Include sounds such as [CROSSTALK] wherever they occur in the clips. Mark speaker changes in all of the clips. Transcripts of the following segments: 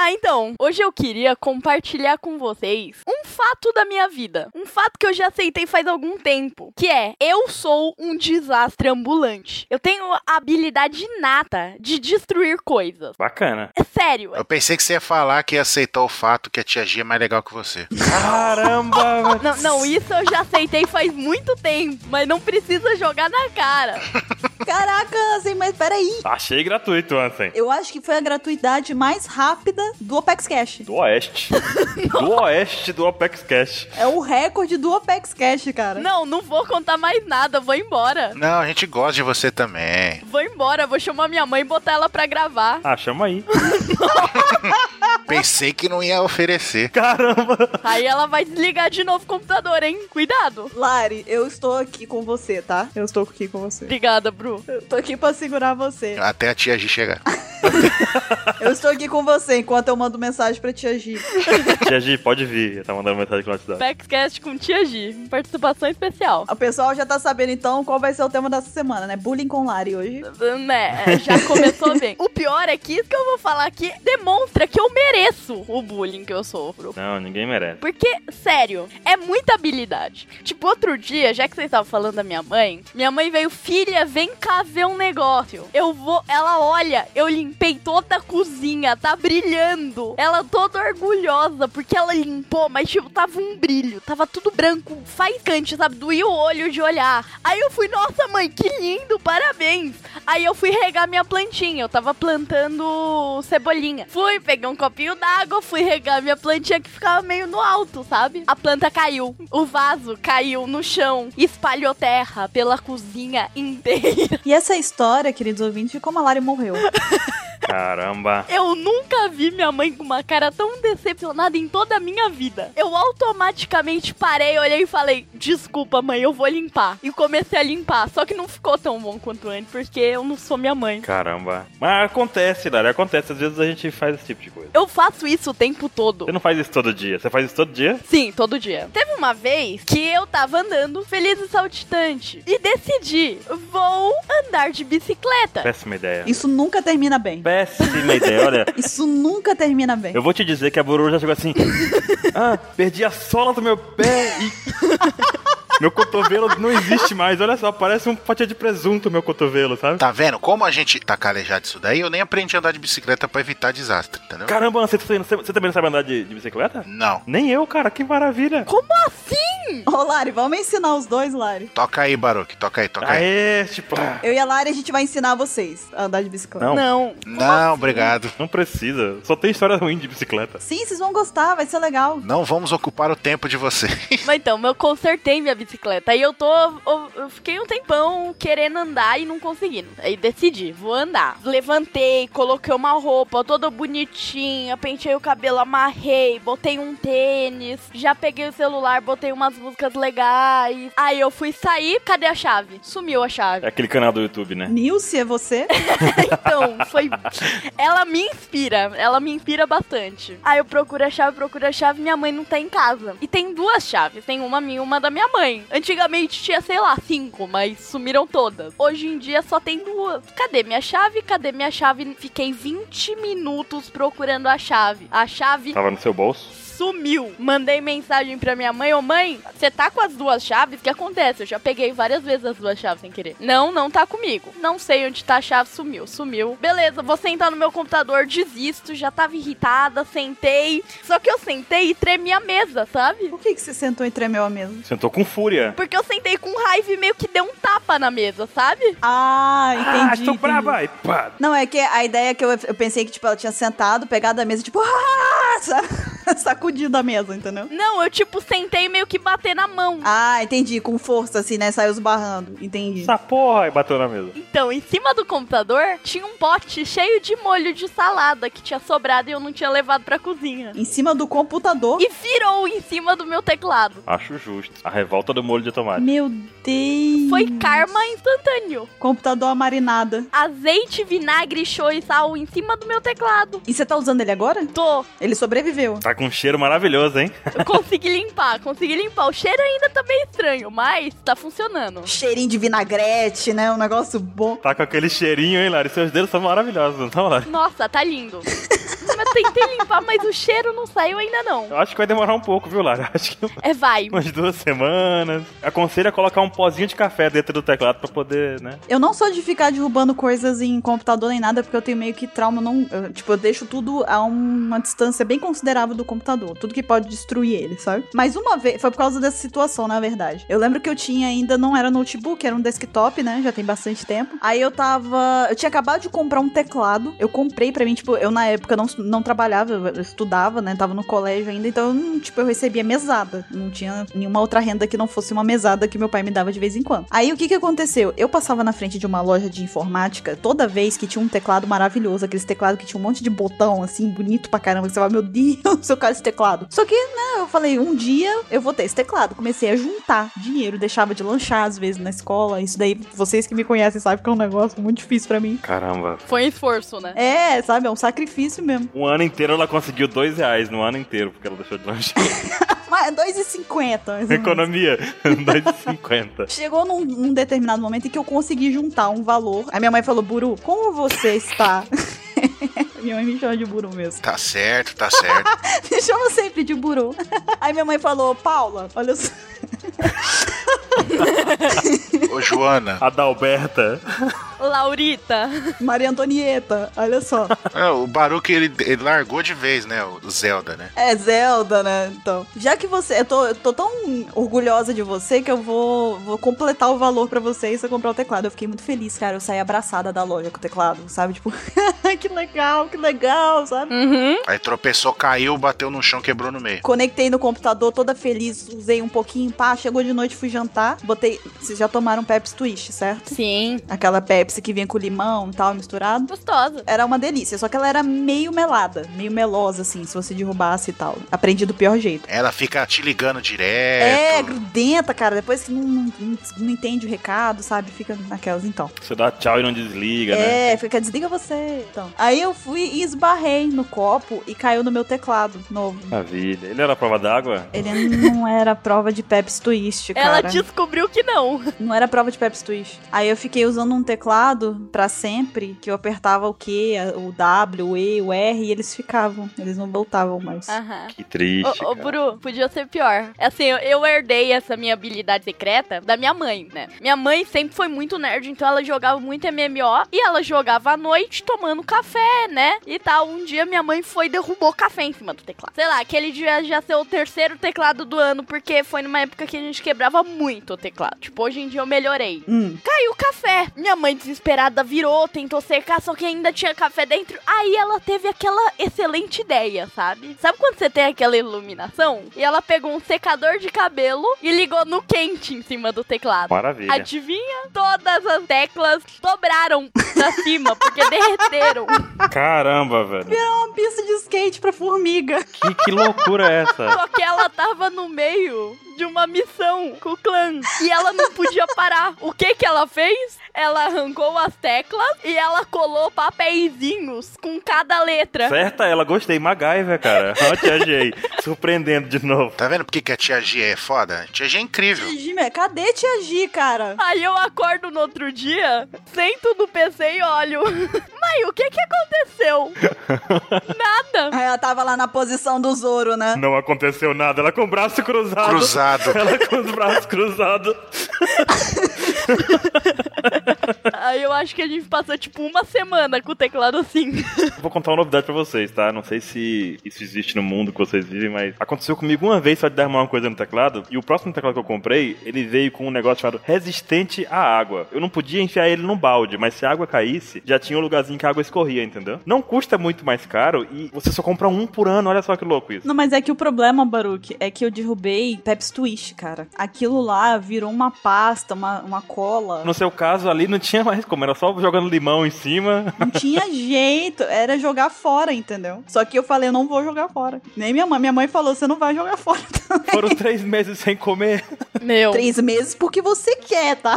Speaker 1: Ah, então, hoje eu queria compartilhar com vocês um fato da minha vida. Um fato que eu já aceitei faz algum tempo. Que é, eu sou um desastre ambulante. Eu tenho a habilidade inata de destruir coisas.
Speaker 2: Bacana.
Speaker 1: É sério.
Speaker 3: Eu pensei que você ia falar que ia aceitar o fato que a tia Gia é mais legal que você.
Speaker 2: Caramba!
Speaker 1: Não, não, isso eu já aceitei faz muito tempo, mas não precisa jogar na cara.
Speaker 4: Caraca, Ansem, mas peraí.
Speaker 2: Achei gratuito, Ansem.
Speaker 4: Eu acho que foi a gratuidade mais rápida do Opex Cash.
Speaker 2: Do Oeste. do Oeste do Apex Cash.
Speaker 4: É o recorde do Opex Cash, cara.
Speaker 1: Não, não vou contar mais nada, vou embora.
Speaker 3: Não, a gente gosta de você também.
Speaker 1: Vou embora, vou chamar minha mãe e botar ela pra gravar.
Speaker 2: Ah, chama aí.
Speaker 3: Pensei que não ia oferecer.
Speaker 2: Caramba!
Speaker 1: Aí ela vai desligar de novo o computador, hein? Cuidado.
Speaker 4: Lari, eu estou aqui com você, tá? Eu estou aqui com você.
Speaker 1: Obrigada, Bru.
Speaker 4: Eu tô aqui pra segurar você.
Speaker 3: Até a tia Gi chegar.
Speaker 4: Eu estou aqui com você enquanto eu mando mensagem pra tia Gi.
Speaker 2: Tia G, pode vir. Tá mandando mensagem no WhatsApp.
Speaker 1: Paxcast com Tia G, participação especial.
Speaker 4: O pessoal já tá sabendo então qual vai ser o tema dessa semana, né? Bullying com Lari hoje.
Speaker 1: Né, já começou bem. O pior é que isso que eu vou falar aqui demonstra que eu mereço o bullying que eu sofro.
Speaker 2: Não, ninguém merece.
Speaker 1: Porque, sério, é muita habilidade. Tipo, outro dia, já que vocês estavam falando da minha mãe, minha mãe veio, filha, vem cá ver um negócio. Eu vou, ela olha, eu limpei toda a cozinha, tá brilhando. Ela toda orgulhosa, porque ela limpou, mas tipo, tava um brilho, tava tudo branco, faiscante, sabe? Doía o olho de olhar. Aí eu fui, nossa mãe, que lindo, parabéns. Aí eu fui regar minha plantinha, eu tava plantando cebolinha. Fui, peguei um copinho d'água, fui regar minha plantinha que ficava meio no alto, sabe? A planta caiu, o vaso caiu no chão, espalhou terra pela cozinha inteira.
Speaker 4: E essa história, queridos ouvintes, de como a Lari morreu.
Speaker 2: Caramba.
Speaker 1: Eu nunca vi minha mãe com uma cara tão decepcionada em toda a minha vida. Eu automaticamente parei, olhei e falei: Desculpa, mãe, eu vou limpar. E comecei a limpar, só que não ficou tão bom quanto antes, porque eu não sou minha mãe.
Speaker 2: Caramba. Mas acontece, Dário, acontece. Às vezes a gente faz esse tipo de coisa.
Speaker 1: Eu faço isso o tempo todo.
Speaker 2: Você não faz isso todo dia. Você faz isso todo dia?
Speaker 1: Sim, todo dia. Teve uma vez que eu tava andando feliz e saltitante e decidi, vou andar de bicicleta.
Speaker 2: Péssima ideia.
Speaker 4: Isso nunca termina bem.
Speaker 2: Péssima ideia. Olha,
Speaker 4: Isso nunca termina bem.
Speaker 2: eu vou te dizer que a Buru já chegou assim. Ah, perdi a sola do meu pé e. [LAUGHS] Meu cotovelo não existe mais. Olha só, parece um fatia de presunto meu cotovelo, sabe?
Speaker 3: Tá vendo? Como a gente tá calejado disso daí, eu nem aprendi a andar de bicicleta pra evitar desastre, entendeu?
Speaker 2: Caramba, você, você- você também não sabe andar de, de bicicleta?
Speaker 3: Não.
Speaker 2: Nem eu, cara, que maravilha.
Speaker 1: Como assim?
Speaker 4: Ô, Lari, vamos ensinar os dois, Lari.
Speaker 3: Toca aí, Baruque. Toca aí, toca aí.
Speaker 2: Aê, tipo. ah,
Speaker 4: Eu e a Lari, a gente vai ensinar vocês a andar de
Speaker 2: Não.
Speaker 4: bicicleta.
Speaker 1: Não.
Speaker 3: Não, obrigado.
Speaker 2: Não precisa. Só tem história ruim de bicicleta.
Speaker 4: Sim, vocês vão gostar, vai ser legal.
Speaker 3: Não vamos ocupar o tempo de você. [LAUGHS]
Speaker 1: Mas então, eu consertei minha bicicleta. Aí eu tô. Eu, eu fiquei um tempão querendo andar e não conseguindo. Aí decidi, vou andar. Levantei, coloquei uma roupa toda bonitinha, pentei o cabelo, amarrei, botei um tênis, já peguei o celular, botei umas músicas legais. Aí eu fui sair, cadê a chave? Sumiu a chave.
Speaker 2: É aquele canal do YouTube, né?
Speaker 4: Nilce, é você?
Speaker 1: [LAUGHS] então, foi. Ela me inspira, ela me inspira bastante. Aí eu procuro a chave, procuro a chave, minha mãe não tá em casa. E tem duas chaves, tem uma minha e uma da minha mãe. Antigamente tinha, sei lá, cinco, mas sumiram todas. Hoje em dia só tem duas. Cadê minha chave? Cadê minha chave? Fiquei 20 minutos procurando a chave. A chave
Speaker 2: Tava no seu bolso?
Speaker 1: sumiu. Mandei mensagem pra minha mãe, ô mãe, você tá com as duas chaves? O que acontece? Eu já peguei várias vezes as duas chaves sem querer. Não, não tá comigo. Não sei onde tá a chave, sumiu, sumiu. Beleza, vou sentar no meu computador, desisto, já tava irritada, sentei. Só que eu sentei e tremi a mesa, sabe?
Speaker 4: Por que, que você sentou e tremeu a mesa?
Speaker 2: Sentou com fúria.
Speaker 1: Porque eu sentei com raiva e meio que deu um tapa na mesa, sabe?
Speaker 4: Ah, entendi.
Speaker 2: ah, estou
Speaker 4: entendi.
Speaker 2: braba! E pá.
Speaker 4: Não, é que a ideia é que eu, eu pensei que, tipo, ela tinha sentado, pegado a mesa, tipo, [LAUGHS] ah, sa- sacudido a mesa, entendeu?
Speaker 1: Não, eu tipo sentei e meio que bater na mão.
Speaker 4: Ah, entendi, com força, assim, né? Saiu esbarrando. Entendi.
Speaker 2: Essa porra! E bateu na mesa.
Speaker 1: Então, em cima do computador tinha um pote cheio de molho de salada que tinha sobrado e eu não tinha levado pra cozinha.
Speaker 4: Em cima do computador.
Speaker 1: e virou em cima do meu teclado.
Speaker 2: Acho justo. A revolta do molho de tomate.
Speaker 4: Meu Deus.
Speaker 1: Foi karma instantâneo.
Speaker 4: Computador amarinada.
Speaker 1: Azeite, vinagre, show e sal em cima do meu teclado.
Speaker 4: E você tá usando ele agora?
Speaker 1: Tô,
Speaker 4: Ele sobreviveu.
Speaker 2: Tá com um cheiro maravilhoso, hein?
Speaker 1: [LAUGHS] eu consegui limpar, consegui limpar. O cheiro ainda tá meio estranho, mas tá funcionando.
Speaker 4: Cheirinho de vinagrete, né? Um negócio bom.
Speaker 2: Tá com aquele cheirinho, hein, Lari? Seus dedos são maravilhosos, não, Lari?
Speaker 1: Nossa, tá lindo. mas tentei limpar, mas o cheiro não saiu ainda não.
Speaker 2: Eu acho que vai demorar um pouco, viu, Lara? [LAUGHS] Acho que
Speaker 1: É, vai.
Speaker 2: umas duas semanas. Aconselho a colocar um pozinho de café dentro do teclado pra poder, né?
Speaker 4: Eu não sou de ficar derrubando coisas em computador nem nada, porque eu tenho meio que trauma. Não, eu, tipo, eu deixo tudo a uma distância bem considerável do computador. Tudo que pode destruir ele, sabe? Mas uma vez, foi por causa dessa situação, na verdade. Eu lembro que eu tinha ainda, não era notebook, era um desktop, né? Já tem bastante tempo. Aí eu tava. Eu tinha acabado de comprar um teclado. Eu comprei pra mim, tipo, eu na época não, não trabalhava, eu estudava, né? Tava no colégio ainda. Então, hum, tipo, eu recebia mesada. Não tinha nenhuma outra renda que não fosse uma mesada que meu pai me dava de vez em quando. Aí o que que aconteceu? Eu passava na frente de uma loja de informática toda vez que tinha um teclado maravilhoso, aqueles teclado que tinha um monte de botão, assim, bonito pra caramba. Que você fala, meu Deus, [LAUGHS] eu quero esse teclado. Só que, né, eu falei, um dia eu vou ter esse teclado. Comecei a juntar dinheiro, deixava de lanchar às vezes na escola. Isso daí, vocês que me conhecem sabem que é um negócio muito difícil pra mim.
Speaker 2: Caramba.
Speaker 1: Foi um esforço, né?
Speaker 4: É, sabe, é um sacrifício mesmo.
Speaker 2: Um ano inteiro ela conseguiu dois reais, no ano inteiro, porque ela deixou de [LAUGHS] lanchar.
Speaker 4: Mas é 2,50. mais ou menos.
Speaker 2: Economia, Um 2,50.
Speaker 4: Chegou num, num determinado momento em que eu consegui juntar um valor. Aí minha mãe falou, Buru, como você está? [LAUGHS] minha mãe me chama de Buru mesmo. [LAUGHS]
Speaker 3: Tá certo, tá certo.
Speaker 4: Me chama sempre de Buru. [LAUGHS] Aí minha mãe falou, Paula, olha só. [LAUGHS]
Speaker 3: Ô, Joana,
Speaker 2: Adalberta.
Speaker 1: Laurita.
Speaker 4: Maria Antonieta, olha só.
Speaker 3: é, o Baruque ele, ele largou de vez, né? O Zelda, né?
Speaker 4: É Zelda, né? Então. Já que você. Eu tô, eu tô tão orgulhosa de você que eu vou, vou completar o valor pra você e você comprar o teclado. Eu fiquei muito feliz, cara. Eu saí abraçada da loja com o teclado, sabe? Tipo, [LAUGHS] que legal, que legal, sabe?
Speaker 1: Uhum.
Speaker 3: Aí tropeçou, caiu, bateu no chão, quebrou no meio.
Speaker 4: Conectei no computador, toda feliz, usei um pouquinho, pá, chegou de noite, fui jantar, botei... Vocês já tomaram Pepsi Twist, certo?
Speaker 1: Sim.
Speaker 4: Aquela Pepsi que vinha com limão e tal, misturado.
Speaker 1: Gostosa.
Speaker 4: Era uma delícia, só que ela era meio melada, meio melosa, assim, se você derrubasse e tal. Aprendi do pior jeito.
Speaker 3: Ela fica te ligando
Speaker 4: É,
Speaker 3: direto.
Speaker 4: grudenta, cara, depois que não, não, não- não entende o recado, sabe? Fica naquelas, então.
Speaker 2: Você dá tchau e não desliga, né?
Speaker 4: É, fica, desliga você, então. Aí eu fui e esbarrei no copo e caiu no meu teclado novo.
Speaker 2: Maravilha. Ele era a prova d'água?
Speaker 1: É.
Speaker 4: Ele não era prova de Pepsi Twist, cara.
Speaker 1: Ela descobriu que não.
Speaker 4: Não era prova de Pepsi Twist. Aí eu fiquei usando um teclado pra sempre, que eu apertava o Q, a- o W, o E, o R, e eles ficavam. Eles não voltavam mais.
Speaker 1: Aham.
Speaker 2: Que triste,
Speaker 1: Ô, ô,
Speaker 2: cara.
Speaker 1: Bru, podia ser pior. Assim, eu, eu herdei essa minha habilidade secreta da minha mãe, né? Minha mãe sempre foi muito nerd, então ela jogava muito MMO e ela jogava à noite tomando café, né? E tal. Um dia minha mãe foi e derrubou café em cima do teclado. Sei lá, aquele dia já ser o terceiro teclado do ano, porque foi numa época que a gente quebrava muito o teclado. Tipo, hoje em dia eu melhorei.
Speaker 4: Hum.
Speaker 1: Caiu o café. Minha mãe, desesperada, virou, tentou secar, só que ainda tinha café dentro. Aí ela teve aquela excelente ideia, sabe? Sabe quando você tem aquela iluminação? E ela pegou um secador de cabelo e ligou no quente em cima do teclado.
Speaker 2: Maravilha.
Speaker 1: Adivinha? Todas as teclas dobraram pra cima, porque derreteram.
Speaker 2: Caramba, velho.
Speaker 4: Uma pista de skate pra formiga.
Speaker 2: Que, que loucura é essa?
Speaker 1: Só que ela tava no meio de uma missão com o clã. E ela não podia parar. O que que ela fez? Ela arrancou as teclas e ela colou papeizinhos com cada letra.
Speaker 2: Certa ela, gostei. MacGyver, cara. Ó, te ajei. Surpreendendo de novo.
Speaker 3: Tá vendo por que que a tia G é foda? A tia G é incrível.
Speaker 4: Tia Gi, minha- Cadê Tia Gi, cara?
Speaker 1: Aí eu acordo no outro dia, sento no PC e olho. [LAUGHS] Mãe, o que que aconteceu? Nada.
Speaker 4: Aí ela tava lá na posição do Zoro, né?
Speaker 2: Não aconteceu nada. Ela com o braço cruzado.
Speaker 3: Cruzado.
Speaker 2: [LAUGHS] Ela com os braços cruzados.
Speaker 1: Aí eu acho que a gente passou tipo uma semana com o teclado assim.
Speaker 2: Vou contar uma novidade pra vocês, tá? Não sei se isso existe no mundo que vocês vivem, mas aconteceu comigo uma vez só de derramar uma coisa no teclado. E o próximo teclado que eu comprei, ele veio com um negócio chamado resistente à água. Eu não podia enfiar ele num balde, mas se a água caísse, já tinha um lugarzinho que a água escorria, entendeu? Não custa muito mais caro e você só compra um por ano. Olha só que louco isso.
Speaker 4: Não, mas é que o problema, Baruque, é que eu derrubei Pepsi Twist, cara. Aquilo lá virou uma pasta, uma, uma cola.
Speaker 2: No seu caso ali não tinha mais como, era só jogando limão em
Speaker 4: [LAUGHS]
Speaker 2: cima.
Speaker 4: Não tinha jeito, era jogar fora, entendeu? Só que eu falei, eu não vou jogar fora. Nem minha mãe. Minha mãe falou, você não vai jogar fora.
Speaker 2: Foram três meses sem comer.
Speaker 1: Meu.
Speaker 4: Três meses porque você quer, tá?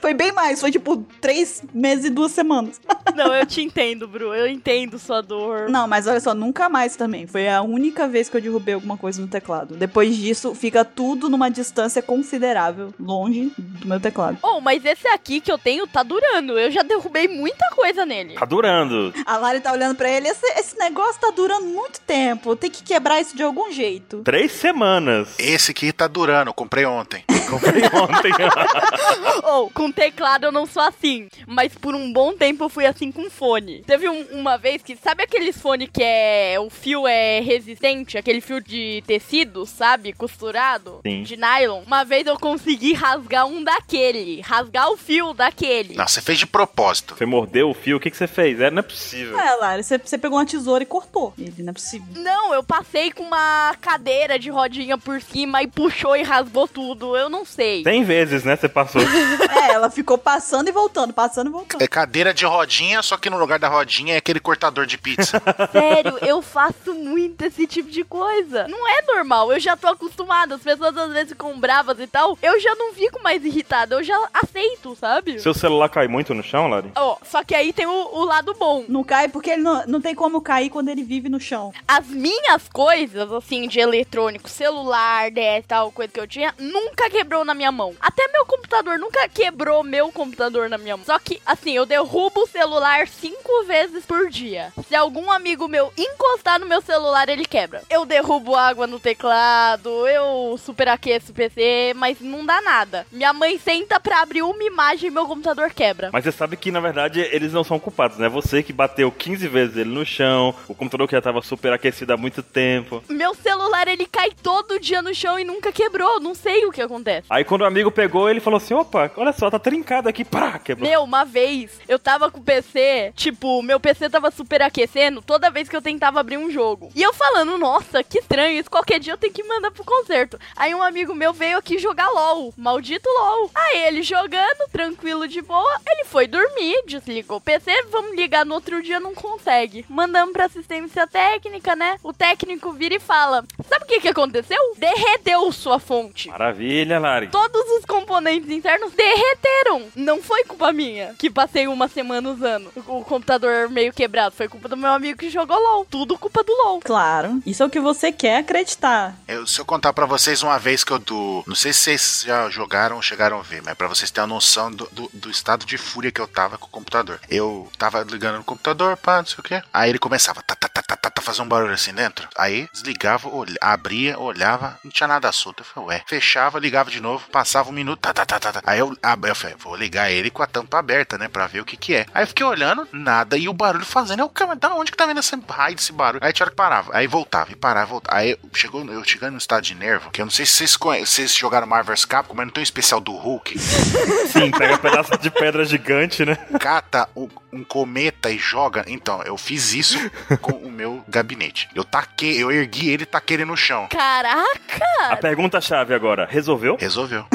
Speaker 4: foi bem mais, foi tipo três meses e duas semanas.
Speaker 1: Não, eu te entendo, Bru. Eu entendo sua dor.
Speaker 4: Não, mas olha só, nunca mais também. Foi a única vez que eu derrubei alguma coisa no teclado. Depois disso, fica tudo numa distância considerável, longe do meu teclado.
Speaker 1: Oh, mas esse aqui que eu tenho tá durando. Eu já derrubei muita coisa nele.
Speaker 2: Tá durando.
Speaker 4: A Lari tá olhando pra ele, esse, esse negócio tá durando muito tempo, tem que quebrar isso de algum jeito.
Speaker 2: Três semanas. [LAUGHS]
Speaker 3: Esse aqui tá durando, eu comprei ontem.
Speaker 2: Comprei ontem.
Speaker 1: [LAUGHS] Ou, com teclado eu não sou assim. Mas por um bom tempo eu fui assim com fone. Teve um- uma vez que, sabe aqueles fone que é. O fio é resistente, aquele fio de tecido, sabe? Costurado?
Speaker 2: Sim.
Speaker 1: De nylon. Uma vez eu consegui rasgar um daquele. Rasgar o fio daquele.
Speaker 3: Não, você fez de propósito.
Speaker 2: Você mordeu o fio? O que, que você fez? É, não é possível.
Speaker 4: É, Lari, você, você pegou uma tesoura e cortou. Ele não é possível.
Speaker 1: Não, eu passei com uma cadeira de rodinha por cima e puxou e rasgou tudo. Eu não sei.
Speaker 2: Cem vezes, né? Você passou.
Speaker 4: é, ela ficou passando e voltando, passando e voltando.
Speaker 3: É cadeira de rodinha, só que no lugar da rodinha é aquele cortador de pizza.
Speaker 1: Sério, eu faço muito esse tipo de coisa. Não é normal, eu já tô acostumada. As pessoas às vezes ficam bravas e tal. Eu já não fico mais irritada, eu já aceito, sabe?
Speaker 2: Seu celular cai muito no chão, Lari?
Speaker 1: Ó, só que aí tem o, o lado bom.
Speaker 4: Não cai porque ele não, não tem como cair quando ele vive no chão.
Speaker 1: As minhas coisas, assim, de eletrônico, celular, né, tal coisa que eu tinha, nunca quebrou na minha mão. Até meu computador nunca quebrou meu computador na minha mão. Só que, assim, eu derrubo o celular cinco vezes por dia. Se algum amigo meu encostar no meu celular, ele quebra. Eu derrubo água no teclado, eu superaqueço o PC, mas não dá nada. Minha mãe senta pra abrir uma imagem e meu computador quebra.
Speaker 2: Mas você sabe que, na verdade, eles não são culpados, né? Você que bateu 15 vezes ele no chão, o computador que já tava superaquecido há muito tempo.
Speaker 1: Meu celular, ele cai todo dia no chão e nunca quebrou. Não sei o que acontece.
Speaker 2: Aí quando o amigo pegou, ele falou assim, opa, olha só, tá trincado aqui, pá, quebrou.
Speaker 1: Meu, uma vez eu tava com o PC, tipo, meu PC tava superaquecendo toda vez que eu tentava abrir um jogo. E eu falando, nossa, que estranho, isso qualquer dia eu tenho que mandar pro concerto. Aí um amigo meu veio aqui jogar LOL, maldito LOL. Aí ele jogando, tranquilo de boa, ele foi dormir, desligou o PC, vamos ligar no outro dia, não consegue. Mandamos pra assistência técnica, né? O técnico vira e fala: Sabe o que que aconteceu? Derreteu sua fonte.
Speaker 2: Maravilha, Lari.
Speaker 1: Todos os componentes internos derreteram. Não foi culpa minha que passei uma semana usando o o computador meio quebrado. Foi culpa do meu amigo que jogou LOL. Tudo culpa do LOL.
Speaker 4: Claro. Isso é o que você quer acreditar.
Speaker 3: Eu- se eu contar pra vocês uma vez que eu do. Não sei se vocês já jogaram ou chegaram a ver, mas pra vocês terem uma noção do, do, do estado de fúria que eu tava com o computador. Eu tava ligando no computador, pá, não sei o quê. Aí ele começava, tá, tá, tá, tá, tá, tá fazer um barulho assim dentro. Aí desligava, olha- abria, olhava, não tinha nada solto. Eu falei, ué. Fechava, ligava de novo, passava um minuto, tá, tá, tá, tá, tá. Aí eu, ab- eu falei, vou ligar ele com a tampa aberta, né, pra ver o que que é. Aí eu fiquei olhando, nada, e o barulho fazendo. Eu, cara, mas da onde que tá vindo essa raio desse barulho? Aí tinha hora que parava, aí voltava, e parava, voltava. Aí chegou, eu chegando no estado de nervo, que eu não sei se vocês, conhe- vocês jogaram Marvel vs Capcom, mas não tem um especial do Hulk.
Speaker 2: Sim, pega um pedaço de pedra gigante, né?
Speaker 3: cata o- um cometa e joga. Então, eu fiz isso com o meu gabinete. Eu taquei, eu ergui ele e taquei ele no chão.
Speaker 1: Caraca!
Speaker 2: A pergunta-chave agora, resolveu?
Speaker 3: Resolveu.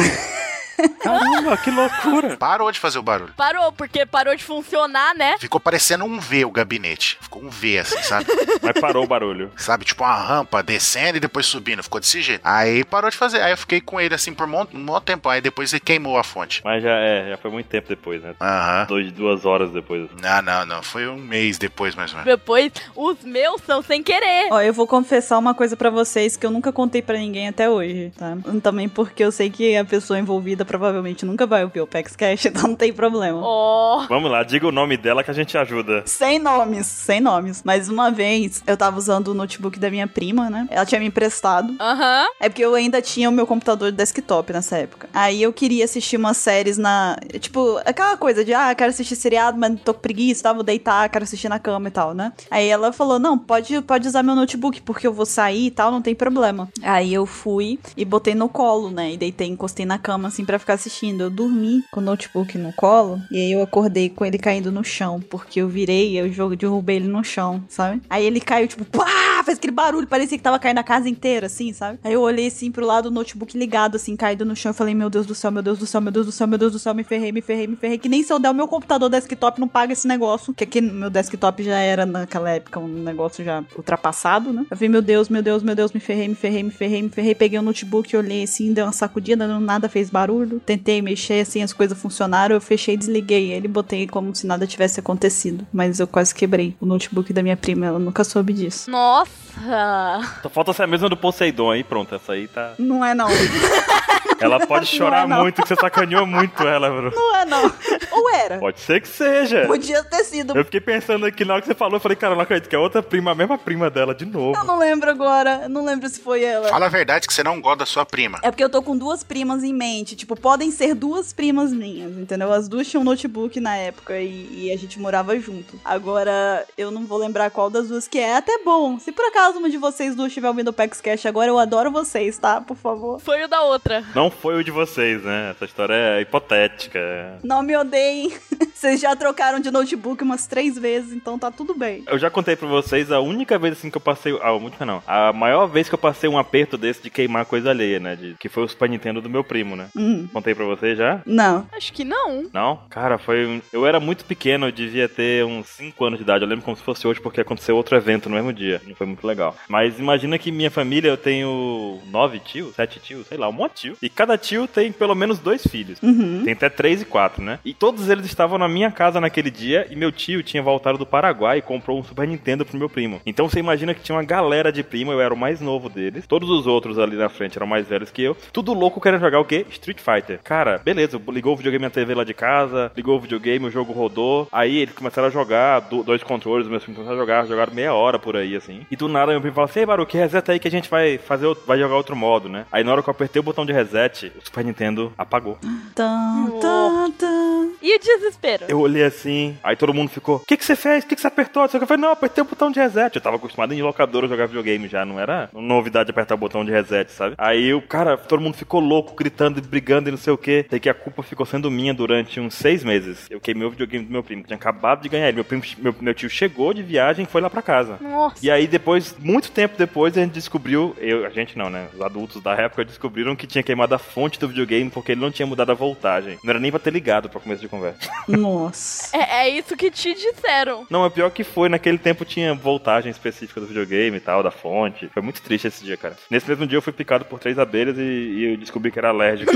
Speaker 2: Caramba, que loucura.
Speaker 3: Parou de fazer o barulho.
Speaker 1: Parou, porque parou de funcionar, né?
Speaker 3: Ficou parecendo um V o gabinete. Ficou um V assim, sabe?
Speaker 2: Mas parou o barulho.
Speaker 3: Sabe, tipo uma rampa descendo e depois subindo. Ficou desse jeito. Aí parou de fazer. Aí eu fiquei com ele assim por um mon- um maior tempo. Aí depois ele queimou a fonte.
Speaker 2: Mas já é, já foi muito tempo depois, né?
Speaker 3: Aham.
Speaker 2: Dois, duas horas depois.
Speaker 3: Não, não, não. Foi um mês depois, mais ou menos.
Speaker 1: Depois, os meus são sem querer.
Speaker 4: Ó, eu vou confessar uma coisa pra vocês que eu nunca contei pra ninguém até hoje, tá? Também porque eu sei que a pessoa envolvida provavelmente nunca vai ouvir o PEX Cash, [LAUGHS] então não tem problema.
Speaker 1: Ó,
Speaker 2: Vamos lá, diga o nome dela que a gente ajuda.
Speaker 4: Sem nomes, sem nomes. Mas uma vez eu tava usando o notebook da minha prima, né? Ela tinha me emprestado.
Speaker 1: aham.
Speaker 4: É porque eu ainda tinha o meu computador desktop nessa época. Aí eu queria assistir umas séries na. Tipo, aquela coisa de, ah, quero assistir seriado, mas tô com preguiça, tá? Vou deitar, quero assistir na cama e tal, né? Aí ela falou: não, pode, pode usar meu notebook, porque eu vou sair e tal, não tem problema. Aí eu fui e botei no colo, né? E deitei, encostei na cama, assim, pra ficar assistindo. Eu dormi com o notebook no colo, e aí eu acordei com ele caindo no chão, porque eu virei, eu jogo, derrubei ele no chão, sabe? Aí ele caiu, tipo, pá! Ah, fez aquele barulho, parecia que tava caindo a casa inteira, assim, sabe? Aí eu olhei assim pro lado, o notebook ligado, assim, caído no chão. Eu falei, meu Deus do céu, meu Deus do céu, meu Deus do céu, meu Deus do céu, me ferrei, me ferrei, me ferrei. Que nem se eu der o meu computador desktop, não paga esse negócio. Que aqui no meu desktop já era naquela época um negócio já ultrapassado, né? Eu falei, meu Deus, meu Deus, meu Deus, me ferrei, me ferrei, me ferrei, me ferrei. Peguei o notebook, olhei assim, dei uma sacudida, não, nada fez barulho. Tentei mexer, assim, as coisas funcionaram. Eu fechei, desliguei ele, botei como se nada tivesse acontecido. Mas eu quase quebrei o notebook da minha prima, ela nunca soube disso.
Speaker 1: Nossa, Nossa!
Speaker 2: Só falta ser a mesma do Poseidon aí, pronto. Essa aí tá.
Speaker 4: Não é não.
Speaker 2: Ela pode
Speaker 4: [LAUGHS] Não é,
Speaker 2: chorar
Speaker 4: não.
Speaker 2: muito, que você sacaneou muito ela, bro.
Speaker 4: [LAUGHS] Não é não. Ou era.
Speaker 2: Pode ser que seja.
Speaker 4: Podia ter sido.
Speaker 2: É. Eu fiquei pensando aqui na hora que você falou, eu falei, cara, eu não acredito que é outra prima, a mesma prima dela, de novo.
Speaker 4: Eu não lembro agora. Eu não lembro se foi ela.
Speaker 3: Fala a verdade que você não gosta da sua prima.
Speaker 4: É porque eu tô com duas primas em mente. Tipo, podem ser duas primas minhas, entendeu? As duas tinham notebook na época e, e a gente morava junto. Agora, eu não vou lembrar qual das duas que é. É Até bom. Se por acaso uma de vocês duas estiver ouvindo o Pax Cash agora, eu adoro vocês, tá? Por favor.
Speaker 1: Foi o da outra.
Speaker 2: Não foi o de vocês, né? Essa história é hipotética. é.
Speaker 4: Não me odeiem. [LAUGHS] Vocês já trocaram de notebook umas três vezes, então tá tudo bem.
Speaker 2: Eu já contei pra vocês a única vez assim que eu passei. A única não. A maior vez que eu passei um aperto desse de queimar coisa alheia, né? de- que foi o Super Nintendo do meu primo, né?
Speaker 4: Hum.
Speaker 2: Contei pra vocês já?
Speaker 4: Não.
Speaker 1: Acho que não.
Speaker 2: Não? Cara, foi. um- Eu era muito pequeno, eu devia ter uns 5 anos de idade. Eu lembro como se fosse hoje, porque aconteceu outro evento no mesmo dia. Não foi muito legal. Mas imagina que minha família eu tenho nove tios, sete tios, sei lá, um monte de tio. E cada tio tem pelo menos dois filhos.
Speaker 4: Uhum.
Speaker 2: Tem até três e quatro, né? E todos eles estavam na minha casa naquele dia e meu tio tinha voltado do Paraguai e comprou um Super Nintendo pro meu primo. Então você imagina que tinha uma galera de primo, eu era o mais novo deles. Todos os outros ali na frente eram mais velhos que eu. Tudo louco querendo jogar o quê? Street Fighter. Cara, beleza, ligou o videogame na TV lá de casa, ligou o videogame, o jogo rodou. Aí eles começaram a jogar, do- dois controles, meus primos começaram a jogar, jogaram meia hora por aí, assim. E do nada meu primo fala assim, ei Baruque, reseta aí que a gente vai fazer, outro- vai jogar outro modo, né? Aí na hora que eu apertei o botão de reset, o Super Nintendo apagou.
Speaker 4: Tan, tan, tan.
Speaker 1: E o desespero?
Speaker 2: Eu olhei assim, aí todo mundo ficou: O que, que você fez? O que, que você apertou? Eu falei: Não, apertei o botão de reset. Eu tava acostumado em locadora jogar videogame já, não era novidade apertar o botão de reset, sabe? Aí o cara, todo mundo ficou louco, gritando e brigando e não sei o que. Sei que a culpa ficou sendo minha durante uns seis meses. Eu queimei o videogame do meu primo, que tinha acabado de ganhar ele. Meu, primo, meu, meu tio chegou de viagem e foi lá pra casa.
Speaker 1: Nossa.
Speaker 2: E aí depois, muito tempo depois, a gente descobriu, eu, a gente não, né? Os adultos da época descobriram que tinha queimado a fonte do videogame porque ele não tinha mudado a voltagem. Não era nem pra ter ligado pra começo de conversa.
Speaker 4: Nossa.
Speaker 1: É, é isso que te disseram.
Speaker 2: Não, é pior que foi. Naquele tempo tinha voltagem específica do videogame e tal, da fonte. Foi muito triste esse dia, cara. Nesse mesmo dia eu fui picado por três abelhas e, e eu descobri que era alérgico. [LAUGHS]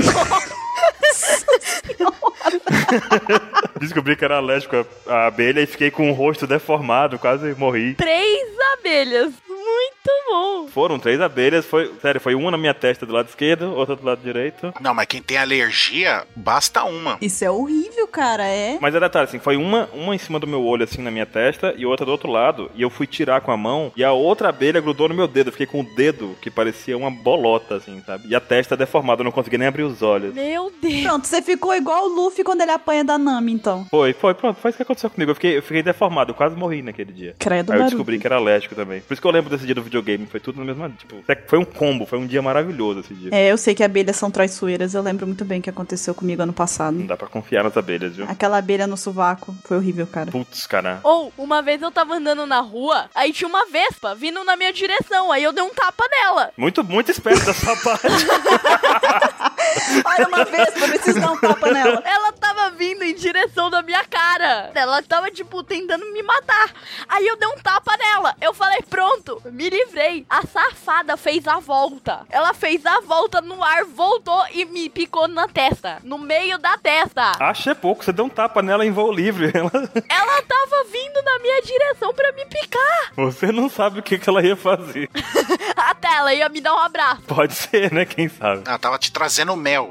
Speaker 2: descobri que era alérgico à- à abelha e fiquei com o rosto deformado, quase morri.
Speaker 1: Três abelhas. Muito bom.
Speaker 2: Foram três abelhas, foi. Sério, foi uma na minha testa do lado esquerdo, outra do lado direito.
Speaker 3: Não, mas quem tem alergia, basta uma.
Speaker 4: Isso é horrível, cara. É.
Speaker 2: Mas é detalhe, assim, foi uma, uma em cima do meu olho, assim, na minha testa, e outra do outro lado. E eu fui tirar com a mão, e a outra abelha grudou no meu dedo. Eu fiquei com o dedo que parecia uma bolota, assim, sabe? E a testa deformada, eu não consegui nem abrir os olhos.
Speaker 1: Meu Deus.
Speaker 4: Pronto, você ficou igual o Luffy quando ele apanha da Nami, então.
Speaker 2: Foi, foi, pronto, foi isso que aconteceu comigo. Eu fiquei, eu fiquei deformado, eu quase morri naquele dia.
Speaker 4: Credo,
Speaker 2: Aí eu
Speaker 4: Baruque.
Speaker 2: descobri que era alérgico também. Por isso que eu lembro desse dia do videogame. Foi tudo no mesmo. Tipo, foi um combo, foi um dia maravilhoso esse dia.
Speaker 4: É, eu sei que abelhas são traiçoeiras. Eu lembro muito bem o que aconteceu comigo ano
Speaker 2: Não
Speaker 4: passado.
Speaker 2: dá pra confiar nas abelhas, viu?
Speaker 4: Aquela abelha no sovaco. Foi horrível, cara.
Speaker 2: Putz, cara.
Speaker 1: Ou, uma vez eu tava andando na rua, aí tinha uma vespa vindo na minha direção, aí eu dei um tapa nela.
Speaker 2: Muito, muito esperto da sua [LAUGHS] parte.
Speaker 4: Olha uma vez, eu preciso dar um tapa nela.
Speaker 1: Ela tava vindo em direção da minha cara. Ela tava, tipo, tentando me matar. Aí eu dei um tapa nela. Eu falei, pronto, me livrei. A safada fez a volta. Ela fez a volta no ar, voltou e me picou na testa. No meio da testa.
Speaker 2: Acho é pouco, você deu um tapa nela em voo livre. [LAUGHS] Ela.
Speaker 1: Ela tava vindo na minha direção pra me picar.
Speaker 2: Você não sabe o que, que ela ia fazer.
Speaker 1: Até ela ia me dar um abraço. [LAUGHS]
Speaker 2: Pode ser, né? Quem sabe?
Speaker 3: Ela tava te trazendo mel.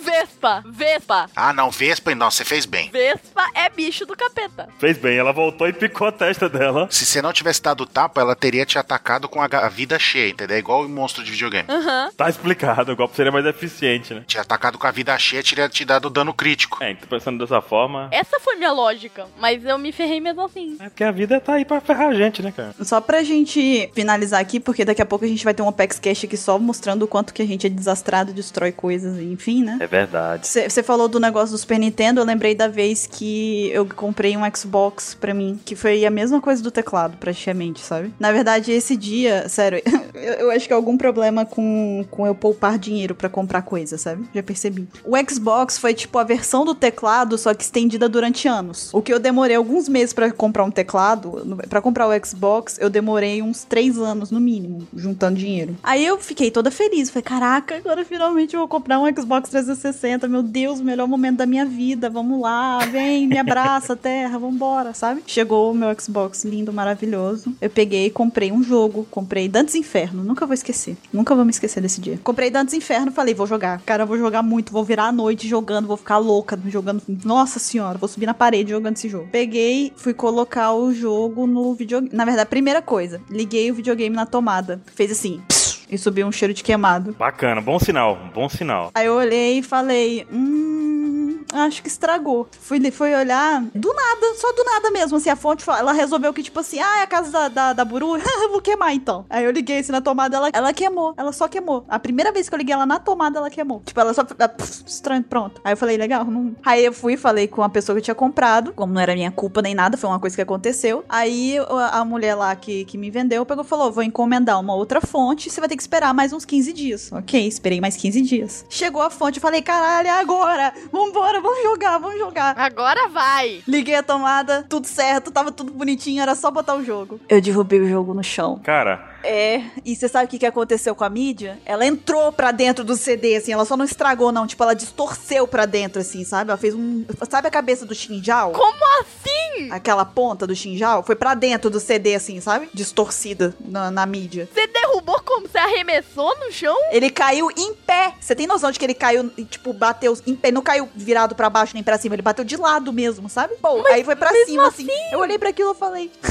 Speaker 1: Vespa, Vespa.
Speaker 3: Ah, não, Vespa, não, você fez bem.
Speaker 1: Vespa é bicho do capeta.
Speaker 2: Fez bem, ela voltou e picou a testa dela.
Speaker 3: Se você não tivesse dado o tapa, ela teria te atacado com a ga- a vida cheia, entendeu? É Igual o monstro de videogame.
Speaker 2: Tá explicado, o golpe seria mais eficiente, né?
Speaker 3: Te atacado com a vida cheia, teria te dado dano crítico.
Speaker 2: É, tô pensando dessa forma.
Speaker 1: Essa foi minha lógica, mas eu me ferrei mesmo assim.
Speaker 2: É porque a vida tá aí pra ferrar a gente, né, cara?
Speaker 4: Só pra gente finalizar aqui, porque daqui a pouco a gente vai ter um Apex Cash aqui só mostrando o quanto que a gente é desastrado, destrói coisas, enfim, né?
Speaker 2: É verdade.
Speaker 4: Você falou do negócio do Super Nintendo, eu lembrei da vez que eu comprei um Xbox pra mim, que foi a mesma coisa do teclado, praticamente, sabe? Na verdade, esse dia, sério, [LAUGHS] eu, eu acho que é algum problema com, com eu poupar dinheiro pra comprar coisa, sabe? Já percebi. O Xbox foi tipo a versão do teclado, só que estendida durante anos. O que eu demorei alguns meses pra comprar um teclado, no- pra comprar o Xbox, eu demorei uns três anos no mínimo, juntando dinheiro. Aí eu fiquei toda feliz. Falei, caraca, agora finalmente eu vou comprar um Xbox 360. Meu Deus, o melhor momento da minha vida. Vamos lá, vem, me abraça, [LAUGHS] terra, vambora, sabe? Chegou o meu Xbox lindo, maravilhoso. Eu peguei e comprei um jogo. Comprei Dantes Inferno. Nunca vou esquecer. Nunca vou me esquecer desse dia. Comprei Dantes Inferno, falei, vou jogar. Cara, eu vou jogar muito. Vou virar a noite jogando, vou ficar louca jogando. Nossa senhora, vou subir na parede jogando esse jogo. Peguei, fui colocar o jogo no videogame. Na verdade, primeira coisa, liguei o videogame na tomada. Fez assim. E subiu um cheiro de queimado.
Speaker 2: Bacana, bom sinal, bom sinal.
Speaker 4: Aí eu olhei e falei, hum, acho que estragou. Fui, fui olhar, do nada, só do nada mesmo, assim, a fonte, fa- ela resolveu que, tipo assim, ah, é a casa da, da, da Buru, [LAUGHS] vou queimar então. Aí eu liguei assim na tomada, ela, ela queimou, ela só queimou. A primeira vez que eu liguei ela na tomada, ela queimou. Tipo, ela só, ela, pff, estranho, pronto. Aí eu falei, legal, não... Aí eu fui e falei com a pessoa que eu tinha comprado, como não era minha culpa nem nada, foi uma coisa que aconteceu. Aí a a mulher lá que, que me vendeu pegou e falou, vou encomendar uma outra fonte, você vai ter que esperar mais uns 15 dias. Ok, esperei mais 15 dias. Chegou a fonte, eu falei, caralho, é agora! Vambora, vamos jogar, vamos jogar.
Speaker 1: Agora vai!
Speaker 4: Liguei a tomada, tudo certo, tava tudo bonitinho, era só botar o jogo. Eu derrubei o jogo no chão.
Speaker 2: Cara,
Speaker 4: É, e você sabe o que, que aconteceu com a mídia? Ela entrou pra dentro do CD, assim, ela só não estragou, não. Tipo, ela distorceu pra dentro, assim, sabe? Ela fez um. Sabe a cabeça do Xinjiao?
Speaker 1: Como assim?
Speaker 4: Aquela ponta do Xinjiao? Foi pra dentro do CD, assim, sabe? Distorcida na, na mídia.
Speaker 1: Você derrubou como? Você arremessou no chão?
Speaker 4: Ele caiu em pé. Você tem noção de que ele caiu, e, tipo, bateu em pé. Não caiu virado pra baixo nem pra cima. Ele bateu de lado mesmo, sabe? Pô, aí foi pra cima, assim. Eu olhei pra aquilo e falei. [LAUGHS]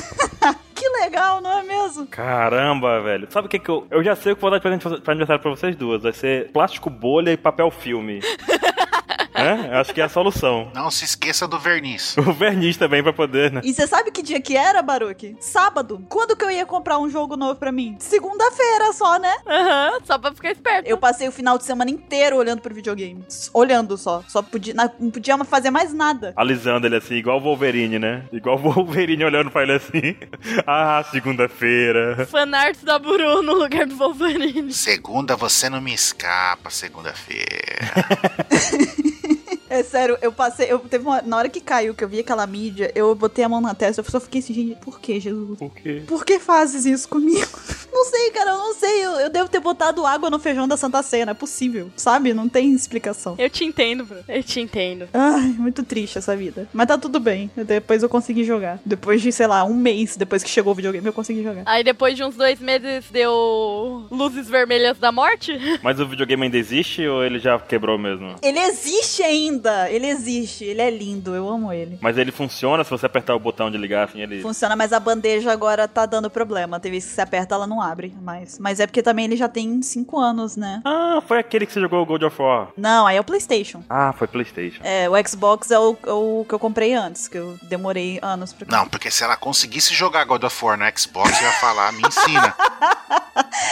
Speaker 4: que legal, não é mesmo?
Speaker 2: caramba, velho. Sabe o que que eu... Eu já sei o que vou dar de presente pra pra aniversário pra vocês duas. Vai ser plástico bolha e papel [LAUGHS] filme. Hã? Eu Acho que é a solução.
Speaker 3: Não se esqueça do verniz.
Speaker 2: O verniz também pra poder, né?
Speaker 4: E você sabe que dia que era, Baruque? Sábado. Quando que eu ia comprar um jogo novo pra mim? Segunda-feira só, né?
Speaker 1: Aham, só pra ficar esperto.
Speaker 4: Eu passei o final de semana inteiro olhando pro videogame. S- Olhando só. Só podia, na- não podia fazer mais nada.
Speaker 2: Alisando ele assim, igual o Wolverine, né? Igual o Wolverine olhando pra ele assim. [LAUGHS] ah, segunda-feira.
Speaker 1: Fanart da Buru no lugar do Wolverine.
Speaker 3: Segunda você não me escapa, segunda-feira.
Speaker 4: É sério, eu passei. Eu teve uma, na hora que caiu, que eu vi aquela mídia, eu botei a mão na testa, eu só fiquei assim, gente, por que, Jesus?
Speaker 2: Por quê?
Speaker 4: Por que fazes isso comigo? [LAUGHS] Não sei, cara, eu não sei. Eu, eu devo ter botado água no feijão da Santa Ceia, não é possível, sabe? Não tem explicação.
Speaker 1: Eu te entendo, Bru. Eu te entendo.
Speaker 4: Ai, muito triste essa vida. Mas tá tudo bem. Depois eu consegui jogar. Depois de, sei lá, um mês depois que chegou o videogame, eu consegui jogar.
Speaker 1: Aí depois de uns dois meses deu luzes vermelhas da morte?
Speaker 2: Mas o videogame ainda existe ou ele já quebrou mesmo?
Speaker 4: Ele existe ainda! Ele existe, ele é lindo, eu amo ele.
Speaker 2: Mas ele funciona se você apertar o botão de ligar, assim, ele...
Speaker 4: Funciona, mas a bandeja agora tá dando problema. Tem vezes que você aperta, ela não abre mais. Mas é porque também ele já tem 5 anos, né?
Speaker 2: Ah, foi aquele que você jogou o God of War.
Speaker 4: Não, aí é o PlayStation.
Speaker 2: Ah, foi Playstation.
Speaker 4: É, o Xbox é o, é o que eu comprei antes, que eu demorei anos pra.
Speaker 3: Não, porque se ela conseguisse jogar God of War no Xbox, eu ia falar, me ensina.
Speaker 4: [LAUGHS]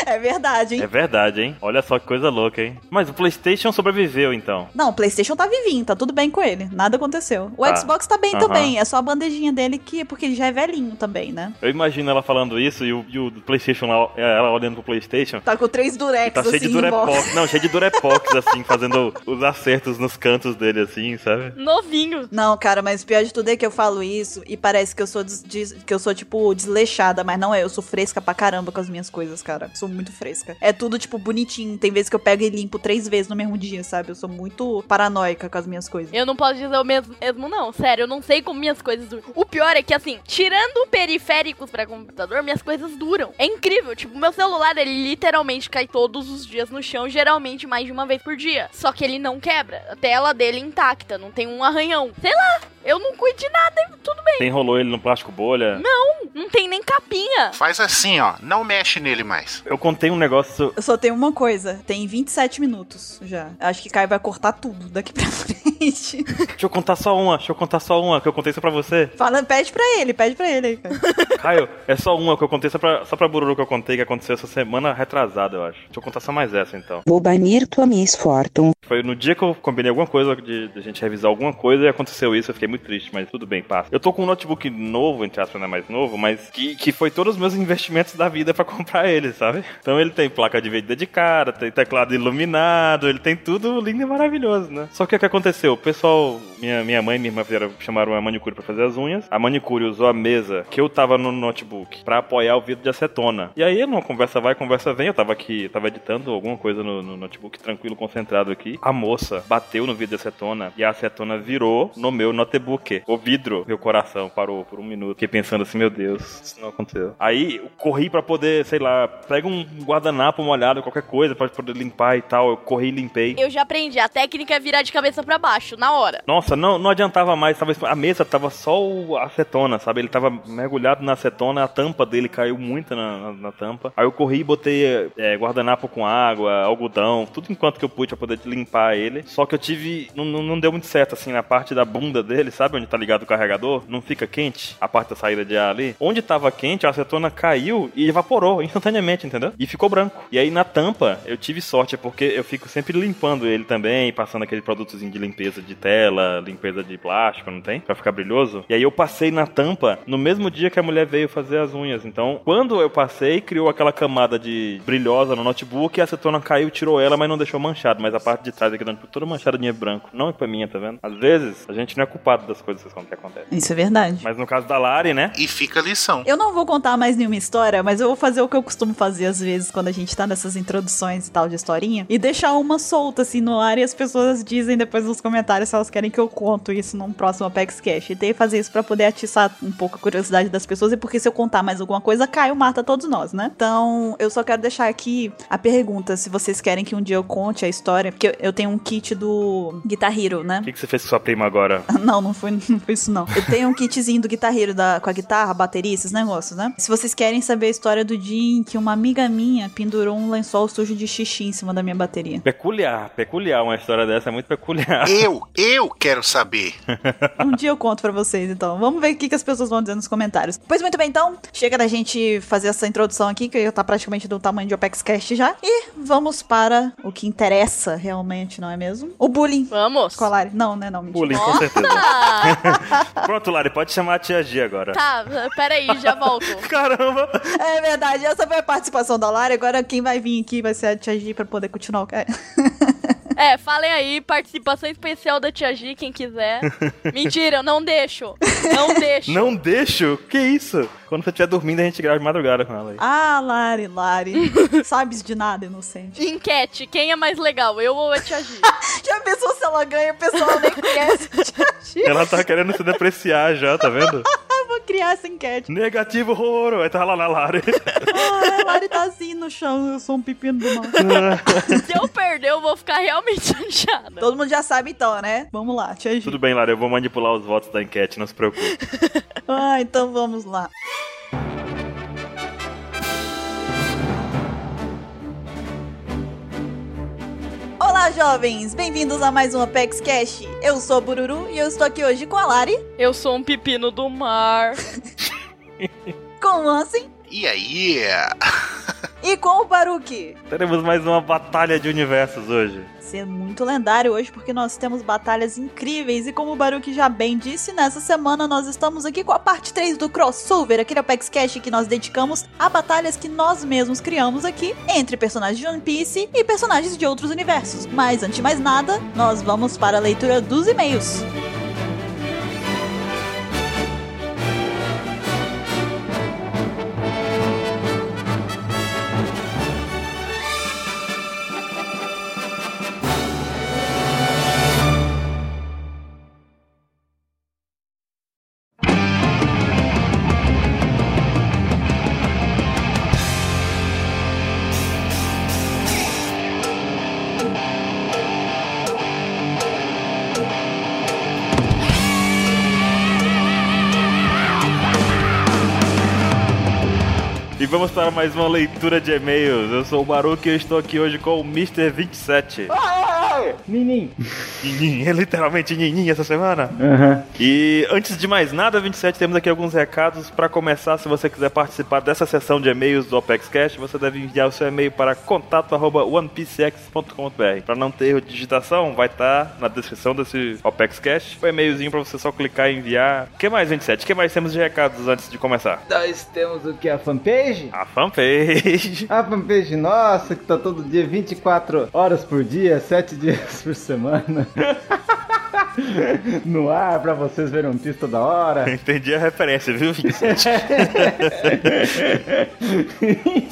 Speaker 4: é verdade, hein?
Speaker 2: É verdade, hein? Olha só que coisa louca, hein? Mas o PlayStation sobreviveu, então.
Speaker 4: Não, o PlayStation tá vivinho, tá tudo bem com ele. Nada aconteceu. O
Speaker 2: Tá.
Speaker 4: Xbox tá bem
Speaker 2: Aham.
Speaker 4: também, é só a bandejinha dele que. Porque ele já é velhinho também, né?
Speaker 2: Eu imagino ela falando isso e o, e o PlayStation lá, é, ela olhando pro PlayStation.
Speaker 4: Tá com três
Speaker 2: E
Speaker 4: durex
Speaker 2: tá
Speaker 4: assim,
Speaker 2: cheio de
Speaker 4: em volta.
Speaker 2: durepox. Não, cheio de durepox, assim, fazendo os acertos nos cantos dele, assim, sabe?
Speaker 1: Novinho.
Speaker 4: Não, cara, mas o pior de tudo é que eu falo isso e parece que eu sou des- des- que eu sou tipo desleixada, mas não é, eu sou fresca pra caramba com as minhas coisas, cara. Sou muito fresca. É tudo tipo bonitinho, tem vezes que eu pego e limpo três vezes no mesmo dia, sabe? Eu sou muito paranoica com as minhas coisas.
Speaker 1: Eu não posso dizer o mesmo, mesmo, não. Sério, eu não sei como minhas coisas duram. O pior é que, assim, tirando periféricos pra computador, minhas coisas duram. É incrível. Tipo, meu celular, ele literalmente cai todos os dias no chão, geralmente mais de uma vez por dia. Só que ele não quebra. A tela dele é intacta, não tem um arranhão. Sei lá, eu não cuido de nada, e tudo bem.
Speaker 2: Você enrolou ele no plástico bolha.
Speaker 1: Não tem nem capinha.
Speaker 3: Faz assim, ó, não mexe nele mais.
Speaker 2: Eu contei um negócio.
Speaker 4: Eu só tenho uma coisa, tem 27 minutos já. Acho que Caio vai cortar tudo daqui pra [LAUGHS] frente.
Speaker 2: Deixa eu contar só uma, deixa eu contar só uma, que eu contei só pra você.
Speaker 4: Fala, pede pra ele, pede pra ele aí, cara.
Speaker 2: Caio, é só uma que eu contei, só pra, só pra Bururu que eu contei, que aconteceu essa semana retrasada, eu acho. Deixa eu contar só mais essa, então.
Speaker 5: Vou banir tua Miss Fortune.
Speaker 2: Foi no dia que eu combinei alguma coisa, de, de a gente revisar alguma coisa e aconteceu isso, eu fiquei muito triste, mas tudo bem, passa. Eu tô com um notebook novo, entre aspas, não é mais novo, mas que, que foi todos os meus investimentos da vida pra [LAUGHS] comprar ele, sabe? Então ele tem placa de vídeo dedicada, tem teclado iluminado, ele tem tudo lindo e maravilhoso, né? Só que o que aconteceu? aconteceu? O pessoal, minha, minha mãe e minha irmã fizeram, chamaram a manicure pra fazer as unhas. A manicure usou a mesa que eu tava no notebook pra apoiar o vidro de acetona. E aí, numa conversa vai, conversa vem, eu tava aqui, tava editando alguma coisa no, no notebook, tranquilo, concentrado aqui. A moça bateu no vidro de acetona e a acetona virou no meu notebook. O vidro, meu coração parou por um minuto. Fiquei pensando assim, meu Deus, isso não aconteceu. Aí, eu corri pra poder, sei lá, pega um guardanapo molhado, qualquer coisa, pra poder limpar e tal. Eu corri e limpei.
Speaker 1: Eu já aprendi, a técnica é virar de cabeça pra baixo, na hora.
Speaker 2: Nossa, não, não adiantava mais. Tava, a mesa tava só o a acetona, sabe? Ele tava mergulhado na acetona, a tampa dele caiu muito na, na- na tampa. Aí eu corri e botei é, guardanapo com água, algodão, tudo enquanto que eu pude pra poder limpar ele. Só que eu tive. Não, não, não deu muito certo, assim, na parte da bunda dele, sabe? Onde tá ligado o carregador? Não fica quente a parte da saída de ar ali. Onde tava quente, a acetona caiu e evaporou [LAUGHS] instantaneamente, entendeu? E ficou branco. E aí na tampa eu tive sorte, é porque eu fico sempre limpando ele também, passando aquele produtozinho de limpeza de tela, limpeza de plástico, não tem? Pra ficar brilhoso. E aí eu passei na tampa no mesmo dia que a mulher veio fazer as unhas. Então, quando eu passei, criou aquela camada de brilhosa no notebook e a acetona caiu, tirou ela, mas não deixou manchado. Mas a parte de trás aqui do notebook toda manchada de branco. Não é pra minha, tá vendo? Às vezes a gente não é culpado das coisas que acontecem.
Speaker 4: Isso é verdade.
Speaker 2: Mas no caso da Lari, né?
Speaker 3: E fica a lição.
Speaker 4: Eu não vou contar mais nenhuma história, mas eu vou fazer o que eu costumo fazer às vezes quando a gente tá nessas introduções e tal de historinha e deixar uma solta assim no ar e as pessoas dizem depois nos comentários se elas querem que eu conto isso num próximo Apex Cash. E tentei fazer isso pra poder atiçar um pouco a curiosidade das pessoas e porque se eu contar mais alguma coisa, Caio mata todos nós, né? Então, eu só quero deixar aqui a pergunta se vocês querem que um dia eu conte a história, porque eu- eu tenho um kit do Guitar Hero, né?
Speaker 2: O que, que você fez com sua prima agora?
Speaker 4: [LAUGHS] Não, não foi, não foi isso não. Eu tenho um kitzinho do guitarreiro da, com a guitarra, bateria, esses negócios, né? Se vocês querem saber a história do dia em que uma amiga minha pendurou um lençol sujo de xixi em cima da minha bateria.
Speaker 2: Peculiar, peculiar. Uma história dessa é muito peculiar.
Speaker 3: Eu, eu quero saber.
Speaker 4: Um dia eu conto pra vocês, então. Vamos ver o que, que as pessoas vão dizer nos comentários. Pois muito bem, então. Chega da gente fazer essa introdução aqui, que já tá praticamente do tamanho de Opex Cast já. E vamos para o que interessa realmente, não é mesmo? O bullying.
Speaker 1: Vamos.
Speaker 4: Escolar. Não, né? Não, mentira.
Speaker 2: Bullying, com
Speaker 1: [LAUGHS]
Speaker 2: certeza.
Speaker 1: Ah,
Speaker 2: Pronto, Lari, pode chamar a tia G agora.
Speaker 1: tá, peraí, já volto.
Speaker 2: Caramba!
Speaker 4: É verdade, essa foi a participação da Lara. Agora quem vai vir aqui vai ser a Tia Gi pra poder continuar o ca-
Speaker 1: É, falem aí, participação especial da Tia G, quem quiser. Mentira, eu não deixo. Não deixo.
Speaker 2: Não deixo? Que isso? Quando você estiver dormindo, a gente grava de madrugada com ela aí.
Speaker 4: Ah, Lari, Lari. Sabes de nada, inocente.
Speaker 1: Enquete, quem é mais legal, eu ou a Tia G?
Speaker 4: Já pensou se ela ganha? O pessoal nem conhece. Tipo, Já
Speaker 2: Ela tá querendo se depreciar já, tá vendo?
Speaker 4: vou criar essa enquete.
Speaker 2: Negativo horror! Aí tá lá na Lari.
Speaker 4: Ah, a Lari tá assim no chão. Eu sou um pepino do mal.
Speaker 1: Se eu perder, eu vou ficar realmente [LAUGHS] inchada.
Speaker 4: Todo mundo já sabe então, né? Vamos lá, Tia Gi.
Speaker 2: Tudo bem, Lari, eu vou manipular os votos da enquete, não se preocupe.
Speaker 4: Ah, então vamos lá. Olá, jovens! Bem-vindos a mais um Apex Cash. Eu sou a Bururu e eu estou aqui hoje com a Lari,
Speaker 1: Eu sou um pepino do mar.
Speaker 4: com o Ansem
Speaker 3: E aí? é,
Speaker 4: e com o Baruki.
Speaker 2: Teremos mais uma batalha de universos hoje.
Speaker 4: Isso é muito lendário hoje porque nós temos batalhas incríveis e como o Baruki já bem disse, nessa semana nós estamos aqui com a parte 3 do crossover, aquele Apex Cash que nós dedicamos a batalhas que nós mesmos criamos aqui entre personagens de One Piece e personagens de outros universos. Mas antes de mais nada, nós vamos para a leitura dos e-mails.
Speaker 2: E vamos para mais uma leitura de e-mails. Eu sou o Baruque e eu estou aqui hoje com o Mr. 27.
Speaker 6: Ninim.
Speaker 2: Ninhin, é literalmente Ninhin essa semana.
Speaker 6: Aham.
Speaker 2: E antes de mais nada, 27, temos aqui alguns recados. Para começar, se você quiser participar dessa sessão de e-mails do Opex Cash, você deve enviar o seu e-mail para contato@onepcx.com.br. Para não ter erro de digitação, vai estar na descrição desse Opex Cash o e-mailzinho para você só clicar e enviar. O que mais, 27? O que mais temos de recados antes de começar?
Speaker 6: Nós temos Então, o que? A fanpage?
Speaker 2: A fanpage.
Speaker 6: A fanpage nossa, [LAUGHS] que tá todo dia 24 horas por dia, 7 dias por semana. no ar pra vocês verem um pista da hora.
Speaker 2: [LAUGHS] Entendi a referência, viu, Vicente?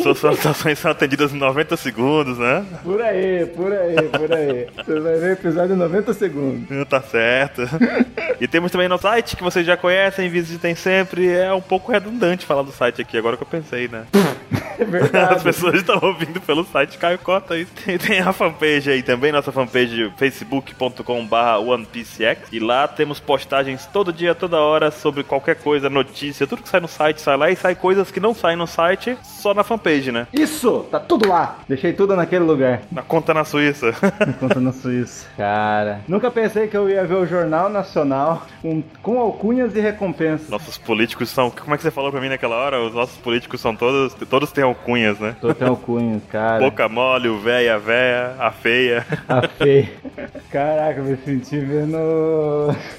Speaker 2: Suas solicitações são atendidas em 90 segundos, né?
Speaker 6: Por aí, por aí, por aí. Você vai ver o episódio em 90 segundos.
Speaker 2: Não Tá certo. e temos também no site, que vocês já conhecem, visitem sempre. É um pouco redundante falar do site aqui, agora que eu pensei, né?
Speaker 6: É verdade.
Speaker 2: As pessoas estão ouvindo pelo site Caio Cota. aí. Tem, tem a fanpage aí também, nossa fanpage facebook.com.br OnePCX. E lá temos postagens todo dia, toda hora, sobre qualquer coisa, notícia, tudo que sai no site sai lá e sai coisas que não saem no site só na fanpage, né?
Speaker 6: Isso, tá tudo lá. Deixei tudo naquele lugar.
Speaker 2: Na conta na Suíça. [LAUGHS]
Speaker 6: Enquanto na Suíça. Cara, nunca pensei que eu ia ver o Jornal Nacional com, com alcunhas e recompensas.
Speaker 2: Nossos políticos são. Como é que você falou pra mim naquela hora? Os nossos políticos são todos. Todos têm alcunhas, né?
Speaker 6: Tô até alcunhas, cara.
Speaker 2: Boca mole, o véia, a véia, a feia.
Speaker 6: A feia. Tá Caraca, eu me senti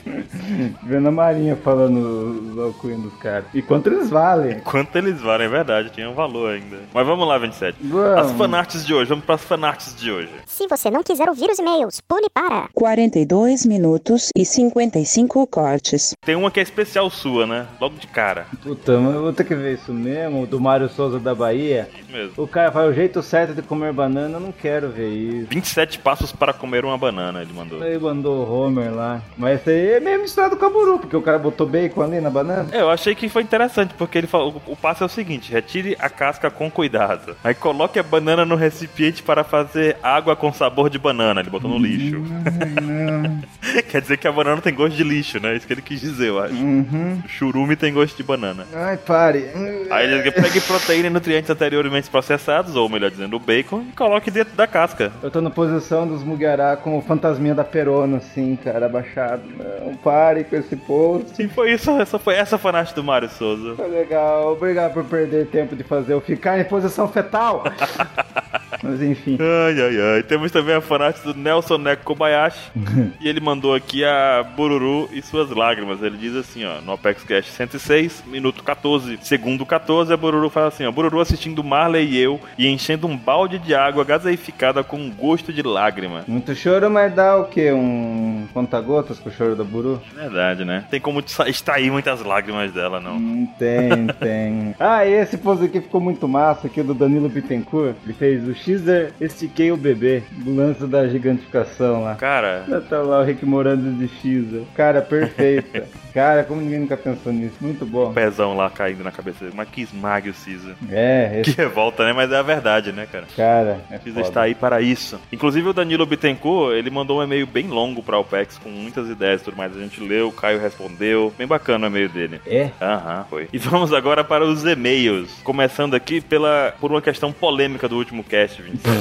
Speaker 6: vendo. vendo a Marinha falando os alcunhas dos caras. E quanto eles valem?
Speaker 2: Quanto eles valem, é verdade, tinha um valor ainda. Mas vamos lá, 27.
Speaker 6: Vamos.
Speaker 2: As fanarts de hoje, vamos pras fanarts de hoje.
Speaker 7: Se você não quiser ouvir os e-mails, pule para.
Speaker 5: 42 minutos e 55 cortes.
Speaker 2: Tem uma que é especial sua, né? Logo de cara.
Speaker 6: Puta, mas eu vou ter que ver isso mesmo. Do Mário Souza da Bahia.
Speaker 2: Isso mesmo.
Speaker 6: O cara fala o jeito certo de comer banana, eu não quero ver isso.
Speaker 2: 27 passos para comer uma banana, ele mandou. É,
Speaker 6: Aí mandou o Homer lá. Mas esse aí é meio misturado com a buru, porque o cara botou bacon ali na banana.
Speaker 2: É, eu achei que foi interessante, porque ele falou: o o passo é o seguinte: retire a casca com cuidado. Aí coloque a banana no recipiente para fazer água com sabor de banana. Ele botou no lixo.
Speaker 6: Uhum.
Speaker 2: [LAUGHS] Quer dizer que a banana tem gosto de lixo, né? Isso que ele quis dizer, eu acho.
Speaker 6: Uhum.
Speaker 2: Churume tem gosto de banana.
Speaker 6: Ai, pare.
Speaker 2: Aí ele diz que pegue proteína e nutrientes anteriormente processados, ou melhor dizendo, o bacon, e coloque dentro da casca.
Speaker 6: Eu tô na posição dos Mugiará com o fantasminha da Perona, assim, cara, abaixado. Não pare com esse post.
Speaker 2: Sim, foi isso. Essa foi essa fanart do Mário Souza.
Speaker 6: Tá legal, obrigado por perder tempo de fazer eu ficar em
Speaker 2: [LAUGHS]
Speaker 6: posição fetal. Mas enfim.
Speaker 2: Ai, ai, ai. Temos também a fanart do Nelson Neko Kobayashi. e ele mandou aqui a Bururu e suas lágrimas. Ele diz assim, ó, no Apex Cash 106, minuto 14, segundo 14, a Bururu fala assim, ó, Bururu assistindo Marley e eu e enchendo um balde de água gaseificada com um gosto de lágrima.
Speaker 6: Muito choro, mas dá o quê? Um conta-gotas com o choro da Buru?
Speaker 2: Verdade, né? Tem como te sa- extrair muitas lágrimas dela, não.
Speaker 6: Hum,
Speaker 2: [LAUGHS]
Speaker 6: Tem, tem. Ah, e esse pose aqui ficou muito massa, aqui é do Danilo Bittencourt. Ele fez o Xer Estiquei o Bebê, do lance da gigantificação lá.
Speaker 2: Cara,
Speaker 6: Já Tá lá o Rick Morando de Xer.
Speaker 2: [LAUGHS]
Speaker 6: Cara, perfeita. Cara, como ninguém nunca pensou nisso. Muito bom.
Speaker 2: pezão lá caindo na cabeça. dele. Mas que esmague o Cisa.
Speaker 6: É,
Speaker 2: Que
Speaker 6: esse
Speaker 2: revolta, né? Mas é a verdade, né, cara?
Speaker 6: cara é
Speaker 2: Precisa
Speaker 6: foda.
Speaker 2: estar aí para isso. Inclusive o Danilo Bittencourt, ele mandou um e-mail bem longo pra Alpex com muitas ideias e tudo mais. A gente leu, o Caio respondeu. Bem bacana o e-mail dele.
Speaker 6: É?
Speaker 2: Aham, foi. E vamos agora para os e-mails. Começando aqui pela por uma questão polêmica do último cast, Vinícius.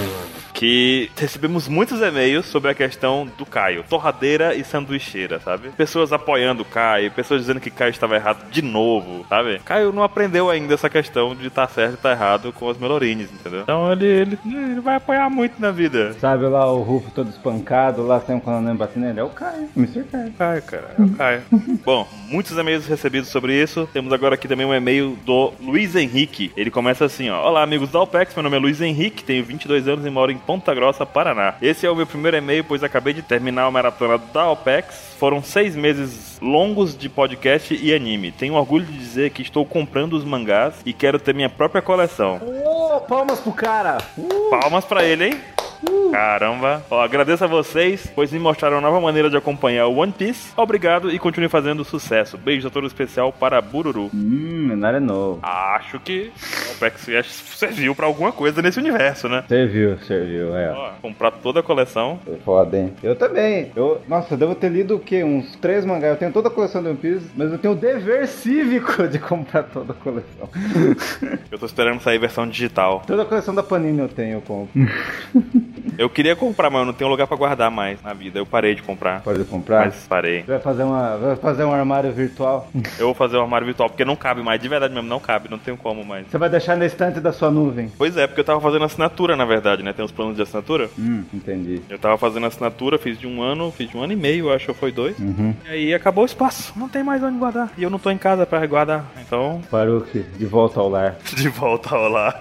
Speaker 2: Que recebemos muitos e-mails sobre a questão do Caio, torradeira e sanduicheira, sabe? Pessoas apoiando o Caio, pessoas dizendo que Caio estava errado de novo, sabe? Caio não aprendeu ainda essa questão de estar certo e estar errado com as melorines, entendeu? Então ele, ele, ele vai apoiar muito na vida.
Speaker 6: Sabe lá o Rufo todo espancado, lá sem o Conan batendo nele? É o Caio, Mr. Caio.
Speaker 2: Caio, cara, é o Caio. Bom, muitos e-mails recebidos sobre isso. Temos agora aqui também um e-mail do Luiz Henrique. Ele começa assim, ó. Olá, amigos da Alpex, meu nome é Luiz Henrique, tenho 22 anos e moro em Ponta Grossa, Paraná. Esse é o meu primeiro e-mail, pois acabei de terminar a maratona da Alpex. Foram seis meses longos de podcast e anime. Tenho orgulho de dizer que estou comprando os mangás e quero ter minha própria coleção.
Speaker 6: Ô, palmas pro cara!
Speaker 2: Palmas pra ele, hein? Caramba! Ó, agradeço a vocês, pois me mostraram uma nova maneira de acompanhar o One Piece. Obrigado e continue fazendo sucesso. Beijo a todo especial para Bururu.
Speaker 6: Hum, Menor é novo.
Speaker 2: Acho que o Pex Fias serviu pra alguma coisa nesse universo, né?
Speaker 6: Serviu, serviu, é.
Speaker 2: Ó, comprar toda a coleção.
Speaker 6: Foi foda, hein? Eu também. Eu, nossa, eu devo ter lido o quê? Uns três mangás. Eu tenho toda a coleção do One Piece, mas eu tenho o dever cívico [LAUGHS] de comprar toda a [LAUGHS] coleção.
Speaker 2: Eu tô esperando sair versão digital.
Speaker 6: toda a coleção da Panini eu tenho, eu compro.
Speaker 2: Eu queria comprar, mas eu não tenho lugar pra guardar mais na vida. Eu parei de comprar.
Speaker 6: Pode comprar?
Speaker 2: Mas parei.
Speaker 6: Vai fazer, uma, vai fazer um armário virtual?
Speaker 2: Eu vou fazer um armário virtual, porque não cabe mais. De verdade mesmo, não cabe. Não tenho como mais.
Speaker 6: Você vai deixar na estante da sua nuvem?
Speaker 2: Pois é, porque eu tava fazendo assinatura, na verdade, né? Tem os planos de assinatura.
Speaker 6: Hum, entendi.
Speaker 2: Eu tava fazendo assinatura, fiz de um ano, fiz de um ano e meio, eu acho ou foi dois.
Speaker 6: Uhum.
Speaker 2: E aí acabou o espaço, não tem mais onde guardar. E eu não tô em casa pra guardar. [LAUGHS] Então,
Speaker 6: Baruque, de volta ao lar.
Speaker 2: de volta ao lar.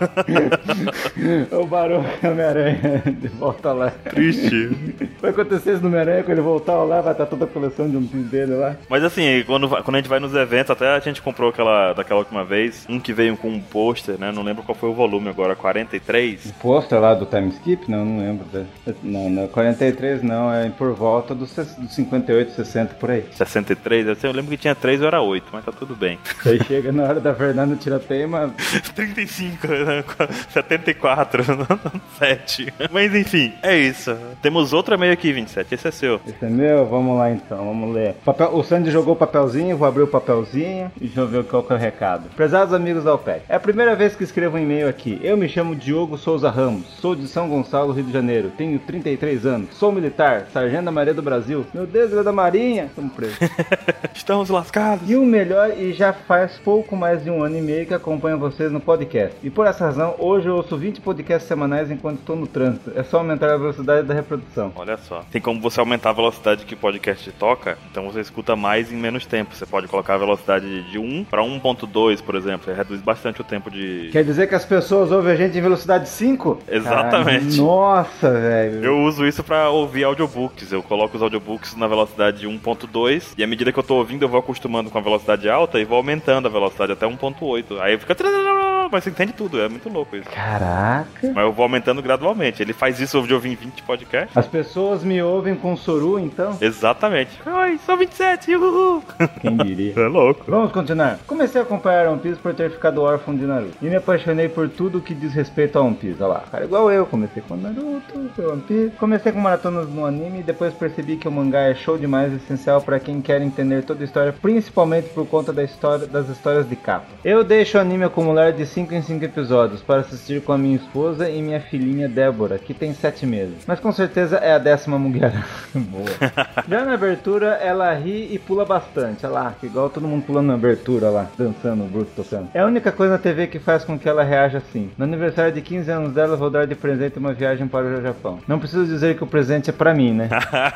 Speaker 6: o Baruque Homem-Aranha, [LAUGHS] de volta lá.
Speaker 2: Triste.
Speaker 6: Vai acontecer isso no Homem-Aranha, quando ele voltar lá, vai estar toda a coleção de um dele lá.
Speaker 2: [LAUGHS] Mas assim, quando, va- quando a gente vai nos eventos, até a gente comprou aquela daquela última vez, um que veio com um pôster, né? Não lembro qual foi o volume agora, 43.
Speaker 6: O pôster lá do time skip? Não, não lembro. da- Não, não, 43 não, é por volta dos ses- dos 58, 60 por aí.
Speaker 2: 63, eu sei, eu lembro que tinha 3 ou era 8, mas tá tudo [LAUGHS] bem.
Speaker 6: Aí chega na hora da Fernanda tirar teima,
Speaker 2: 35, né? [LAUGHS] 74, 7. Mas enfim, é isso. Temos outra meio aqui, 27. Esse é seu.
Speaker 6: Esse é meu? Vamos lá então, vamos ler. Papel- o Sandy jogou o papelzinho, vou abrir o papelzinho e deixa eu ver qual que é o recado. Prezados amigos da OPEC, é a primeira vez que escrevo um e-mail aqui. Eu me chamo Diogo Souza Ramos, sou de São Gonçalo, Rio de Janeiro, tenho 33 anos, sou militar, sargento da Maria do Brasil. Meu Deus, ele é da Marinha! Estamos presos.
Speaker 2: Estamos lascados.
Speaker 6: E o melhor, e já faz pouco mais de um ano e meio que acompanho vocês no podcast. E por essa razão, hoje eu ouço 20 podcasts semanais enquanto estou no trânsito. É só aumentar a velocidade da reprodução.
Speaker 2: Olha só. Tem como você aumentar a velocidade que o podcast toca, então você escuta mais em menos tempo. Você pode colocar a velocidade de 1 para 1.2, por exemplo. Você reduz bastante o tempo de.
Speaker 6: Quer dizer que as pessoas ouvem a gente em velocidade 5?
Speaker 2: Exatamente.
Speaker 6: Caralho, nossa, velho.
Speaker 2: Eu uso isso pra ouvir audiobooks. Eu coloco os audiobooks na velocidade de 1.2 e à medida que eu tô ouvindo, eu vou acostumando com a velocidade alta e vou aumentando a velocidade até 1.8. Aí fica. Mas você entende tudo, é muito louco isso.
Speaker 6: Caraca.
Speaker 2: Mas eu vou aumentando gradualmente. Ele faz isso de ouvir em 20 podcasts.
Speaker 6: As pessoas me ouvem com
Speaker 2: [LAUGHS]
Speaker 6: soru, então?
Speaker 2: Exatamente. Ai, sou 27, uhul.
Speaker 6: Quem diria?
Speaker 2: É louco.
Speaker 6: Vamos continuar. Comecei a acompanhar One Piece por ter ficado órfão de Naruto. E me apaixonei por tudo que diz respeito a One Piece. Olha lá, cara, igual eu. Comecei com Naruto, foi One Piece. Comecei com maratonas no anime e depois percebi que o mangá é show demais, essencial pra quem quer entender toda a história, principalmente por conta da história, das histórias de capa. Eu deixo o anime acumular de 5 em 5 episódios para assistir com a minha esposa e minha filhinha Débora, que tem 7 meses. Mas com certeza é a décima mulher. [LAUGHS] Boa. Já na abertura, ela ri e pula bastante. Olha lá, igual todo mundo pulando na abertura lá, dançando, o Brook tocando. É a única coisa na TV que faz com que ela reaja assim. No aniversário de 15 anos dela, eu vou dar de presente uma viagem para o Japão. Não preciso dizer que o presente é pra mim, né?
Speaker 2: [LAUGHS]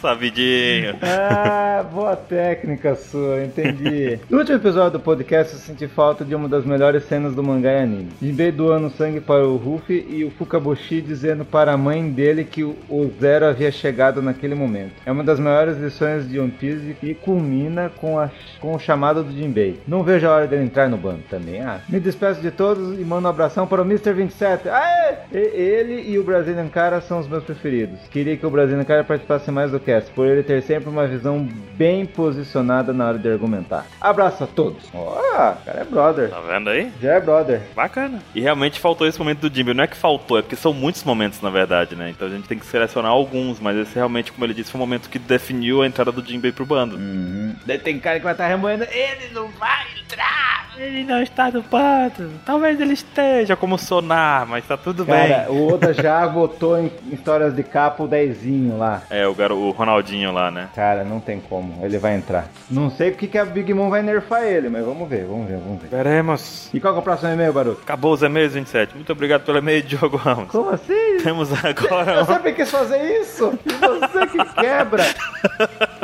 Speaker 2: Sabidinho.
Speaker 6: Ah, boa técnica sua, entendi. No último episódio do podcast, eu senti falta de uma das melhores cenas do mangá e anime. Jinbei doando sangue para o Ruffy e o Fukaboshi dizendo para a mãe dele que o o Zero havia chegado naquele momento. É uma das maiores lições de One Piece e culmina com, a- com o chamado do Jinbei. Não vejo a hora dele entrar no bando também. Ah, me despeço de todos e mando um abração para o Mr. 27. Aê! E- Ele e o Brazilian Cara são os meus preferidos. Queria que o Brazilian Cara participasse mais do cast, por ele ter sempre uma visão bem posicionada na hora de argumentar. Abraço a todos. Ó, o cara é brother.
Speaker 2: Tá vendo aí?
Speaker 6: Já é brother.
Speaker 2: Bacana. E realmente faltou esse momento do Jimmy. Não é que faltou, é porque são muitos momentos, na verdade, né? Então a gente tem que selecionar alguns, mas esse realmente, como ele disse, foi um momento que definiu a entrada do Jimmy pro bando.
Speaker 6: Uhum. Daí tem cara que vai estar remoendo. Ele não vai entrar!
Speaker 2: Ele não está no bando. Talvez ele esteja como sonar, mas tá tudo bem.
Speaker 6: Cara, o Oda já [LAUGHS] botou em em histórias de capa o dezinho lá.
Speaker 2: É, o, garo, o Ronaldinho lá, né?
Speaker 6: Cara, não tem como, ele vai entrar. Não sei o que, que a Big Mom vai nerfar ele, mas vamos ver, vamos ver, vamos ver.
Speaker 2: Veremos.
Speaker 6: E qual que é o próximo e-mail, Baruto?
Speaker 2: Acabou os e-mails, 27. Muito obrigado pelo e-mail, Diogo Ramos.
Speaker 6: Como assim?
Speaker 2: Temos agora [LAUGHS]
Speaker 6: Eu
Speaker 2: uma...
Speaker 6: sempre quis fazer isso! [LAUGHS] E você que quebra!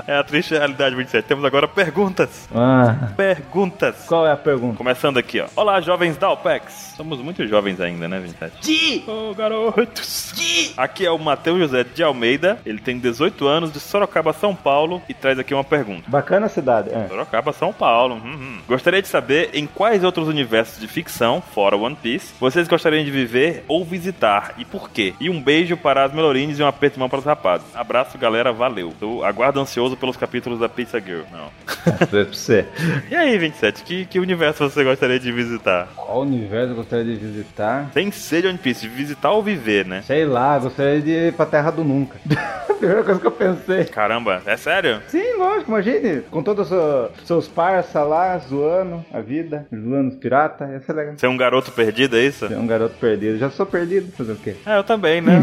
Speaker 2: É a triste realidade, 27. Temos agora perguntas.
Speaker 6: Ah,
Speaker 2: Perguntas.
Speaker 6: qual é a pergunta?
Speaker 2: Começando aqui, ó. Olá, jovens da OPEX. Somos muito jovens ainda, né, 27? Di! Ô, garotos! Di! Aqui é o Matheus José de Almeida. Ele tem 18 anos, de Sorocaba, São Paulo, e traz aqui uma pergunta.
Speaker 6: Bacana a cidade. é.
Speaker 2: Sorocaba, São Paulo. Uhum. Gostaria de saber em quais outros universos de ficção, fora One Piece, vocês gostariam de viver ou visitar e por quê? E um beijo para as Melorines e um aperto de mão para os rapazes. Abraço, galera, valeu. Tô, aguardo ansioso pelos capítulos da Pizza Girl. Não.
Speaker 6: Foi pra você.
Speaker 2: E aí, 27, que, que universo você gostaria de visitar?
Speaker 6: Qual universo eu gostaria de visitar?
Speaker 2: Sem ser de One Piece, de visitar ou viver, né?
Speaker 6: Sei lá, gostaria de ir pra Terra do Nunca. [LAUGHS] a primeira coisa que eu pensei.
Speaker 2: Caramba, é sério?
Speaker 6: Sim, lógico, imagine. Com todos os seus parça lá, zoando a vida, zoando os pirata, ia ser legal.
Speaker 2: Ser um garoto perdido, é isso?
Speaker 6: Ser um garoto perdido. Já sou perdido, fazer o quê?
Speaker 2: É, eu também, né?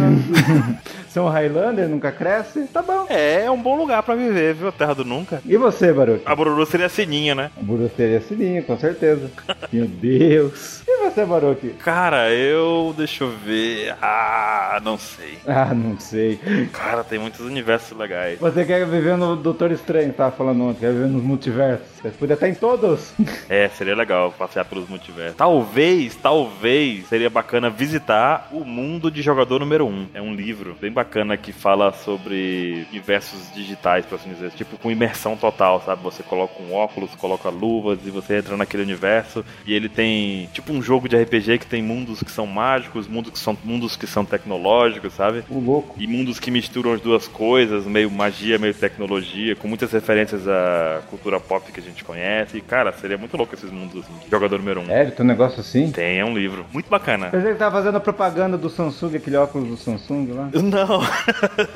Speaker 6: Ser um Highlander, nunca cresce, tá bom.
Speaker 2: é, é um bom lugar pra viver, viu? Terra do Nunca.
Speaker 6: E você, Baruch?
Speaker 2: A Bururu seria sininho, né?
Speaker 6: O Burro seria sininho, com certeza. [LAUGHS] Meu Deus. E você, Baruch?
Speaker 2: Cara, eu. Deixa eu ver. Ah, não sei.
Speaker 6: Ah, não sei.
Speaker 2: Cara, tem muitos universos legais.
Speaker 6: Você quer viver no Doutor Estranho, que tava falando ontem, quer viver nos multiversos. Você podia estar em todos.
Speaker 2: É, seria legal passear pelos multiversos. Talvez, talvez, seria bacana visitar o mundo de jogador número 1. É um livro bem bacana que fala sobre universos digitais, por assim dizer. Tipo, com imersão total, sabe? Você coloca um óculos, coloca luvas e você entra naquele universo. E ele tem, tipo, um jogo de RPG que tem mundos que são mágicos, mundos que são, mundos que são tecnológicos, sabe?
Speaker 6: [LAUGHS] O louco.
Speaker 2: e mundos que misturam as duas coisas, meio magia, meio tecnologia, com muitas referências à cultura pop que a gente conhece. E, cara, seria muito louco esses mundos assim. de Jogador número 1. Um.
Speaker 6: É, tem um negócio assim?
Speaker 2: Tem, é um livro. Muito bacana.
Speaker 6: Pensei que tava fazendo propaganda do Samsung, aquele óculos do Samsung lá.
Speaker 2: [LAUGHS] Não,
Speaker 6: [LAUGHS]
Speaker 2: [LAUGHS]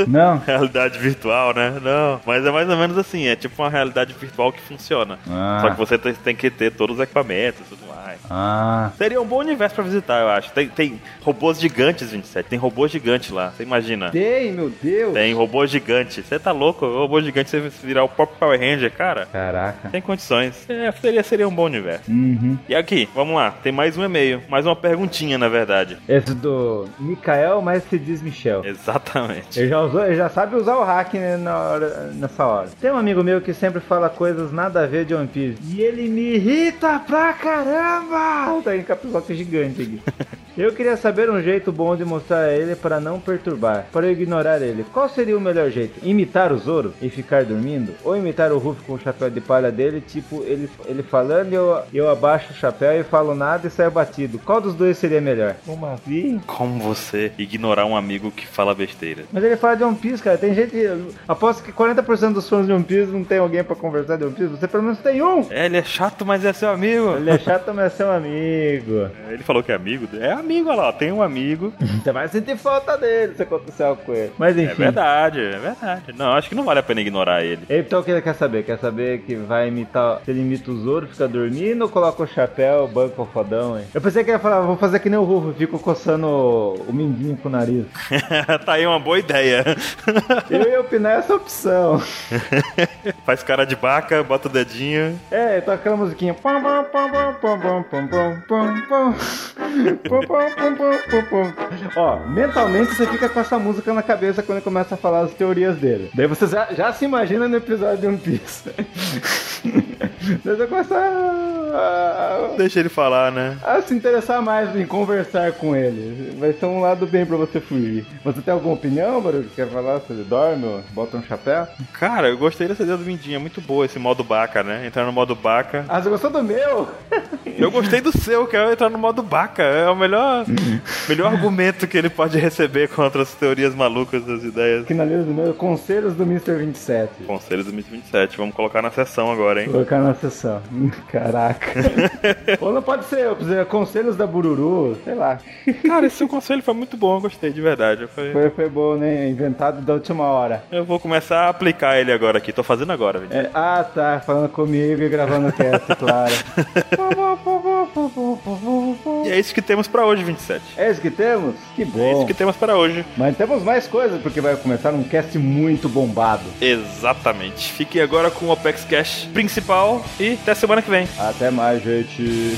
Speaker 6: Não?
Speaker 2: realidade virtual, né? Não. Mas é mais ou menos assim, é tipo uma realidade virtual que funciona.
Speaker 6: Ah.
Speaker 2: Só que você tem- tem que ter todos os equipamentos e tudo mais.
Speaker 6: Ah.
Speaker 2: Seria um bom universo pra visitar, eu acho. Tem, tem robôs gigantes, 27. Tem robô gigante lá. Você imagina.
Speaker 6: Tem, meu Deus.
Speaker 2: Tem robô gigante. Você tá louco? Robô gigante, você virar o próprio Power Ranger, cara.
Speaker 6: Caraca.
Speaker 2: Tem condições. É, seria, seria um bom universo.
Speaker 6: Uhum.
Speaker 2: E aqui, vamos lá. Tem mais um e-mail. Mais uma perguntinha, na verdade. [LAUGHS]
Speaker 6: Esse do Mikael, mas se diz Michel.
Speaker 2: Exatamente.
Speaker 6: Ele já, usou, ele já sabe usar o hack né, na hora- nessa hora. Tem um amigo meu que sempre fala coisas nada a ver de One Piece. E ele me irrita pra caramba! Tá em capilote gigante [LAUGHS] aqui. Eu queria saber um jeito bom de mostrar a ele para não perturbar, para eu ignorar ele. Qual seria o melhor jeito? Imitar o Zoro e ficar dormindo? Ou imitar o Ruff com o chapéu de palha dele, tipo ele, ele falando e eu, eu abaixo o chapéu e falo nada e saio batido? Qual dos dois seria melhor? Uma vez.
Speaker 2: Como você ignorar um amigo que fala besteira?
Speaker 6: Mas ele fala de One Piece, cara. Tem gente. eu Aposto que 40% dos fãs de One Piece não tem alguém pra conversar de One Piece. Você pelo menos tem um!
Speaker 2: É, ele é chato, mas é seu amigo.
Speaker 6: Ele é chato, mas é seu amigo.
Speaker 2: É, Ele falou que é amigo. É amigo, olha lá. Tem um amigo.
Speaker 6: [LAUGHS] Você vai sentir falta dele se acontecer algo com ele. Mas enfim.
Speaker 2: É verdade, é verdade. Não, acho que não vale a pena ignorar ele. [LAUGHS]
Speaker 6: Então o que ele quer saber? Quer saber que vai imitar. Se ele imita o Zoro, fica dormindo ou coloca o chapéu, banca o fodão, hein? Eu pensei que ele ia falar, vou fazer que nem o Rufo, fico coçando o o mindinho com o nariz.
Speaker 2: tá aí uma boa ideia.
Speaker 6: [LAUGHS]
Speaker 2: [LAUGHS]
Speaker 6: Eu ia opinar essa opção.
Speaker 2: Faz cara de baca, bota o dedinho.
Speaker 6: É, toca aquela musiquinha. Pam, pam, pam, pam, pam, pam, pam, pam, pam, pam. Pam, pam, pam, pam, pam, pam. Ó, mentalmente você fica com essa música na cabeça quando ele começa a falar as teorias dele. Daí você já, já se imagina no episódio de One Piece. [LAUGHS] Daí você começa a,
Speaker 2: Deixa ele falar, né?
Speaker 6: a- a se interessar mais em conversar com ele. Vai ser um lado bem pra você fugir. Você tem alguma opinião, Barulho? Quer falar? Você dorme ou bota um chapéu?
Speaker 2: Cara, eu gostei dessa ideia do Mindinho. É muito boa esse modo baca, né? Entrar no modo baca.
Speaker 6: Ah, você gostou do meu?
Speaker 2: Eu gostei do seu, que é entrar no modo baca. É o [LAUGHS] melhor, melhor argumento que ele pode receber contra as teorias malucas das ideias.
Speaker 6: Finaliza do meu, Conselhos do Mr. 27.
Speaker 2: Conselhos do 2027, vamos colocar na sessão agora, hein?
Speaker 6: Colocar na sessão. Hum, Caraca. Ou não pode ser, eu preciso- é conselhos da Bururu, sei lá.
Speaker 2: [LAUGHS] Cara, esse seu conselho foi muito bom, eu gostei, de verdade. Eu, falei,
Speaker 6: Foi, foi bom, né? Inventado da última hora.
Speaker 2: eu vou começar a aplicar ele agora aqui, tô fazendo agora, gente.
Speaker 6: É, ah, tá, falando comigo e gravando
Speaker 2: [LAUGHS]
Speaker 6: o cast, claro.
Speaker 2: E é isso que temos pra hoje, 27.
Speaker 6: É isso que temos? Que
Speaker 2: É isso
Speaker 6: bom.
Speaker 2: que temos pra hoje.
Speaker 6: Mas temos mais coisas, porque vai começar um cast muito bombado.
Speaker 2: Exatamente. Fique agora com o Opex Cash principal e até semana que vem.
Speaker 6: Até mais, gente.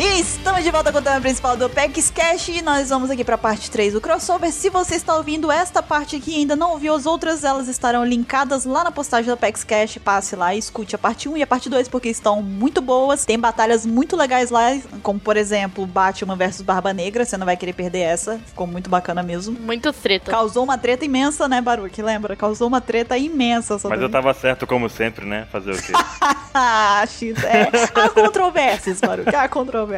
Speaker 4: E estamos de volta com o tema principal do PEX Cash e nós vamos aqui pra parte 3 do crossover. Se você está ouvindo esta parte aqui e ainda não ouviu as outras, elas estarão linkadas lá na postagem do PEX Cash. Passe lá e escute a parte 1 e a parte 2 porque estão muito boas. Tem batalhas muito legais lá, como por exemplo Batman versus Barba Negra. Você não vai querer perder essa, ficou muito bacana mesmo.
Speaker 1: Muito treta.
Speaker 4: Causou uma treta imensa, né, Baruque? Lembra? Causou uma treta imensa. essa
Speaker 2: Mas eu
Speaker 4: daí.
Speaker 2: tava certo como sempre, né? [LAUGHS] Fazer o quê?
Speaker 4: Ah, X, é. Há controvérsias, Baruque, há controvérsias.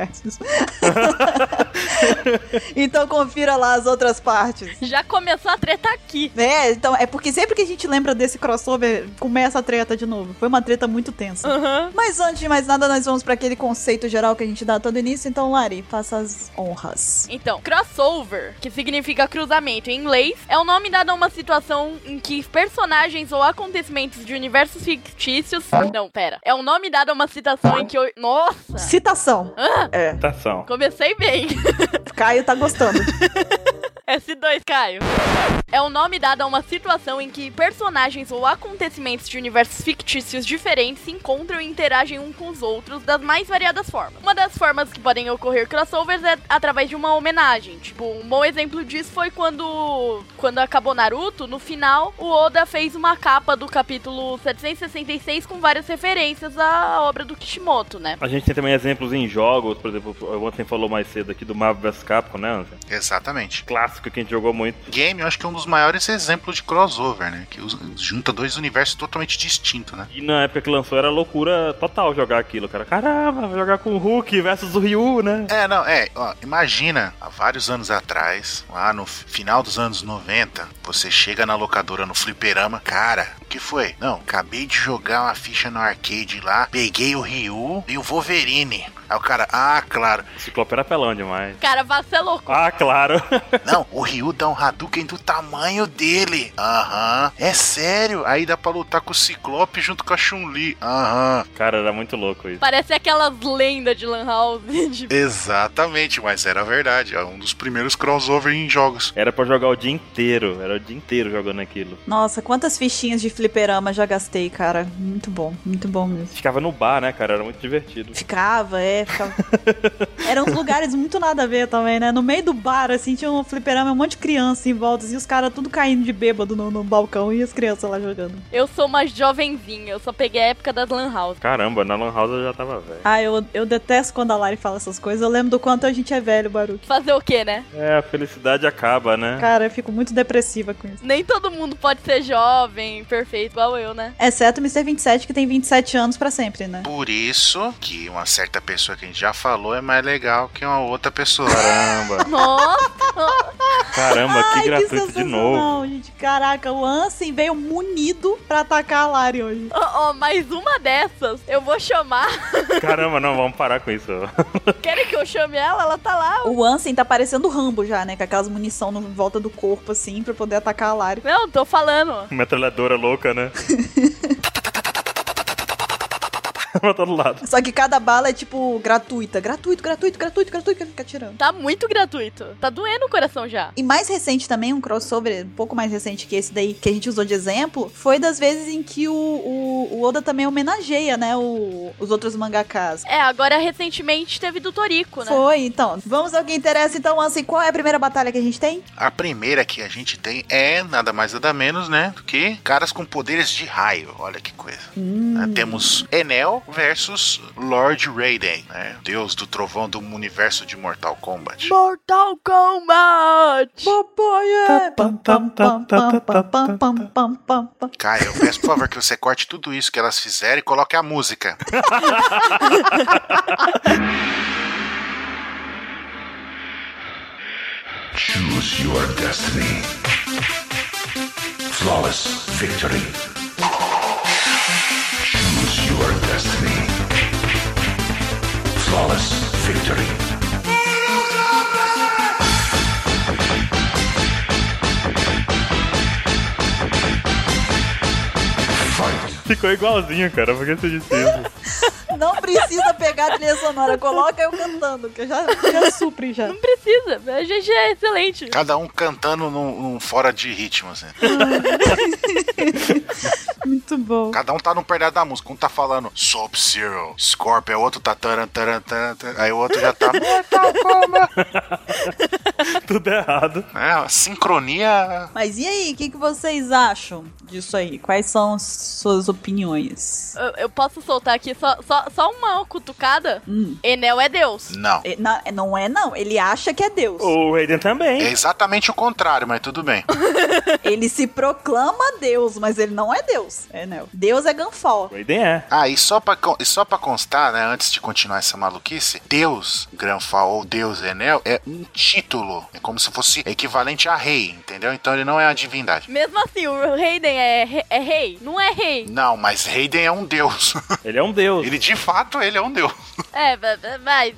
Speaker 4: Então confira lá as outras partes.
Speaker 1: Já começou a treta aqui.
Speaker 4: É, então é porque sempre que a gente lembra desse crossover, começa a treta de novo. Foi uma treta muito tensa.
Speaker 1: Aham.
Speaker 4: Mas antes de mais nada, nós vamos pra aquele conceito geral que a gente dá todo início. Então, Lari, faça as honras.
Speaker 1: Então, crossover, que significa cruzamento em inglês, é o nome dado a uma situação em que personagens ou acontecimentos de universos fictícios. Não, pera. É o nome dado a uma situação em que. o- Nossa!
Speaker 4: Citação. É,
Speaker 2: Citação.
Speaker 1: Comecei bem.
Speaker 4: Caio tá gostando.
Speaker 1: S2, Caio. É o nome dado a uma situação em que personagens ou acontecimentos de universos fictícios diferentes se encontram e interagem um com os outros das mais variadas formas. Uma das formas que podem ocorrer crossovers é através de uma homenagem. Tipo, um bom exemplo disso foi quando quando acabou Naruto, no final, o Oda fez uma capa do capítulo 766 com várias referências à obra do Kishimoto, né?
Speaker 2: A gente tem também exemplos em jogos, por exemplo, o Anthony falou mais cedo aqui do Marvel vs Capcom, né, Anthony?
Speaker 3: Exatamente.
Speaker 2: Clássico que a gente jogou muito.
Speaker 3: Game, eu acho que é um dos maiores exemplos de crossover, né? Que us- junta dois universos totalmente distintos, né?
Speaker 2: E na época que lançou era loucura total jogar aquilo, cara. Caramba, vou jogar com o Hulk versus o Ryu, né?
Speaker 3: É, não, é, ó, imagina, há vários anos atrás, lá no f- final dos anos 90, você chega na locadora no fliperama, cara, o que foi? Não, acabei de jogar uma ficha no arcade lá, peguei o Ryu e o Wolverine. Aí o cara, ah, claro,
Speaker 2: Ciclope era pelão demais.
Speaker 1: Cara, vacilou.
Speaker 2: Ah, claro. [LAUGHS]
Speaker 3: não, o Ryu dá um Hadouken do tamanho dele. Aham, é sério, aí dá pra lutar com o Ciclope junto com a Chun-Li. Aham.
Speaker 2: cara, era muito louco isso.
Speaker 1: Parece aquelas lendas de Lan House. [LAUGHS] de-
Speaker 3: Exatamente, mas era verdade, é um dos primeiros crossover em jogos.
Speaker 2: Era pra jogar o dia inteiro, era o dia inteiro jogando aquilo.
Speaker 4: Nossa, quantas fichinhas de fliperama já gastei, cara. Muito bom, muito bom mesmo.
Speaker 2: Ficava no bar, né, cara? Era muito divertido.
Speaker 4: Ficava, é,
Speaker 2: [LAUGHS]
Speaker 4: ficava. Eram uns lugares muito nada a ver também, né? No meio do bar, assim, tinha um fliperama, um monte de criança em volta, assim, e os caras tudo caindo de bêbado no, no balcão e as crianças lá jogando.
Speaker 1: Eu sou uma jovenzinha, eu só peguei a época das Lan House.
Speaker 2: Caramba, na Lan House eu já tava velho.
Speaker 4: Ah, eu, eu detesto quando a Lari fala essas coisas. Eu lembro do quanto a gente é velho, Baruque.
Speaker 1: Fazer o quê, né?
Speaker 2: É, a felicidade acaba, né?
Speaker 4: Cara, eu fico muito depressiva com isso.
Speaker 1: Nem todo mundo pode ser jovem, perfeito, igual eu, né?
Speaker 4: Exceto o Mr. 27, que tem 27 anos pra sempre, né?
Speaker 3: Por isso que uma certa pessoa que a gente já falou é mais legal que uma outra pessoa. né?
Speaker 2: Caramba,
Speaker 1: Nossa,
Speaker 2: caramba, que
Speaker 4: Ai,
Speaker 2: gratuito de novo.
Speaker 4: sensacional, gente. Caraca, o Ansem veio munido pra atacar a Lari hoje.
Speaker 1: ó, ó, mais uma dessas. Eu vou chamar. [LAUGHS]
Speaker 2: Caramba, não, vamos parar com isso.
Speaker 1: Querem que eu chame ela? Ela tá lá.
Speaker 4: O Ansem tá parecendo o Rambo já, né? Com aquelas munição no- em volta do corpo, assim, pra poder atacar a Lari.
Speaker 1: Não, tô falando.
Speaker 2: Metralhadora
Speaker 1: [LAUGHS]
Speaker 2: louca, né? pra todo lado.
Speaker 4: Só que cada bala é, tipo, gratuita. Gratuito, gratuito, gratuito, gratuito, que fica atirando.
Speaker 1: Tá muito gratuito. Tá doendo o coração já.
Speaker 4: E mais recente também, um crossover um pouco mais recente que esse daí, que a gente usou de exemplo, foi das vezes em que o, o- o Oda também homenageia, né, o- os outros mangakas.
Speaker 1: É, agora recentemente teve do Torico, né?
Speaker 4: Foi, então. Vamos ao que interessa, então, Ansem. Qual é a primeira batalha que a gente tem?
Speaker 3: A primeira que a gente tem é nada mais nada menos, né? Do que caras com poderes de raio. Olha que coisa. Né, Temos Enel versus Lord Raiden, né? Deus do trovão do universo de Mortal Kombat.
Speaker 1: Mortal Kombat!
Speaker 4: Popoia! é. Pam, pam, pam, pam, pam, pam, pam, pam, pam, pam.
Speaker 3: Caio, eu peço por favor que você corte tudo isso que elas fizeram e coloque a música.
Speaker 8: Choose your destiny. Flawless victory. Choose your destiny. Flawless victory. Fight.
Speaker 2: Ficou igualzinho, cara, por que você disse isso?
Speaker 4: Não precisa pegar a trilha sonora, coloca eu cantando, que eu já, já supre já.
Speaker 1: Não precisa, a gente é excelente.
Speaker 3: Cada um cantando num, num fora de ritmo, assim.
Speaker 4: Muito bom.
Speaker 3: Cada um tá num pedaço da música. Um tá falando Sub-Zero, Scorpion, o outro tá taran, taran, taran, taran, aí o outro já tá... Mortal Kombat.
Speaker 2: Tudo errado.
Speaker 3: É, uma sincronia
Speaker 4: Mas e aí, o que, que vocês acham disso aí? Quais são as suas opiniões?
Speaker 1: Eu, eu posso soltar aqui só, só só, só uma cutucada.
Speaker 4: Hum.
Speaker 1: Enel é Deus.
Speaker 3: Não.
Speaker 4: É, na- é, Não é, não. Ele acha que é Deus.
Speaker 2: O Raiden
Speaker 3: É
Speaker 2: também.
Speaker 3: exatamente o contrário, mas tudo bem.
Speaker 4: [LAUGHS] Ele se proclama Deus, mas ele não é Deus. É, Neo. Deus é Ganfol.
Speaker 2: O Raiden é.
Speaker 3: Ah, e só pra, con- e só pra constar, né, antes de continuar essa maluquice, Deus Granfal ou Deus Enel é um título. É como se fosse equivalente a rei, entendeu? Então ele não é uma divindade.
Speaker 1: Mesmo assim, o Raiden é, re- é rei? Não é rei.
Speaker 3: Não, mas Raiden é um deus. [LAUGHS]
Speaker 2: Ele é um deus.
Speaker 3: ele de fato, ele é um deus.
Speaker 1: É, ba- ba- mas.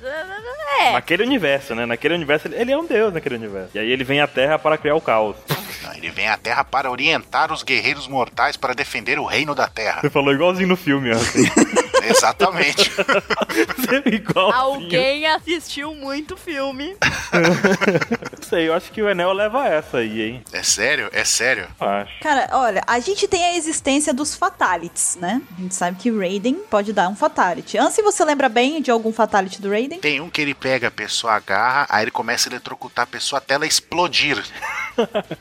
Speaker 1: É.
Speaker 2: Naquele universo, né? Naquele universo, ele- ele é um deus naquele universo. E aí ele vem à Terra para criar o caos.
Speaker 3: Não, ele vem à Terra para orientar os guerreiros mortais para defender o reino da Terra.
Speaker 2: Você falou igualzinho no filme, ó. Assim.
Speaker 3: [LAUGHS] Exatamente.
Speaker 2: Você é igualzinho.
Speaker 1: Alguém assistiu muito filme.
Speaker 2: Não sei, eu acho que o Enel leva essa aí, hein?
Speaker 3: É sério? É sério?
Speaker 2: Eu acho.
Speaker 4: Cara, olha, a gente tem a existência dos fatalities, né? A gente sabe que Raiden pode dar um fatality. Anse, você lembra bem de algum fatality do Raiden?
Speaker 3: Tem um que ele pega a pessoa, agarra, aí ele começa a eletrocutar a pessoa até ela explodir.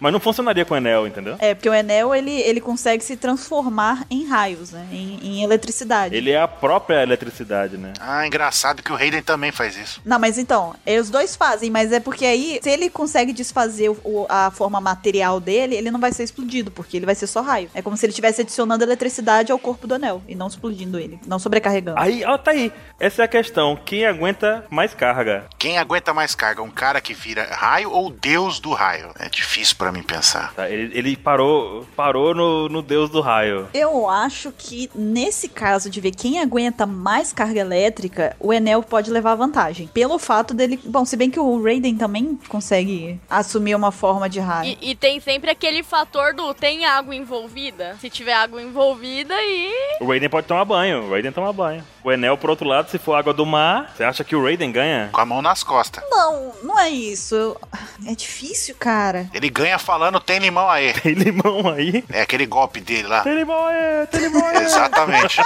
Speaker 2: Mas não funcionaria com o Enel, entendeu?
Speaker 4: É, porque o Enel, ele, ele consegue se transformar em raios, né? Em, em eletricidade.
Speaker 2: Ele é a própria eletricidade, né?
Speaker 3: Ah, engraçado que o Raiden também faz isso.
Speaker 4: Não, mas então, é, os dois fazem, mas é porque aí, se ele consegue desfazer o- o- a forma material dele, ele não vai ser explodido, porque ele vai ser só raio. É como se ele estivesse adicionando eletricidade ao corpo do anel e não explodindo ele, não sobrecarregando.
Speaker 2: Aí, ó, tá aí. Essa é a questão. Quem aguenta mais carga?
Speaker 3: Quem aguenta mais carga? Um cara que vira raio ou o deus do raio? É difícil pra mim pensar.
Speaker 2: Tá, ele, ele parou, parou no, no deus do raio.
Speaker 4: Eu acho que nesse caso de ver quem aguenta mais carga elétrica, o Enel pode levar vantagem. Pelo fato dele. Bom, se bem que o Raiden também consegue assumir uma forma de raio.
Speaker 1: E, e tem sempre aquele fator do tem água envolvida. Se tiver água envolvida e.
Speaker 2: O Raiden pode tomar banho. O Raiden toma banho. O Enel, por outro lado, se for água do mar, você acha que o Raiden ganha?
Speaker 3: Com a mão nas costas.
Speaker 4: Não, não é isso. Eu- É difícil, cara.
Speaker 3: Ele ganha falando tem limão aí.
Speaker 2: [LAUGHS] Tem limão aí?
Speaker 3: É aquele golpe dele lá.
Speaker 2: Tem limão aí, tem limão aí.
Speaker 3: Exatamente.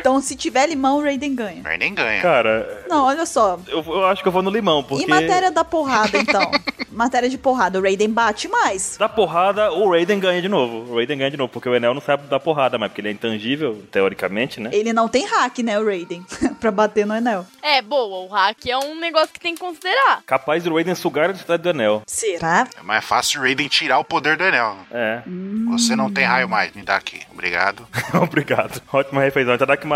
Speaker 4: Então, se tiver limão, o Raiden ganha.
Speaker 3: Mas nem ganha.
Speaker 2: Cara,
Speaker 4: Não, olha só.
Speaker 2: eu, eu acho que eu vou no limão, porque...
Speaker 4: E matéria da porrada, então? matéria de porrada, o Raiden bate mais.
Speaker 2: Da porrada, o Raiden ganha de novo. O Raiden ganha de novo, porque o Enel não sabe dar porrada, mas porque ele é intangível, teoricamente, né?
Speaker 4: Ele não tem hack, né, o Raiden? [LAUGHS] pra bater no Enel.
Speaker 1: É, boa, o hack é um negócio que tem que considerar.
Speaker 2: Capaz do Raiden sugar a identidade do Enel.
Speaker 4: Será?
Speaker 3: É mais fácil o Raiden tirar o poder do Enel.
Speaker 2: É,
Speaker 4: Hum.
Speaker 3: Você não tem raio mais, me dá aqui. Obrigado.
Speaker 2: [LAUGHS] obrigado. Ótima refeição, itadakimasu.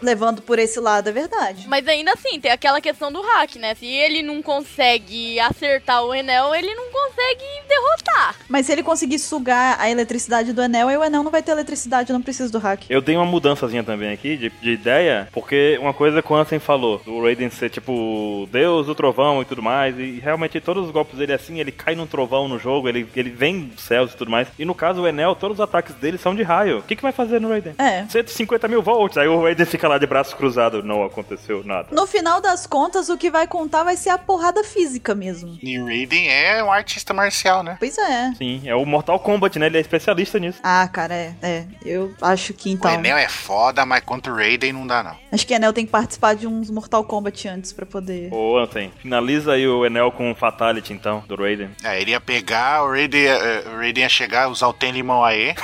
Speaker 4: Levando por esse lado, é verdade.
Speaker 1: Mas ainda assim, tem aquela questão do hack, né? Se ele não consegue acertar o Enel, ele não consegue derrotar.
Speaker 4: Mas se ele conseguir sugar a eletricidade do Enel, aí o Enel não vai ter eletricidade, eu não precisa do hack.
Speaker 2: Eu dei uma mudançazinha também aqui de, de ideia, porque uma coisa que o Ansem falou, do Raiden ser tipo Deus do trovão e tudo mais, e realmente todos os golpes dele é assim, ele cai num trovão no jogo, ele, ele vem dos céus e tudo mais. E no caso, o Enel, todos os ataques dele são de raio. O que, que vai fazer no Raiden?
Speaker 4: É.
Speaker 2: 150 mil volts, aí o Raiden fica lá de braços cruzados, não aconteceu nada.
Speaker 4: No final das contas, o que vai contar vai ser a porrada física mesmo.
Speaker 3: E o Raiden é um artista marcial, né?
Speaker 4: Pois é.
Speaker 2: Sim, é o Mortal Kombat, né? Ele é especialista nisso.
Speaker 4: Ah, cara, é. É. Eu acho que então.
Speaker 3: O Enel é foda, mas contra o Raiden não dá, não.
Speaker 4: Acho que o Enel tem que participar de uns Mortal Kombat antes pra poder.
Speaker 2: Ô, Anten, finaliza aí o Enel com o Fatality, então, do Raiden.
Speaker 3: É, ele ia pegar, o Raiden, ia- eh, o Raiden ia chegar, usar o Tem Limão aí.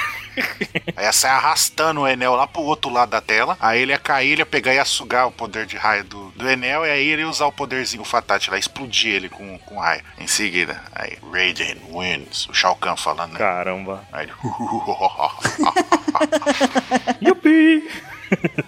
Speaker 3: aí ia sair arrastando o Enel lá pro outro lado da tela. Aí ele ia cair, ele ia pegar e ia sugar o poder de raio do, do Enel. E aí ele ia usar o poderzinho, o Fatality lá, explodir ele com, com raio. Em seguida, aí Raiden wins. O Shao Kahn falando, né?
Speaker 2: Caramba.
Speaker 3: Aí ele...
Speaker 2: Yupi!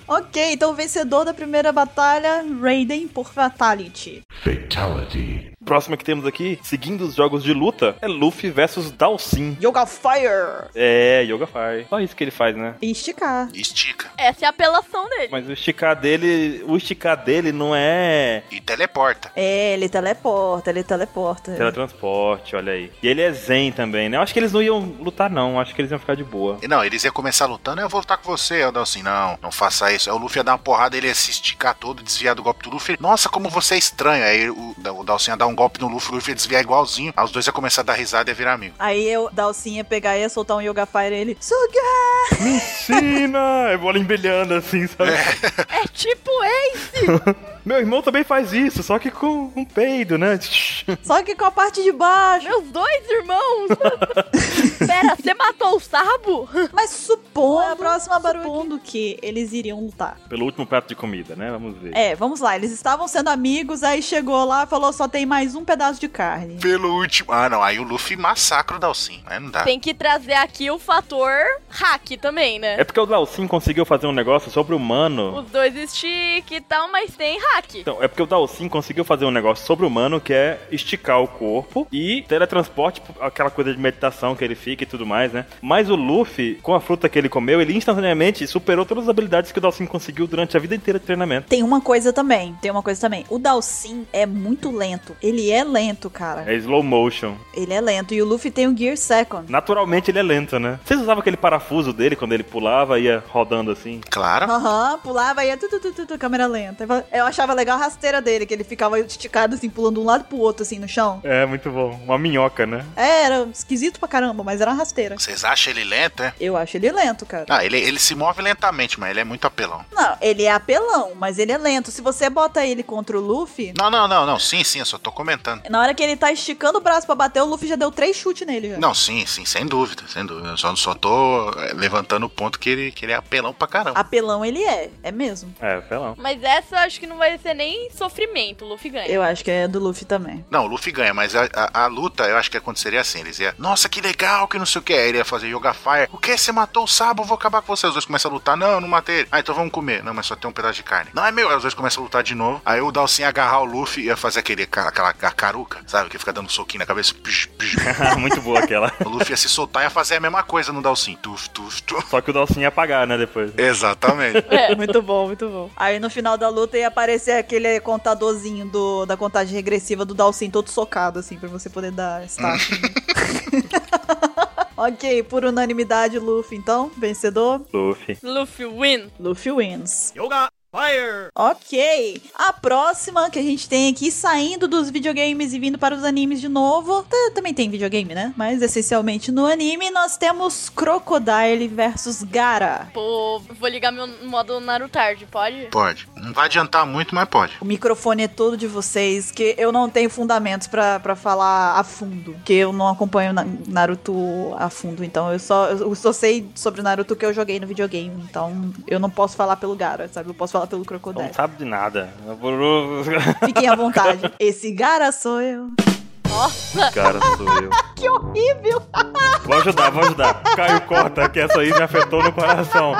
Speaker 4: Ok, então o vencedor da primeira batalha, Raiden por Fatality.
Speaker 8: Fatality.
Speaker 2: Próximo que temos aqui, seguindo os jogos de luta, é Luffy versus Dalsin.
Speaker 4: Yoga Fire!
Speaker 2: É, Yoga Fire. Só isso que ele faz, né?
Speaker 4: E esticar.
Speaker 3: E [LAUGHS] Estica.
Speaker 1: Essa é a apelação dele.
Speaker 2: Mas o esticar dele, o esticar dele não é
Speaker 3: E teleporta.
Speaker 4: É, ele teleporta, ele teleporta.
Speaker 2: teletransporte, olha aí. E ele é zen também, né? Eu acho que eles não iam lutar não, acho que eles iam ficar de [LAUGHS] boa.
Speaker 3: E Não, eles iam começar lutando, eu vou lutar com você. Eu dou assim, não, não faça isso. Aí o Luffy ia dar uma porrada, ele ia se esticar todo, desviar do golpe do Luffy. Nossa, como você é estranho. Aí o, o Dalsin ia dar um golpe no Luffy, o Luffy ia desviar igualzinho. Aí os dois iam começar a dar risada e ia virar amigo.
Speaker 4: Aí eu, Dalsin, ia pegar e ia soltar um Yoga Fire ele. é, Suga!
Speaker 2: Ensina! É bola embelhando assim, sabe?
Speaker 1: É tipo Ace.
Speaker 2: Meu irmão também faz isso, só que com um peido, né? [LAUGHS]
Speaker 4: Só que com a parte de baixo.
Speaker 1: Meus dois irmãos! [LAUGHS] Pera, você matou o Sabo?
Speaker 4: Mas supondo,
Speaker 9: É,
Speaker 4: a próxima
Speaker 9: supondo
Speaker 4: supondo que eles iriam lutar.
Speaker 2: Pelo último prato de comida, né? Vamos ver.
Speaker 4: É, vamos lá, eles estavam sendo amigos, aí chegou lá e falou: só tem mais um pedaço de carne.
Speaker 3: Pelo último. Ah, não. Aí o Luffy massacra o Dalsin. Aí não dá.
Speaker 1: Tem que trazer aqui o fator hack também, né?
Speaker 2: É porque o Dalsin conseguiu fazer um negócio sobre o humano.
Speaker 1: Os dois stick e tal, mas tem hack.
Speaker 2: Então, é porque o Dalsin conseguiu fazer um negócio sobre o humano que é esticar o corpo e teletransporte, aquela coisa de meditação que ele fica e tudo mais, né? Mas o Luffy, com a fruta que ele comeu, ele instantaneamente superou todas as habilidades que o Dalsin conseguiu durante a vida inteira de treinamento.
Speaker 4: Tem uma coisa também, tem uma coisa também. O Dalsin é muito lento. Ele é lento, cara.
Speaker 2: É slow motion.
Speaker 4: Ele é lento. E o Luffy tem o Gear Second.
Speaker 2: Naturalmente ele é lento, né? Vocês usavam aquele parafuso dele quando ele pulava e ia rodando assim?
Speaker 3: Claro.
Speaker 4: Aham, pulava e ia tu, tu, tu, tu, tu, câmera lenta. Eu achava legal a rasteira dele, que ele ficava esticado assim, pulando de um lado pro outro, assim, no chão.
Speaker 2: É, muito bom. Uma minhoca, né?
Speaker 4: É, era esquisito pra caramba, mas era uma rasteira.
Speaker 3: Vocês acham ele lento, é?
Speaker 4: Eu acho ele lento, cara.
Speaker 3: Ah, ele, ele se move lentamente, mas ele é muito apelão.
Speaker 4: Não, ele é apelão, mas ele é lento. Se você bota ele contra o Luffy,
Speaker 3: Não, não, não, não. Sim, sim, eu só tô comentando.
Speaker 4: na hora que ele tá esticando o braço pra bater, o Luffy já deu três chutes nele já.
Speaker 3: Não, sim, sim, sem dúvida, sem dúvida. Eu só, só tô é, levantando o ponto que ele, que ele é apelão pra caramba.
Speaker 4: Apelão ele é, é mesmo.
Speaker 2: É, sei lá. [LAUGHS]
Speaker 1: Mas essa eu acho que não vai ser nem sofrimento, o Luffy ganha.
Speaker 4: Eu acho que é do Luffy também.
Speaker 3: Não, o Luffy ganha, mas a, a- a luta eu acho que aconteceria assim. Eles iam, nossa, que legal, que não sei o que. Aí ele ia fazer Yoga Fire. O que? Você matou o Sabo? Eu vou acabar com você. Os dois começam a lutar. Não, eu não matei ele. Ah, então vamos comer. Não, mas só tem um pedaço de carne. Não é meu. Aí os dois começam a lutar de novo. Aí o Dalsin ia agarrar o Luffy e ia fazer aquele, ca- aquela ca- caruca, sabe? Que fica dando um soquinho na cabeça. Psh,
Speaker 2: [LAUGHS]
Speaker 3: psh.
Speaker 2: muito boa aquela.
Speaker 3: O Luffy ia se soltar e ia fazer a mesma coisa no Dalsin. Tuf, tuf, tuf.
Speaker 2: Só que o Dalsin ia apagar, né, depois.
Speaker 3: Exatamente.
Speaker 1: É.
Speaker 4: [LAUGHS] Muito bom, muito bom. Aí no final da luta ia aparecer aquele contadorzinho do, da contagem regressiva do Dalsin todo socado, assim, pra você poder dar start. né? [LAUGHS] ok, por unanimidade, Luffy, então, vencedor.
Speaker 2: Luffy.
Speaker 1: Luffy win.
Speaker 4: Luffy wins. Yoga Fire! Ok. A próxima que a gente tem aqui, saindo dos videogames e vindo para os animes de novo. T- Também tem videogame, né? Mas essencialmente no anime, nós temos Crocodile versus Gara.
Speaker 1: Pô, vou ligar meu modo Narutard, pode?
Speaker 3: [LAUGHS]
Speaker 1: [LAUGHS]
Speaker 3: Pode. Não vai adiantar muito, mas pode.
Speaker 4: O microfone é todo de vocês, que eu não tenho fundamentos pra pra falar a fundo. Que eu não acompanho Na- Naruto a fundo. Então eu só, eu só sei sobre o Naruto que eu joguei no videogame. Então eu não posso falar pelo Gara, sabe? Eu posso falar pelo Crocodile.
Speaker 2: Não sabe de nada.
Speaker 4: Fiquem à [LAUGHS] vontade. Esse Gara sou eu.
Speaker 1: Nossa,
Speaker 2: Cara, sou eu.
Speaker 4: Que horrível!
Speaker 2: Vou ajudar, vou ajudar. Caio, corta, que essa aí me afetou no coração.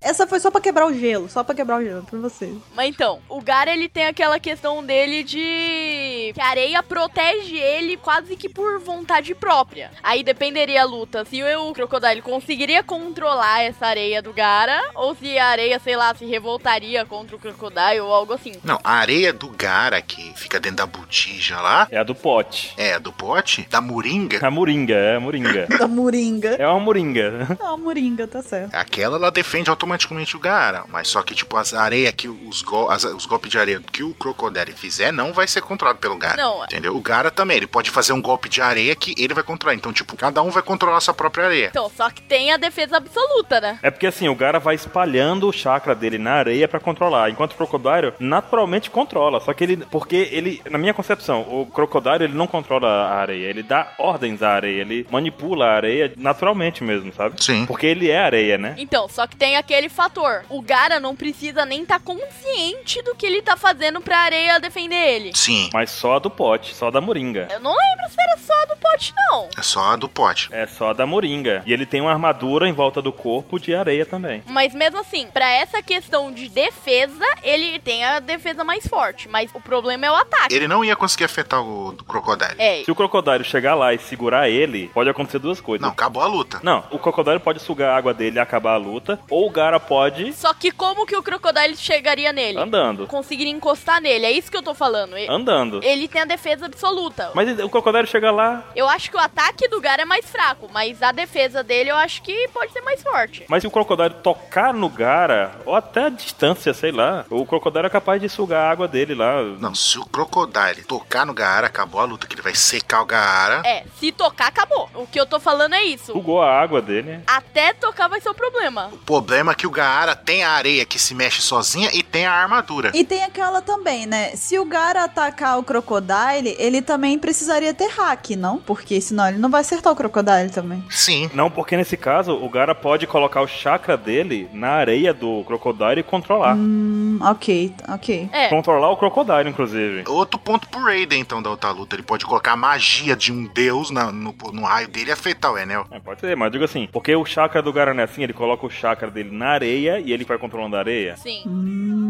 Speaker 4: Essa foi só pra quebrar o gelo, só pra quebrar o gelo pra vocês.
Speaker 1: mas então, o Gara ele tem aquela questão dele de que a areia protege ele quase que por vontade própria. Aí dependeria a luta se o Crocodile conseguiria controlar essa areia do Gara ou se a areia, sei lá, se revoltaria contra o Crocodile ou algo assim.
Speaker 3: Não, a areia do Gara, que fica dentro da botija lá,
Speaker 2: É a do pote.
Speaker 3: é a do pote, da moringa,
Speaker 2: A moringa, é a moringa.
Speaker 4: Da moringa.
Speaker 2: É uma moringa.
Speaker 4: Ah, moringa, tá certo.
Speaker 3: aquela ela defende automaticamente o Gara. Mas só que, tipo, as areia que os, go- as- os golpes de areia que o Crocodile fizer não vai ser controlado pelo Gara.
Speaker 1: Não. é-
Speaker 3: Entendeu? O Gara também, ele pode fazer um golpe de areia que ele vai controlar. Então, tipo, cada um vai controlar a sua própria areia.
Speaker 1: Então, só que tem a defesa absoluta, né?
Speaker 2: É porque assim, o Gara vai espalhando o chakra dele na areia pra controlar, enquanto o Crocodile naturalmente controla, só que ele porque ele, na minha concepção, o Crocodile ele não controla a areia, ele dá ordens à areia, ele manipula a areia naturalmente mesmo, sabe?
Speaker 3: Sim.
Speaker 2: Porque ele é areia, né?
Speaker 1: Então, só que tem aquele fator. O Gara não precisa nem estar consciente do que ele tá fazendo pra areia defender ele.
Speaker 3: Sim.
Speaker 2: Mas só a do pote, só a da moringa.
Speaker 1: Eu não lembro se era só a do pote, não.
Speaker 3: É só a do pote.
Speaker 2: É só a da moringa. E ele tem uma armadura em volta do corpo de areia também.
Speaker 1: Mas mesmo assim, pra essa questão de defesa, ele tem a defesa mais forte. Mas o problema é o ataque.
Speaker 3: Ele não ia conseguir afetar o do Crocodile.
Speaker 1: É.
Speaker 2: Se o Crocodile chegar lá e segurar ele, pode acontecer duas coisas.
Speaker 3: Não, acabou a luta.
Speaker 2: Não, o Crocodile pode sugar a água dele e acabar a luta, ou o Gara pode
Speaker 1: Só que como que o Crocodile chegaria nele?
Speaker 2: andando.
Speaker 1: Conseguiria encostar nele, é isso que eu tô falando. E-
Speaker 2: Andando.
Speaker 1: Ele tem a defesa absoluta.
Speaker 2: Mas o Crocodile chega lá.
Speaker 1: Eu acho que o ataque do Gara é mais fraco, mas a defesa dele eu acho que pode ser mais forte.
Speaker 2: Mas se o Crocodile tocar no Gara, ou até a distância, sei lá, o Crocodile é capaz de sugar a água dele lá.
Speaker 3: Não, se o Crocodile tocar no Gaara, acabou a luta, que ele vai secar o Gaara.
Speaker 1: É, se tocar, acabou. O que eu tô falando é isso.
Speaker 2: Sugou a água dele.
Speaker 1: Até tocar vai ser o problema.
Speaker 3: O problema é que o Gaara tem a areia que se mexe sozinha e tem a armadura.
Speaker 4: E tem aquela também, né? Se o Gara atacar o Crocodile, ele também precisaria ter hack, não? Porque senão ele não vai acertar o Crocodile também.
Speaker 3: Sim.
Speaker 2: Não, porque nesse caso o Gara pode colocar o chakra dele na areia do Crocodile e controlar.
Speaker 4: Hum, ok, ok.
Speaker 1: É.
Speaker 2: Controlar o Crocodile, inclusive.
Speaker 3: Outro ponto pro Raiden, então, da outra luta. Ele pode colocar a magia de um deus na- no, no raio dele e afetar o Enel.
Speaker 2: É, pode ser, mas digo assim, porque o chakra do Gara não é assim, ele coloca o chakra dele na areia e ele vai controlando a areia.
Speaker 1: Sim.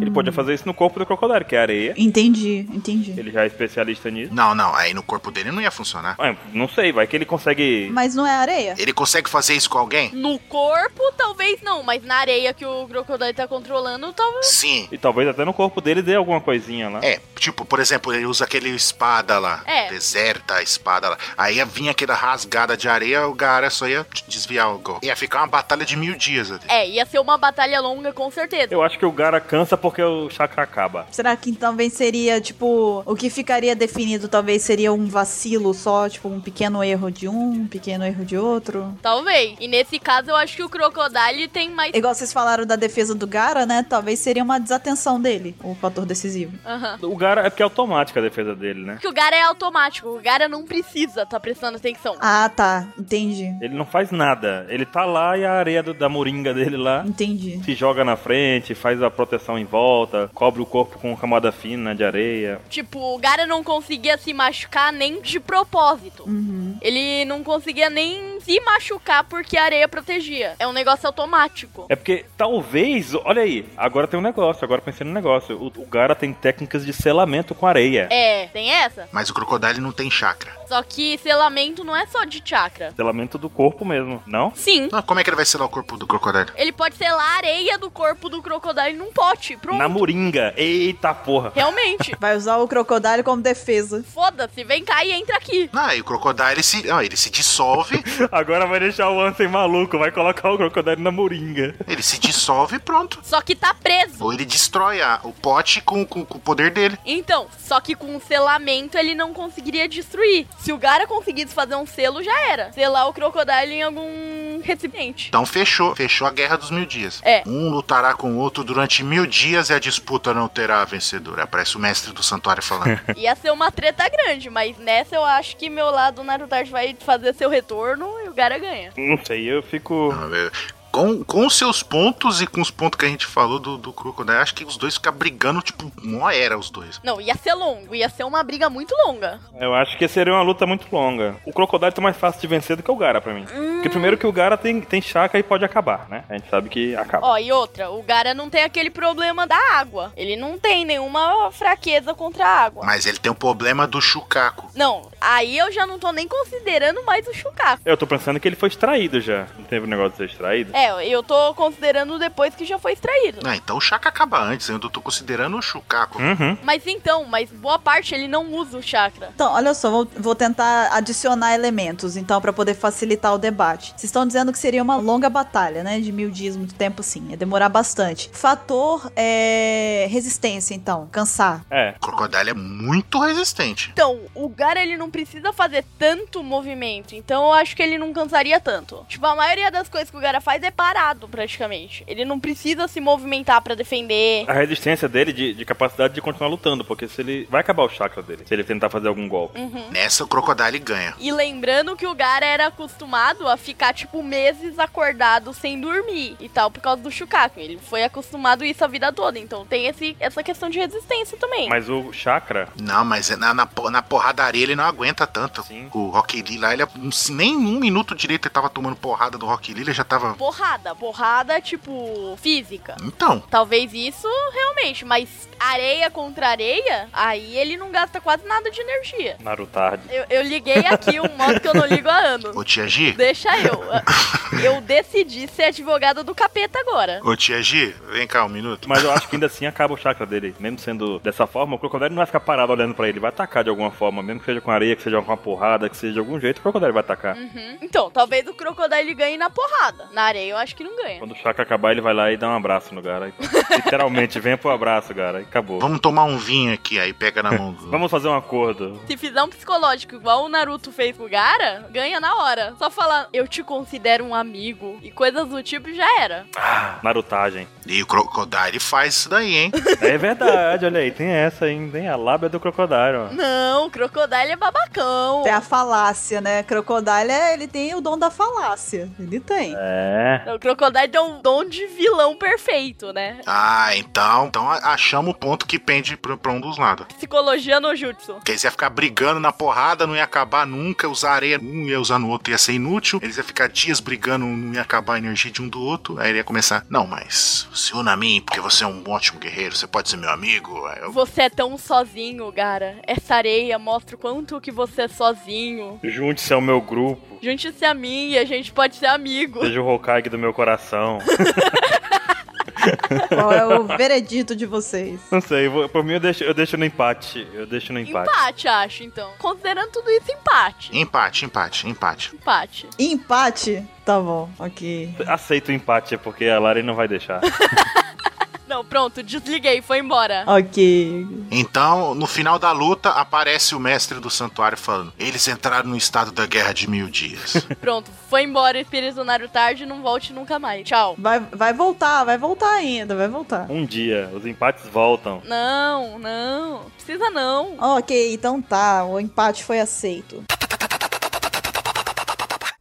Speaker 2: Ele podia fazer isso no corpo do Crocodile, que é areia.
Speaker 4: Entendi, entendi.
Speaker 2: Ele já é especialista nisso.
Speaker 3: Não, não. Aí no corpo dele não ia funcionar.
Speaker 2: Ah, não sei, vai que ele consegue.
Speaker 4: Mas não é areia?
Speaker 3: Ele consegue fazer isso com alguém?
Speaker 1: No corpo, talvez não, mas na areia que o Crocodile tá controlando, talvez.
Speaker 3: Sim.
Speaker 2: E talvez até no corpo dele dê alguma coisinha lá.
Speaker 3: É, tipo, por exemplo, ele usa aquele espada lá.
Speaker 1: É.
Speaker 3: Deserta a espada lá. Aí ia vir aquela rasgada de areia, o Gara só ia desviar o gol. Ia ficar uma batalha de mil dias ali.
Speaker 1: É, ia ser uma batalha longa, com certeza.
Speaker 2: Eu acho que o Gara cansa porque o chakra acaba.
Speaker 4: Será que então vem seria, tipo, o que ficaria definido talvez seria um vacilo só, tipo, um pequeno erro de um, um pequeno erro de outro?
Speaker 1: Talvez. E nesse caso, eu acho que o Crocodile tem mais.
Speaker 4: Igual vocês falaram da defesa do Gara, né? Talvez seria uma desatenção dele, o fator decisivo.
Speaker 1: Aham.
Speaker 2: O Gara é porque é automática a defesa dele, né?
Speaker 1: Porque o Gara é automático, o Gara não precisa tá prestando atenção.
Speaker 4: Ah, tá. Entendi.
Speaker 2: Ele não faz nada. Ele tá lá e a areia do- da moringa dele lá
Speaker 4: Entendi.
Speaker 2: se joga na frente, faz a proteção em volta, cobre o corpo com camada fina de areia.
Speaker 1: Tipo, o Gara não conseguia se machucar nem de propósito. Ele não conseguia nem se machucar porque a areia protegia. É um negócio automático.
Speaker 2: É porque talvez, olha aí, agora tem um negócio, agora pensei no negócio. O, o Gara tem técnicas de selamento com areia.
Speaker 1: É, tem essa.
Speaker 3: Mas o Crocodile não tem chakra.
Speaker 1: Só que selamento não é só de chakra.
Speaker 2: Selamento do corpo mesmo, não?
Speaker 1: Sim.
Speaker 3: Não, como é que ele vai selar o corpo do Crocodile?
Speaker 1: Ele pode selar a areia do corpo do crocodilo num pote. Pronto.
Speaker 2: Na moringa.
Speaker 1: [LAUGHS]
Speaker 2: Eita porra.
Speaker 4: [LAUGHS]
Speaker 1: Realmente.
Speaker 4: Vai usar o crocodile como defesa.
Speaker 1: Foda-se, vem cá e entra aqui.
Speaker 3: Ah, e o Crocodile se, ah, ele
Speaker 1: [LAUGHS]
Speaker 3: se dissolve,
Speaker 2: Agora vai deixar o Ansem maluco, vai colocar o crocodilo na moringa.
Speaker 3: ele se dissolve e pronto.
Speaker 1: Só que tá preso.
Speaker 3: Ou ele destrói a- o pote com, com- com o poder dele.
Speaker 1: Então, só que com o selamento ele não conseguiria destruir. Se o Gara conseguisse fazer um selo, já era. Selar o crocodilo em algum recipiente.
Speaker 3: Então fechou, fechou a guerra dos mil dias.
Speaker 1: É.
Speaker 3: Um lutará com o outro durante mil dias e a disputa não terá vencedor. Aparece o mestre do santuário falando.
Speaker 1: Ia ser uma treta grande, mas nessa eu acho que meu lado Naruto vai fazer seu retorno e o Gara ganha.
Speaker 2: Não sei, eu fico.
Speaker 3: Não, é- com, com os seus pontos e com os pontos que a gente falou do, do Crocodile, acho que os dois ficam brigando, tipo, uma era os dois.
Speaker 1: Não, ia ser longo, ia ser uma briga muito longa.
Speaker 2: Eu acho que seria uma luta muito longa. O crocodilo tá mais fácil de vencer do que o Gara pra mim.
Speaker 1: Hum.
Speaker 2: Porque primeiro que o Gara tem, tem chakra e pode acabar, né? A gente sabe que acaba.
Speaker 1: Ó, e outra, o Gara não tem aquele problema da água. Ele não tem nenhuma fraqueza contra a água.
Speaker 3: Mas ele tem o problema do Chucaco.
Speaker 1: Não, aí eu já não tô nem considerando mais o Shukaku.
Speaker 2: Eu tô pensando que ele foi extraído já. Não teve um negócio de ser extraído?
Speaker 1: É, eu tô considerando depois que já foi extraído.
Speaker 3: Ah, então o Chaka acaba antes, eu ainda tô considerando o Chucaco.
Speaker 2: Uhum.
Speaker 1: Mas então, mas boa parte ele não usa o chakra.
Speaker 4: Então, olha só, vou, vou tentar adicionar elementos, então, pra poder facilitar o debate. Vocês estão dizendo que seria uma longa batalha, né? De mil dias, muito tempo, sim. Ia demorar bastante. Fator é, resistência, então. Cansar.
Speaker 2: É.
Speaker 3: O Crocodile é muito resistente.
Speaker 1: Então, o Gara ele não precisa fazer tanto movimento, então eu acho que ele não cansaria tanto. Tipo, a maioria das coisas que o Gara faz é parado praticamente. Ele não precisa se movimentar pra defender.
Speaker 2: A resistência dele de, de capacidade de continuar lutando, porque se ele. Vai acabar o chakra dele, se ele tentar fazer algum golpe.
Speaker 3: Nessa, o Crocodile ganha.
Speaker 1: E lembrando que o Gara era acostumado a ficar, tipo, meses acordado sem dormir e tal, por causa do Shukaku. Ele foi acostumado a isso a vida toda, então tem esse, essa questão de resistência também.
Speaker 2: Mas o chakra.
Speaker 3: Não, mas é na, na, po- na porradaria ele não aguenta tanto.
Speaker 2: Sim.
Speaker 3: O Rock Lee lá, ele não se- nem um minuto direito ele tava tomando porrada do Rock Lee, ele já tava.
Speaker 1: Porrada, porrada, tipo, física.
Speaker 3: Então,
Speaker 1: Talvez isso realmente, mas areia contra areia, aí ele não gasta quase nada de energia.
Speaker 2: Narutardi.
Speaker 1: Eu, eu liguei aqui um modo que eu não ligo há anos.
Speaker 3: ô Tia G,
Speaker 1: Deixa eu. Eu decidi ser advogada do capeta agora.
Speaker 3: ô Tia G, vem cá um minuto.
Speaker 2: Mas eu acho que ainda assim acaba o chakra dele. Mesmo sendo dessa forma, o crocodilo não vai ficar parado olhando pra ele. Vai atacar de alguma forma. Mesmo que seja com areia, que seja com uma porrada, que seja de algum jeito, o crocodilo vai atacar.
Speaker 1: Então, talvez o crocodilo ganhe na porrada. Na areia eu acho que não ganha.
Speaker 2: Quando o chakra acabar, ele vai lá e dá um abraço no cara. Literalmente, vem pro abraço, cara. E acabou.
Speaker 3: Vamos tomar um vinho aqui, aí pega na mão
Speaker 2: [LAUGHS]
Speaker 3: do.
Speaker 2: Vamos fazer um acordo.
Speaker 1: Se fizer um psicológico igual o Naruto fez com o Gara, ganha na hora. Só falar, eu te considero um amigo e coisas do tipo, já era.
Speaker 2: Ah, narutagem.
Speaker 3: E o Crocodile faz isso
Speaker 2: [LAUGHS]
Speaker 3: daí, hein?
Speaker 2: É verdade, olha aí, tem essa ainda, tem a lábia do
Speaker 1: Uhum.
Speaker 2: crocodilo.
Speaker 1: Não, o Crocodile é babacão.
Speaker 4: Tem a falácia, né? Crocodile, é- ele tem o dom da falácia. Ele tem.
Speaker 2: É.
Speaker 1: O Crocodile é um dom de vilão perfeito, né?
Speaker 3: Ah, então, então a- achamos o ponto que pende pra, pra um dos lados.
Speaker 1: Psicologia no jutsu.
Speaker 3: Porque eles iam ficar brigando na porrada, não ia acabar nunca, usar areia um ia usar no outro, ia ser inútil. Eles iam ficar dias brigando, um, não ia acabar a energia de um do outro. Aí ele ia começar, não, mas se une a mim, porque você é um ótimo guerreiro, você pode ser meu amigo. Aí eu-
Speaker 1: Você é tão sozinho, cara. Essa areia mostra o quanto que você é sozinho.
Speaker 2: Junte-se ao meu grupo,
Speaker 1: Junte-se a mim e a gente pode ser amigo.
Speaker 2: seja o Hokage do meu coração.
Speaker 4: [LAUGHS] Qual é o veredito de vocês?
Speaker 2: [LAUGHS] Não sei, eu vou- por mim eu deixo, eu deixo no empate. Eu deixo no empate.
Speaker 1: Empate, acho, então. Considerando tudo isso, empate.
Speaker 3: Empate, empate, empate.
Speaker 1: Empate. [LAUGHS]
Speaker 4: Empate? Tá bom, ok.
Speaker 2: Aceito o empate, é porque a Lari não vai deixar.
Speaker 1: Não, pronto, desliguei, foi embora.
Speaker 4: Ok.
Speaker 3: Então, no final da luta, aparece o mestre do santuário falando: Eles entraram no estado da guerra de mil dias.
Speaker 1: Pronto, foi embora, espírito do Naruto tarde, não volte nunca mais. Tchau.
Speaker 4: Vai, vai voltar, vai voltar ainda, vai voltar.
Speaker 2: Um dia, os empates voltam.
Speaker 1: Não, não. Precisa não.
Speaker 4: Ok, então tá, o empate foi aceito.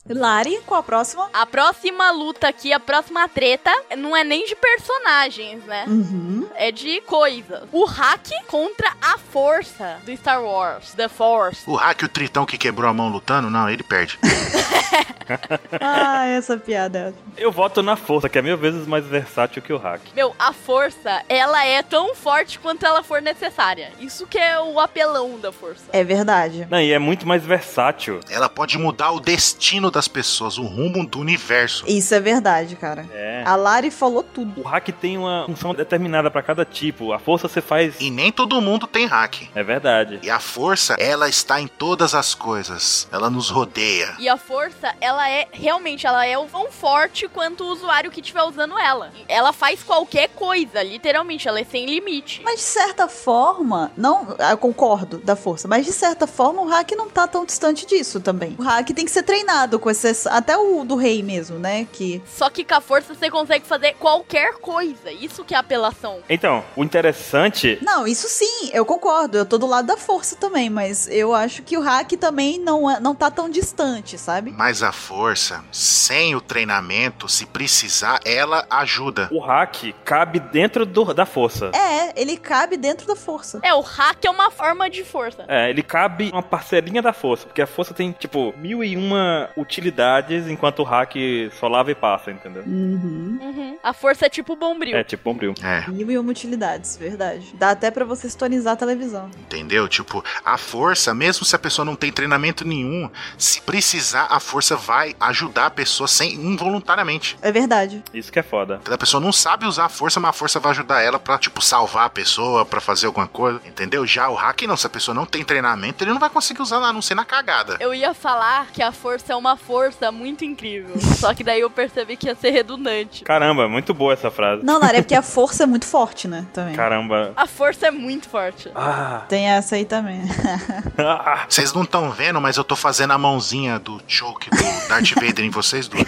Speaker 4: Lari, qual a próxima?
Speaker 1: A próxima luta aqui, a próxima treta, não é nem de personagens, né?
Speaker 4: Uhum.
Speaker 1: É de coisas. O hack contra a força do Star Wars, The Force.
Speaker 3: o hack, o tritão que quebrou a mão lutando, não, ele perde.
Speaker 4: Ah, essa piada.
Speaker 2: Eu voto na força, que é mil vezes mais versátil que o hack.
Speaker 1: Meu, a força, ela é tão forte quanto ela for necessária. Isso que é o apelão da força.
Speaker 4: É verdade.
Speaker 2: Não, e é muito mais versátil.
Speaker 3: Ela pode mudar o destino das pessoas, o rumo do universo.
Speaker 4: Isso é verdade, cara.
Speaker 2: É.
Speaker 4: A Lari falou tudo.
Speaker 2: O hack tem uma função determinada pra cada tipo. A força você faz.
Speaker 3: E nem todo mundo tem hack.
Speaker 2: É verdade.
Speaker 3: E a força, ela está em todas as coisas. Ela nos rodeia.
Speaker 1: E a força, ela é realmente, ela é o tão forte quanto o usuário que estiver usando ela. E Ela faz qualquer coisa, literalmente, ela é sem limite.
Speaker 4: Mas de certa forma, não, ah, eu concordo da força, mas de certa forma o hack não tá tão distante disso também. O hack tem que ser treinado com exceção, até o do rei mesmo, né? Que
Speaker 1: Só que com a força você consegue fazer qualquer coisa. Isso que é apelação.
Speaker 2: Então, o interessante.
Speaker 4: Não, isso sim, eu concordo. Eu tô do lado da força também, mas eu acho que o hack também não, é- não tá tão distante, sabe?
Speaker 3: Mas a força, sem o treinamento, se precisar, ela ajuda.
Speaker 2: O hack cabe dentro do- da força.
Speaker 4: É, ele cabe dentro da força.
Speaker 1: É, o hack é uma forma de força.
Speaker 2: É, ele cabe uma parcelinha da força, porque a força tem, tipo, mil e uma utilidades, enquanto o hack só lava e passa, entendeu?
Speaker 4: Uhum.
Speaker 1: Uhum. A força é tipo bombril.
Speaker 2: É, tipo, bombril.
Speaker 3: É,
Speaker 4: Mil e uma utilidades, verdade. Dá até pra você sintonizar a televisão.
Speaker 3: entendeu? Tipo, a força, mesmo se a pessoa não tem treinamento nenhum, se precisar, a força vai ajudar a pessoa sem involuntariamente.
Speaker 4: É verdade.
Speaker 2: Isso que é foda.
Speaker 3: A pessoa não sabe usar a força, mas a força vai ajudar ela pra, tipo, salvar a pessoa, pra fazer alguma coisa, entendeu? Já o hack não, se a pessoa não tem treinamento, ele não vai conseguir usar a não ser na cagada.
Speaker 1: Eu ia falar que a força é uma força muito incrível. [LAUGHS] Só que daí eu percebi que ia ser redundante.
Speaker 2: Caramba, muito boa essa frase.
Speaker 4: Não, Lara, é porque a força é muito forte, né? Também.
Speaker 2: Caramba.
Speaker 1: A força é muito forte.
Speaker 2: Ah, [LAUGHS]
Speaker 4: Tem essa aí também. [LAUGHS]
Speaker 2: ah,
Speaker 3: Vocês não estão vendo, mas eu tô fazendo a mãozinha do choke do [LAUGHS] Darth Vader em vocês dois.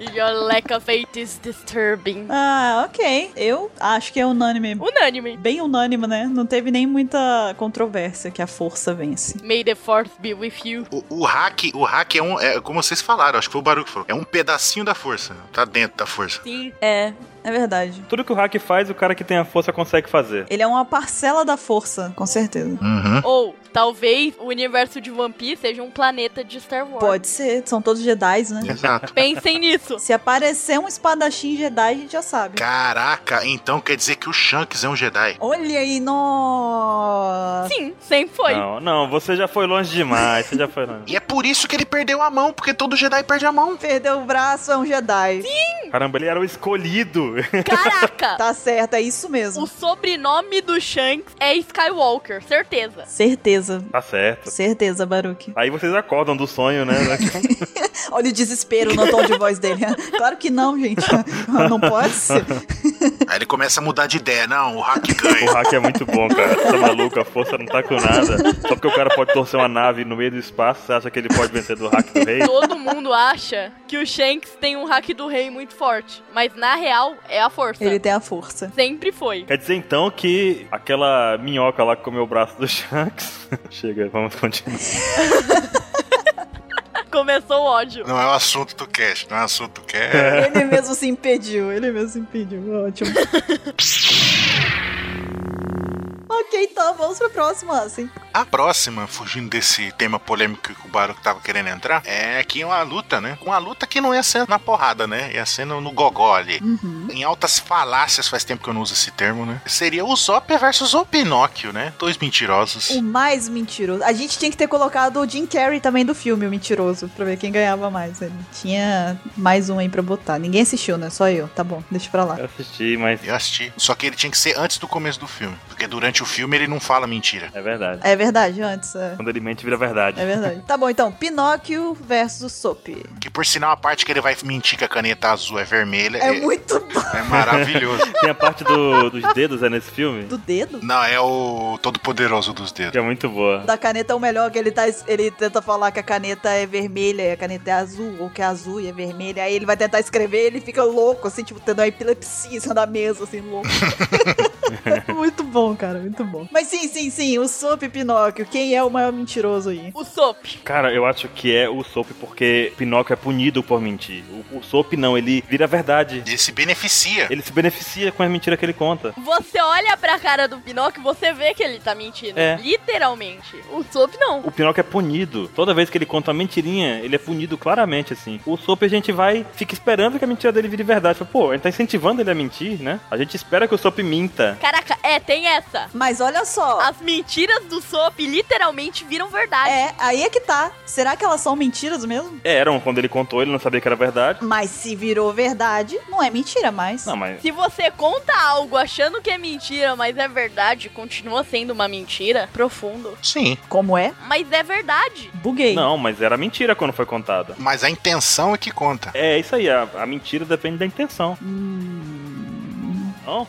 Speaker 1: Your lack of faith is disturbing.
Speaker 4: ah, ok. Eu acho que é unânime.
Speaker 1: Unânime.
Speaker 4: Bem unânime, né? Não teve nem muita controvérsia que a força vence.
Speaker 1: May the force be with you.
Speaker 3: O, o hack, o hack é um, é, como vocês falaram, acho que foi o barulho que falou, é um pedacinho da força, tá dentro da força.
Speaker 1: Sim.
Speaker 4: É, é verdade.
Speaker 2: tudo que o hack faz, o cara que tem a força consegue fazer.
Speaker 4: Ele é uma parcela da força, com certeza.
Speaker 3: Uhum.
Speaker 1: Ou talvez o universo de One Piece seja um planeta de Star Wars.
Speaker 4: Pode ser, são todos Jedi, né?
Speaker 3: [LAUGHS] Exato.
Speaker 1: [LAUGHS] Pensem nisso.
Speaker 4: Se aparecer um espadachim Jedi, a gente já sabe.
Speaker 3: Caraca, então quer dizer que o Shanks é um Jedi.
Speaker 4: Olha aí, nossa!
Speaker 1: Sim, sempre foi.
Speaker 2: Não, não, você já foi longe demais, você já foi
Speaker 3: [LAUGHS]
Speaker 2: longe.
Speaker 3: E é por isso que ele perdeu a mão, porque todo Jedi perde a mão.
Speaker 4: Perdeu o braço, é um Jedi.
Speaker 2: Caramba, ele era o escolhido. [LAUGHS]
Speaker 1: [LAUGHS] Caraca!
Speaker 4: Tá certo, é isso mesmo.
Speaker 1: O sobrenome do Shanks é Skywalker, certeza.
Speaker 4: Certeza.
Speaker 2: Tá certo.
Speaker 4: Certeza, Baruque.
Speaker 2: Aí vocês acordam do sonho, né?
Speaker 4: [LAUGHS] Olha o desespero no tom de voz dele. claro que não, gente. Não pode ser.
Speaker 3: Aí ele começa a mudar de ideia. Não, o hack
Speaker 2: O
Speaker 3: ganha.
Speaker 2: hack é muito bom, cara. Tá maluco, a força não tá com nada. Só porque o cara pode torcer uma nave no meio do espaço, você acha que ele pode vencer do hack do rei?
Speaker 1: Todo mundo acha que o Shanks tem um hack do rei muito forte. Mas na real, é a força.
Speaker 4: Ele tem a força.
Speaker 1: Sempre foi. [LAUGHS]
Speaker 2: Quer dizer então que aquela minhoca lá que comeu o braço do Shanks. [LAUGHS] Chega, vamos continuar.
Speaker 1: Começou o ódio.
Speaker 3: Não é o assunto do cast, não é o assunto do cast.
Speaker 4: Ele mesmo se impediu, ele mesmo se impediu. Ótimo. ok, então vamos pra próxima, assim.
Speaker 3: A próxima, fugindo desse tema polêmico que o Baruch tava querendo entrar, é que uma luta, né? Uma luta que não ia ser na porrada, né? Ia ser no, no gogó ali. Em altas falácias, faz tempo que eu não uso esse termo, né? Seria o Zop versus o Pinóquio, né? Dois mentirosos.
Speaker 4: O mais mentiroso. A gente tinha que ter colocado o Jim Carrey também do filme, o mentiroso, pra ver quem ganhava mais. Ele tinha mais um aí pra botar. Ninguém assistiu, né? Só eu. Tá bom, deixa pra lá.
Speaker 2: Eu assisti, mas
Speaker 3: Eu assisti. Só que ele tinha que ser antes do começo do filme. Porque durante o filme ele não fala mentira.
Speaker 2: é verdade.
Speaker 4: É verdade, antes. É,
Speaker 2: Quando ele mente, vira verdade.
Speaker 4: é verdade. tá bom, então. Pinóquio versus Soap.
Speaker 3: Que por sinal a parte que ele vai mentir que a caneta azul é vermelha
Speaker 4: É
Speaker 3: é,
Speaker 4: muito bom.
Speaker 3: é maravilhoso. [LAUGHS]
Speaker 2: Tem a parte do- dos dedos é nesse filme,
Speaker 4: Do dedo?
Speaker 3: não, é o Todo-Poderoso dos Dedos.
Speaker 2: que é muito boa.
Speaker 4: Da caneta é o melhor, que ele, tá, ele tenta falar que a caneta é vermelha e a caneta é azul, ou que é azul e é vermelha. Aí ele vai tentar escrever ele fica louco, assim, tipo, tendo uma epilepsia em cima da mesa, assim, louco. [LAUGHS] muito bom, cara, muito bom. Mas sim, sim, sim, o Soap Pinóquio, quem é o maior mentiroso aí?
Speaker 1: O Sop.
Speaker 2: Cara, eu acho que é o Soap porque Pinóquio é punido por mentir. O, o Soap não, ele vira verdade.
Speaker 3: Ele se beneficia.
Speaker 2: Ele se beneficia com as mentiras que ele conta.
Speaker 1: Você olha pra cara do Pinóquio e você vê que ele tá mentindo.
Speaker 2: É.
Speaker 1: Literalmente. O Sop não.
Speaker 2: O Pinóquio é punido. Toda vez que ele conta uma mentirinha, ele é punido claramente, assim. O Soap a gente vai, fica esperando que a mentira dele vire verdade. Fala, Pô, a gente tá incentivando ele a mentir, né? A gente espera que o Soap minta.
Speaker 1: Caraca, é, tem essa.
Speaker 4: Mas olha só.
Speaker 1: As mentiras do Sop literalmente viram verdade.
Speaker 4: É, aí é que tá. Será que elas são mentiras mesmo?
Speaker 2: É, Eram, quando ele contou, ele não sabia que era verdade.
Speaker 4: Mas se virou verdade, não é mentira mais.
Speaker 2: Não, mas
Speaker 1: Se você conta algo achando que é mentira, mas é verdade, continua sendo uma mentira. Profundo.
Speaker 3: Sim.
Speaker 4: Como é?
Speaker 1: Mas é verdade.
Speaker 4: Buguei.
Speaker 2: Não, mas era mentira quando foi contada.
Speaker 3: Mas a intenção é que conta.
Speaker 2: É isso aí, a, a mentira depende da intenção. Não?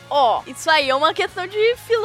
Speaker 1: Ó, isso aí é uma questão de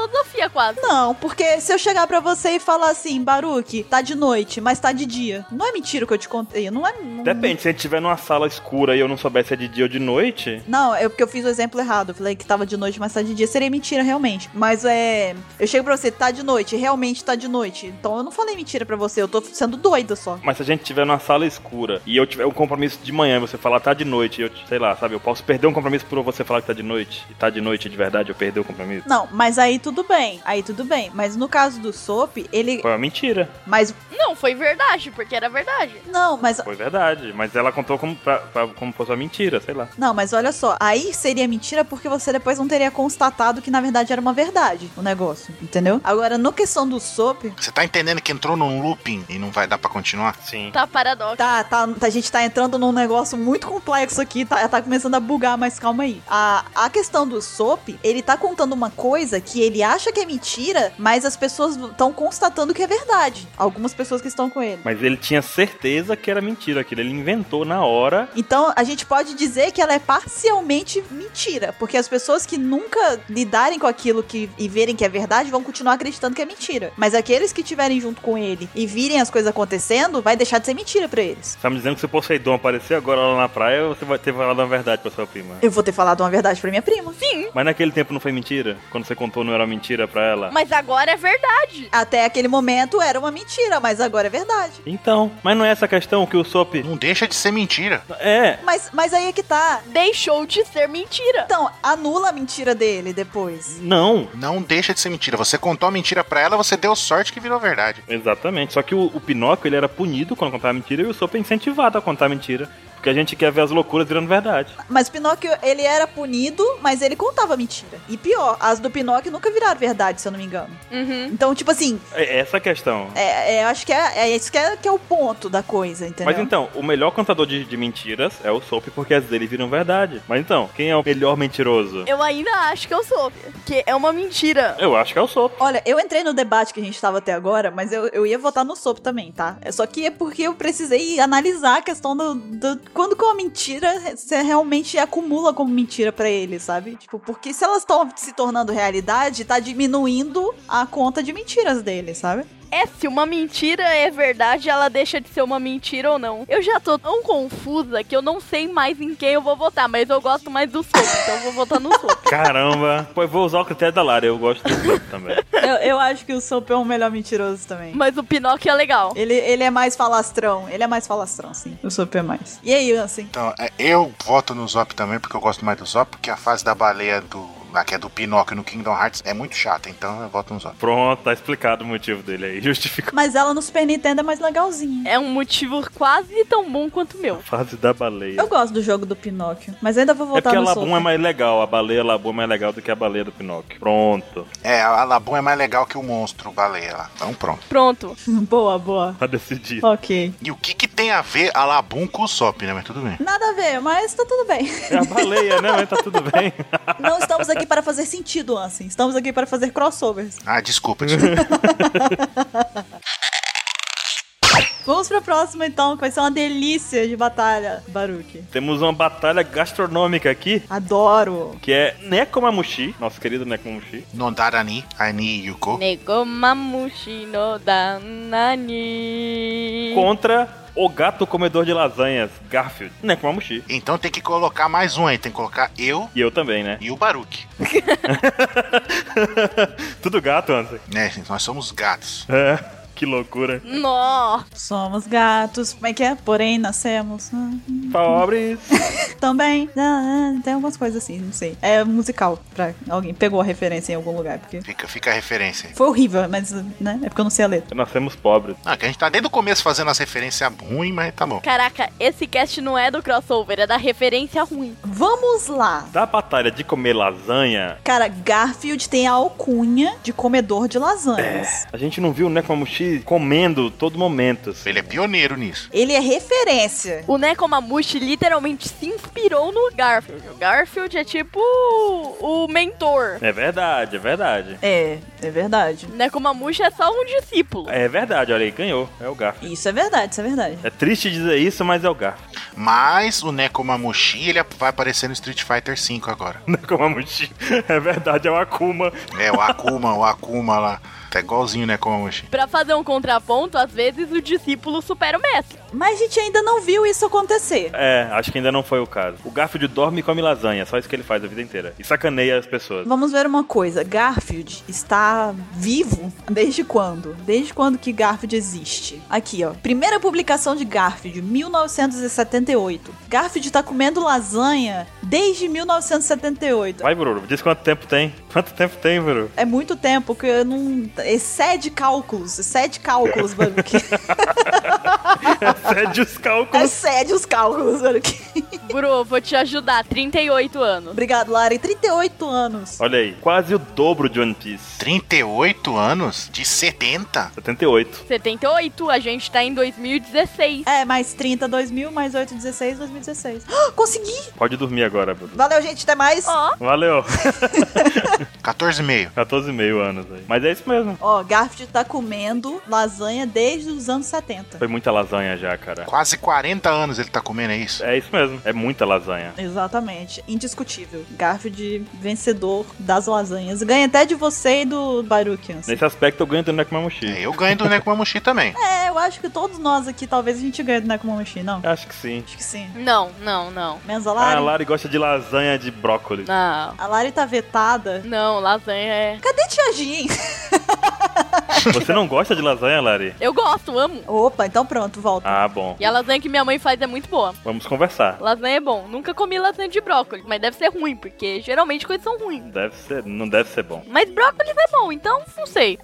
Speaker 1: filosofia quase.
Speaker 4: Não, porque se eu chegar pra você e falar assim, Baruque, tá de noite, mas tá de dia. Não é mentira o que eu te contei, não é. não-
Speaker 2: Depende, se a gente estiver numa sala escura e eu não souber se é de dia ou de noite,
Speaker 4: Não, é porque eu fiz o exemplo errado. Eu falei que tava de noite, mas tá de dia. Seria mentira, realmente. Mas é. Eu chego pra você, tá de noite, realmente tá de noite. Então eu não falei mentira pra você, eu tô sendo doida só.
Speaker 2: mas se a gente estiver numa sala escura e eu tiver um compromisso de manhã e você falar tá de noite, eu, sei lá, sabe, eu posso perder um compromisso por você falar que tá de noite e tá de noite de verdade, eu perder o compromisso.
Speaker 4: Não, mas aí tudo bem. Aí tudo bem. Mas no caso do Soap, ele.
Speaker 2: Foi uma mentira,
Speaker 4: Mas.
Speaker 1: Não, foi verdade, porque era verdade.
Speaker 4: Não, mas
Speaker 2: foi verdade, mas ela contou como, pra, pra- como fosse uma mentira, sei lá.
Speaker 4: Não, mas olha só, aí seria mentira porque você depois não teria constatado que na verdade era uma verdade o negócio, entendeu? Agora, no questão do SOP,
Speaker 3: Você tá entendendo que entrou num looping e não vai dar pra continuar?
Speaker 2: Sim.
Speaker 1: Tá paradoxo.
Speaker 4: tá, tá, a gente tá entrando num negócio muito complexo aqui, tá, tá começando a bugar, mas calma aí. A, a questão do SOP, ele tá contando uma coisa que ele acha que é mentira, mas as pessoas estão constatando que é verdade. Algumas pessoas que estão com ele.
Speaker 2: Mas ele tinha certeza que era mentira aquilo, ele inventou na hora
Speaker 4: Então, a gente pode dizer que ela é parcialmente mentira, porque as pessoas que nunca lidarem com aquilo que, e verem que é verdade vão continuar acreditando que é mentira. Mas aqueles que estiverem junto com ele e virem as coisas acontecendo, vai deixar de ser mentira pra eles.
Speaker 2: Você tá me dizendo que se o Poseidon aparecer agora lá na praia, você vai ter falado a verdade pra sua prima.
Speaker 4: Eu vou ter falado uma verdade pra minha prima.
Speaker 1: Sim,
Speaker 2: Mas naquele tempo não foi mentira? Quando você contou não era mentira pra ela?
Speaker 1: mas agora é verdade.
Speaker 4: Até aquele momento era uma mentira, mas agora é verdade.
Speaker 2: Então, mas não é essa a questão que o Sop...
Speaker 3: Não deixa de ser mentira.
Speaker 2: É,
Speaker 4: Mas, mas aí é que tá.
Speaker 1: Deixou de ser mentira.
Speaker 4: Então, anula a mentira dele depois.
Speaker 2: não.
Speaker 3: Não deixa de ser mentira. Você contou a mentira pra ela, você deu sorte que virou verdade.
Speaker 2: Exatamente, só que o, o Pinóquio ele era punido quando contava mentira e o Sop é incentivado a contar mentira. Porque a gente quer ver as loucuras virando verdade.
Speaker 4: Mas Pinóquio, ele era punido, mas ele contava mentira. E pior, as do Pinóquio nunca viraram verdade, se eu não me engano.
Speaker 1: Uhum.
Speaker 4: Então, tipo assim,
Speaker 2: É essa a questão.
Speaker 4: É, é, eu acho que é, é isso que é, que é o ponto da coisa, entendeu?
Speaker 2: Mas então, o melhor contador de, de mentiras é o Sop porque as dele viram verdade. Mas então, quem é o melhor mentiroso?
Speaker 1: Eu ainda acho que eu sou. Porque é uma mentira.
Speaker 2: Eu acho que é o Sop.
Speaker 4: Olha, eu entrei no debate que a gente tava até agora, mas eu, eu ia votar no Sopo também, tá? É só que é porque eu precisei analisar a questão do, do quando que uma mentira você realmente acumula como mentira pra ele, sabe? Tipo, porque se elas estão se tornando realidade, tá diminuindo a conta de mentiras dele, sabe?
Speaker 1: É, se uma mentira é verdade, ela deixa de ser uma mentira ou não. Eu já tô tão confusa que eu não sei mais em quem eu vou votar, mas eu gosto mais do soco, então eu vou votar no
Speaker 2: [LAUGHS]
Speaker 1: soco.
Speaker 2: Caramba. Pô, eu vou usar o critério da Lara, eu gosto do Soap também.
Speaker 4: Eu, eu acho que o Soap é o melhor mentiroso também.
Speaker 1: Mas o Pinóquio é legal.
Speaker 4: Ele, ele é mais falastrão. Ele é mais falastrão, sim. O Soap é mais. E aí, assim?
Speaker 3: Então, é, eu voto no Zop também, porque eu gosto mais do Zop, porque a fase da baleia do. Lá que é do Pinóquio no Kingdom Hearts é muito chata, então eu voto no Zop.
Speaker 2: [LAUGHS] Pronto, tá explicado o motivo dele aí. Justifica
Speaker 4: Mas ela no Super Nintendo é mais legalzinha.
Speaker 1: É um motivo quase tão bom quanto o meu.
Speaker 2: a fase da baleia.
Speaker 4: Eu gosto do jogo do Pinóquio, mas ainda vou
Speaker 2: É
Speaker 4: voltar
Speaker 2: porque a
Speaker 4: no
Speaker 2: Labum
Speaker 4: Soap.
Speaker 2: é mais legal, a baleia Labum é mais legal do que a baleia do Pinóquio. Pronto.
Speaker 3: É, a Labum é mais legal que o monstro baleia lá. Então pronto.
Speaker 1: Pronto.
Speaker 4: [LAUGHS] Boa, boa.
Speaker 2: Tá decidido.
Speaker 4: Ok.
Speaker 3: E o que, que tem a ver a Labum com o Zop, né? Mas tudo bem.
Speaker 4: Nada a ver, mas tá tudo
Speaker 2: [LAUGHS]
Speaker 4: bem.
Speaker 2: É a baleia, né? Mas tá tudo bem. [LAUGHS]
Speaker 4: Não estamos aqui para fazer sentido, assim. Estamos aqui para fazer crossovers.
Speaker 3: Ah, desculpa, desculpa.
Speaker 4: Vamos pra próxima, então, que vai ser uma delícia de batalha, Baruque.
Speaker 2: Temos uma batalha gastronômica aqui.
Speaker 4: Adoro.
Speaker 2: Que é Nekomamushi, nosso querido Nekomamushi.
Speaker 3: Nondarani, Ani Yuko.
Speaker 1: Negomamushi no danani.
Speaker 2: Contra o gato comedor de lasanhas, Garfield. Nekomamushi.
Speaker 3: Então tem que colocar mais um aí. Tem que colocar eu
Speaker 2: E eu também, né? [LAUGHS]
Speaker 3: e o Baruque.
Speaker 2: Tudo gato, Anderson.
Speaker 3: Né, gente? Nós somos gatos.
Speaker 2: É, que loucura.
Speaker 1: Nó.
Speaker 4: Somos gatos. Como é que é? Porém, nascemos. ah,
Speaker 2: Pobres.
Speaker 4: Também. Ah, ah, Tem algumas coisas assim, não sei. É musical, pra alguém pegou a referência em algum lugar, porque.
Speaker 3: Fica, fica a referência aí.
Speaker 4: Foi horrível, mas, né? É porque eu não sei a letra.
Speaker 2: Nascemos pobres.
Speaker 3: Ah, que a gente tá desde o começo fazendo as referências ruins, mas tá bom.
Speaker 1: Caraca, esse cast não é do crossover, é da referência ruim.
Speaker 4: Vamos lá.
Speaker 2: Da batalha de comer lasanha,
Speaker 4: Cara, Garfield tem a alcunha de comedor de lasanhas.
Speaker 2: a gente não viu o Nekomamushi comendo todo momento. assim.
Speaker 3: Ele é pioneiro nisso.
Speaker 4: Ele é referência.
Speaker 1: O Nekomamushi literalmente se inspirou no Garfield. O Garfield é tipo o o mentor.
Speaker 2: É verdade, é verdade.
Speaker 4: É, é verdade.
Speaker 1: O Nekomamushi é só um discípulo.
Speaker 2: É verdade, olha aí, ganhou. É o Garfield.
Speaker 4: Isso é verdade, isso é verdade.
Speaker 2: É triste dizer isso, mas é o Garfield. [LAUGHS]
Speaker 3: Mas o Nekomamushi, ele vai aparecer no Street Fighter V agora.
Speaker 2: Nekomamushi. É verdade, é o Akuma.
Speaker 3: É, o Akuma, o Akuma lá. Tá igualzinho o Nekomamushi.
Speaker 1: Pra fazer um contraponto, às vezes o discípulo supera o mestre.
Speaker 4: Mas a gente ainda não viu isso acontecer.
Speaker 2: É, acho que ainda não foi o caso. O Garfield dorme e come lasanha, só isso que ele faz a vida inteira. E sacaneia as pessoas.
Speaker 4: Vamos ver uma coisa. Garfield está vivo desde quando? Desde quando que Garfield existe? Aqui, ó. Primeira publicação de Garfield, 1978. Garfield tá comendo lasanha desde 1978.
Speaker 2: Vai, Bruno, diz quanto tempo tem. Quanto tempo tem, [LAUGHS] Bruno?
Speaker 4: É muito tempo que eu não. Excede cálculos. Excede cálculos, Baruque.
Speaker 2: Excede os cálculos.
Speaker 4: excede os cálculos, Baruque.
Speaker 1: Bro, vou te ajudar. 38 anos.
Speaker 4: Obrigado, Lari. 38 anos.
Speaker 2: Olha aí, quase o dobro de One Piece.
Speaker 3: 38 anos? De 70?
Speaker 2: 78.
Speaker 1: 78, a gente tá em 2016.
Speaker 4: É, mais 30, 2000, mais 8, 16, 2016. Ah, [GASPS] consegui!
Speaker 2: Pode dormir agora, Bruno.
Speaker 4: Valeu, gente, até mais! Ó,
Speaker 1: Ó,
Speaker 2: Valeu. [LAUGHS]
Speaker 3: 14,5.
Speaker 2: 14,5 anos aí. Mas é isso mesmo.
Speaker 4: Garfield tá comendo lasanha desde os anos 70.
Speaker 2: Foi muita lasanha já, cara.
Speaker 3: Quase 40 anos ele tá comendo, é isso?
Speaker 2: É isso mesmo. É muita lasanha.
Speaker 4: Exatamente, indiscutível. Garfield vencedor das lasanhas. Ganha até de você e do Barukians.
Speaker 2: Nesse aspecto eu ganho do Nekomamushi.
Speaker 3: É, eu ganho do Nekomamushi também.
Speaker 4: É, eu acho que todos nós aqui talvez a gente ganhe do Nekomamushi, não?
Speaker 2: Acho que sim.
Speaker 4: Acho que sim.
Speaker 1: não, não, não.
Speaker 4: Menos a
Speaker 2: Ah, a
Speaker 4: Lari.
Speaker 2: Lari gosta de lasanha de brócolis.
Speaker 1: Não,
Speaker 4: A Lari tá vetada.
Speaker 1: não, lasanha é.
Speaker 4: Cadê Tia Jean?
Speaker 2: Você não gosta de lasanha, Lari?
Speaker 1: Eu gosto, amo.
Speaker 4: [LAUGHS] Opa, então pronto, volta.
Speaker 2: Ah, bom.
Speaker 1: E a lasanha que minha mãe faz é muito boa.
Speaker 2: Vamos conversar.
Speaker 1: Lasanha é bom. Nunca comi lasanha de brócolis, mas deve ser ruim, porque geralmente coisas são ruins.
Speaker 2: Deve ser, não deve ser bom.
Speaker 1: Mas brócolis é bom, então não sei.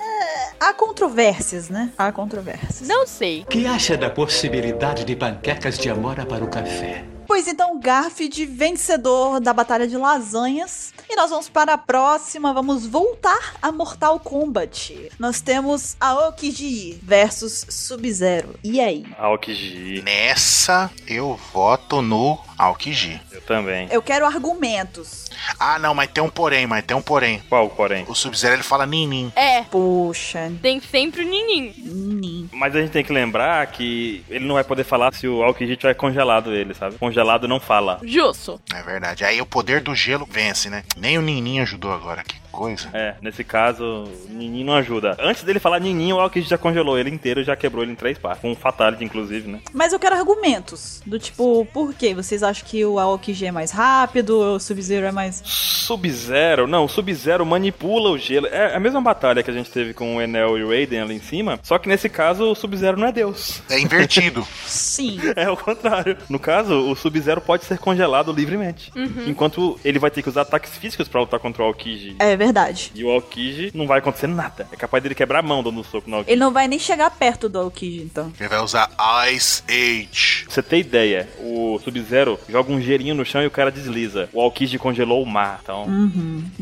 Speaker 4: Há controvérsias, né? Há controvérsias.
Speaker 1: Não sei.
Speaker 9: Que acha da possibilidade de panquecas de amora para o café?
Speaker 4: Pois então, Garfield, vencedor da Batalha de Lasanhas. E nós vamos para a próxima, vamos voltar a Mortal Kombat. Nós temos Aokiji versus Sub-Zero. E aí?
Speaker 2: Aokiji.
Speaker 3: Nessa eu voto no Aokiji.
Speaker 2: Eu também.
Speaker 4: Eu quero argumentos.
Speaker 3: Ah, não, mas tem um porém, mas tem um porém.
Speaker 2: Qual, porém?
Speaker 3: O Sub-Zero ele fala Ninin.
Speaker 1: É,
Speaker 4: Poxa,
Speaker 1: tem sempre o nininho.
Speaker 4: nin.
Speaker 2: Mas a gente tem que lembrar que ele não vai poder falar se o Aokiji tiver congelado ele, sabe? Congelado não fala.
Speaker 1: Justo.
Speaker 3: É verdade. Aí o poder do gelo vence, né? Nem o Ninin ajudou agora, que coisa.
Speaker 2: É, nesse caso, Ninin não ajuda. Antes dele falar Ninin, o Aokiji já congelou ele inteiro, já quebrou ele em três partes. Com um fatality, inclusive, né?
Speaker 4: Mas eu quero argumentos. Do tipo, por quê? Vocês acham que o Aokiji é mais rápido, o Sub-Zero é mais.
Speaker 2: Sub-Zero, não, o Sub-Zero manipula o gelo. É a mesma batalha que a gente teve com o Enel e o Raiden ali em cima, só que nesse caso o Sub-Zero não é Deus.
Speaker 3: É invertido.
Speaker 4: Sim.
Speaker 2: [LAUGHS] É o contrário. No caso, o Sub-Zero pode ser congelado livremente. Enquanto ele vai ter que usar ataques físicos pra lutar contra o Aokiji.
Speaker 4: É verdade.
Speaker 2: E o Aokiji não vai acontecer nada. É capaz dele quebrar a mão dando um soco no Aokiji.
Speaker 4: Ele não vai nem chegar perto do Aokiji, então.
Speaker 3: Ele vai usar Ice Age.
Speaker 2: Pra você ter ideia, o Sub-Zero joga um gelinho no chão e o cara desliza. O Aokiji congelou o mar, então,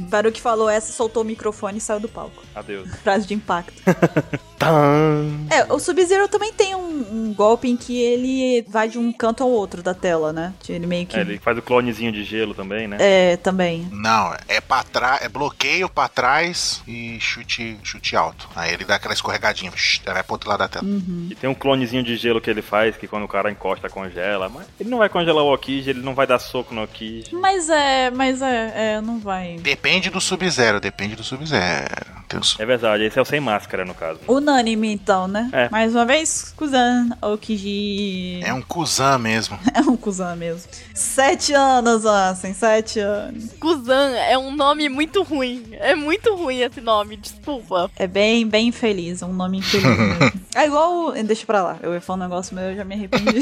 Speaker 4: Para o que falou essa, soltou o microfone e saiu do palco.
Speaker 2: adeus.
Speaker 4: Frase de impacto.
Speaker 2: Tan.
Speaker 4: É, o Sub-Zero também tem um, um golpe em que ele vai de um canto ao outro da tela, né? Que Ele meio que.
Speaker 2: É, ele faz o clonezinho de gelo também, né?
Speaker 4: É, também.
Speaker 3: Não, é pra trás, é bloqueio pra trás e chute, chute alto. Aí ele dá aquela escorregadinha, shh, ela vai pro outro lado da tela.
Speaker 2: E tem um clonezinho de gelo que ele faz, que quando o cara encosta, congela. Mas ele não vai congelar o Aokiji, ele não vai dar soco no Aokiji.
Speaker 4: Mas é, mas é, é, não vai.
Speaker 3: Depende do Sub-Zero, depende do Sub-Zero. Tem o
Speaker 2: É verdade, esse é o sem máscara, no caso.
Speaker 4: Unânime, então, né?
Speaker 2: É.
Speaker 4: Mais uma vez, Kuzan, Okiji.
Speaker 3: É um Kuzan mesmo.
Speaker 4: É um Kuzan mesmo. Sete anos, Ansem, sete anos.
Speaker 1: Kuzan é um nome muito ruim. É muito ruim esse nome, desculpa.
Speaker 4: É bem, bem infeliz, é um nome infeliz mesmo. É igual. o- Deixa pra lá, eu ia falar um negócio, mas eu já me arrependi.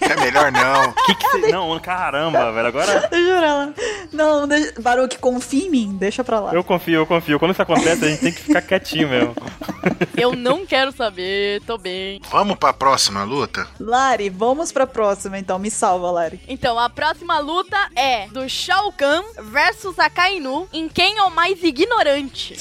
Speaker 3: É melhor não.
Speaker 2: Que que cê... Não, caramba, velho. Agora
Speaker 4: deixa pra lá. Não, deixa... Baruque, confia em mim, deixa pra lá.
Speaker 2: eu confio, eu confio. Quando isso acontece, a gente tem que ficar quietinho mesmo.
Speaker 1: Eu não quero saber, tô bem.
Speaker 3: Vamos pra próxima luta?
Speaker 4: Lari, vamos pra próxima então, me salva, Lari.
Speaker 1: Então, a próxima luta é do Shao Kahn versus Akainu em quem é o mais ignorante.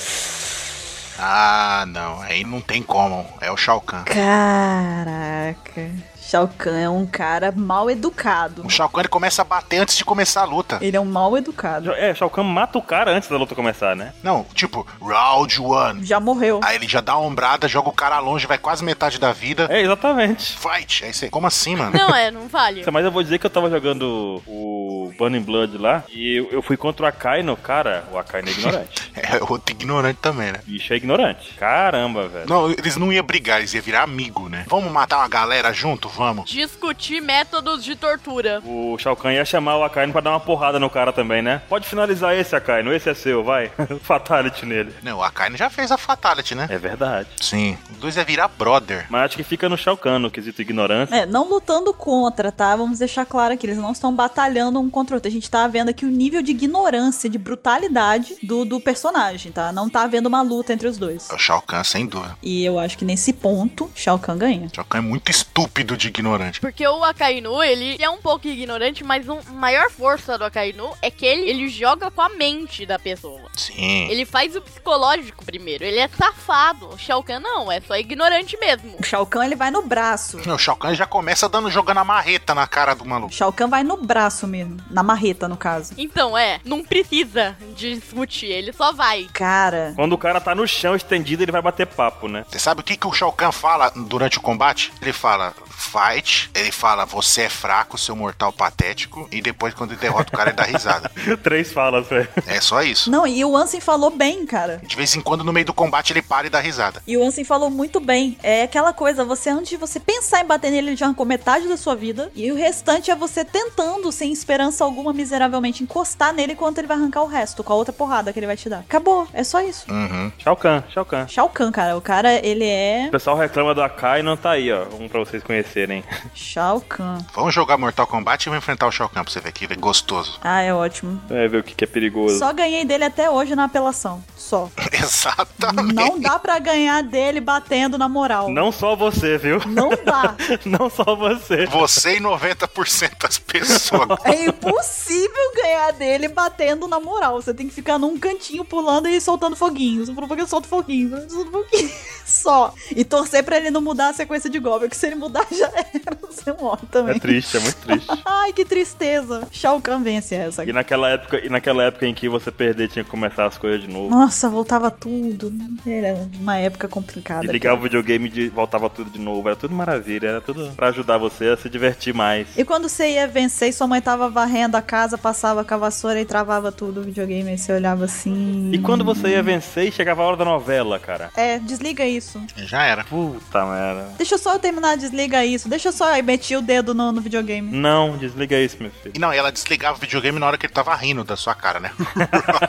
Speaker 3: Ah, não. Aí não tem como. É o Shao Kahn.
Speaker 4: Caraca. Shao Kahn é um cara mal educado.
Speaker 3: O Shao Kahn ele começa a bater antes de começar a luta.
Speaker 4: Ele é um mal educado.
Speaker 2: É, Shao Kahn mata o cara antes da luta começar, né?
Speaker 3: Não, tipo, round one.
Speaker 4: Já morreu.
Speaker 3: Aí ele já dá uma ombrada, joga o cara longe, vai quase metade da vida.
Speaker 2: É, exatamente.
Speaker 3: Fight. Aí você, como assim, mano?
Speaker 1: Não é, não
Speaker 2: [LAUGHS]
Speaker 1: vale.
Speaker 2: Mas eu vou dizer que eu tava jogando o Burning Blood lá e eu, eu fui contra o Akainu. Cara, o Akainu é
Speaker 3: [LAUGHS]
Speaker 2: ignorante.
Speaker 3: [LAUGHS] É outro ignorante também, né?
Speaker 2: Bicho é ignorante. Caramba, velho.
Speaker 3: Não, eles não iam brigar, eles iam virar amigo, né? Vamos matar uma galera junto? Vamos.
Speaker 1: Discutir métodos de tortura.
Speaker 2: O Shao Kahn ia chamar o Akainu pra dar uma porrada no cara também, né? Pode finalizar esse, Akainu. Esse é seu, vai. [LAUGHS] Fatality nele.
Speaker 3: Não, a Kaine já fez a Fatality, né?
Speaker 2: É verdade.
Speaker 3: Sim. Os dois ia virar brother.
Speaker 2: Mas acho que fica no Shao Kahn, no quesito ignorância.
Speaker 4: É, não lutando contra, tá? Vamos deixar claro aqui, eles não estão batalhando um contra o outro. A gente tá vendo aqui o nível de ignorância, de brutalidade do, do personagem, tá? Não tá havendo uma luta entre os dois.
Speaker 3: É o Shao Kahn, sem dúvida.
Speaker 4: E eu acho que nesse ponto, Shao Kahn ganha.
Speaker 3: O Shao Kahn é muito estúpido de ignorante.
Speaker 1: Porque o Akainu, ele é um pouco ignorante, mas um, a maior força do Akainu é que ele, ele joga com a mente da pessoa.
Speaker 3: Sim.
Speaker 1: Ele faz o psicológico primeiro. Ele é safado. O Shao Kahn não, é só ignorante mesmo.
Speaker 4: O Shao Kahn, ele vai no braço.
Speaker 3: Não, o Shao Kahn já começa dando, jogando a marreta na cara do maluco.
Speaker 4: Shao Kahn vai no braço mesmo, na marreta, no caso.
Speaker 1: Então, é, não precisa de discutir, ele só vai.
Speaker 4: Cara,
Speaker 2: Quando o cara tá no chão estendido, ele vai bater papo, né? [LAUGHS]
Speaker 3: Você sabe o que, que o Shao Kahn fala durante o combate? Ele fala fight, ele fala você é fraco, seu mortal patético, e depois quando ele derrota o cara ele dá risada.
Speaker 2: Três falas, velho.
Speaker 3: É só isso.
Speaker 4: não, e o Ansem falou bem, cara.
Speaker 3: De vez em quando no meio do combate ele para e dá risada.
Speaker 4: E o Ansem falou muito bem. É aquela coisa, você antes de você pensar em bater nele, ele já arrancou metade da sua vida. E o restante é você tentando, sem esperança alguma, miseravelmente, encostar nele enquanto ele vai arrancar o resto, com a outra porrada que ele vai te dar. Acabou, é só isso.
Speaker 3: Uhum.
Speaker 2: Shao Kahn, Shao Kahn.
Speaker 4: Shao Kahn, cara, o cara, ele é.
Speaker 2: O pessoal reclama do Akainu, tá aí, ó. Um pra vocês serem.
Speaker 4: Shao Kahn.
Speaker 3: Vamos jogar Mortal Kombat e vamos enfrentar o Shao Kahn pra você ver que é gostoso. [LAUGHS]
Speaker 4: Ah, é ótimo.
Speaker 2: Então é ver o que, que é perigoso.
Speaker 4: Só ganhei dele até hoje na apelação. Só.
Speaker 3: Exatamente.
Speaker 4: Não dá pra ganhar dele batendo na moral.
Speaker 2: Não só você, viu?
Speaker 4: Não dá.
Speaker 2: [LAUGHS] Não só você.
Speaker 3: Você e 90% das pessoas.
Speaker 4: É impossível ganhar dele batendo na moral. Você tem que ficar num cantinho pulando e soltando foguinhos. Um pouquinho solta foguinho, solta foguinho. [LAUGHS] Só. E torcer pra ele não mudar a sequência de golpe, que se ele mudar [LAUGHS] já era. Você morre também.
Speaker 2: É triste, é muito triste.
Speaker 4: Ai, que tristeza. Shao Kahn vence essa.
Speaker 2: E naquela época, e naquela época em que você perder tinha que começar as coisas de novo.
Speaker 4: Nossa, voltava tudo. Era uma época complicada.
Speaker 2: E ligava o videogame e voltava tudo de novo. Era tudo maravilha, era tudo pra ajudar você a se divertir mais.
Speaker 4: E quando você ia vencer, e sua mãe tava varrendo a casa, passava com a vassoura e travava tudo o videogame. Aí você olhava assim.
Speaker 2: E quando você ia vencer e chegava a hora da novela, cara.
Speaker 4: É, desliga isso.
Speaker 3: [LAUGHS] Já era.
Speaker 2: Puta merda.
Speaker 4: Deixa eu só eu terminar, desliga isso. Deixa eu só eu meter o dedo no, no videogame.
Speaker 2: Não, desliga isso, meu filho.
Speaker 3: E não, ela desligava o videogame na hora que ele tava rindo da sua cara, né? [LAUGHS]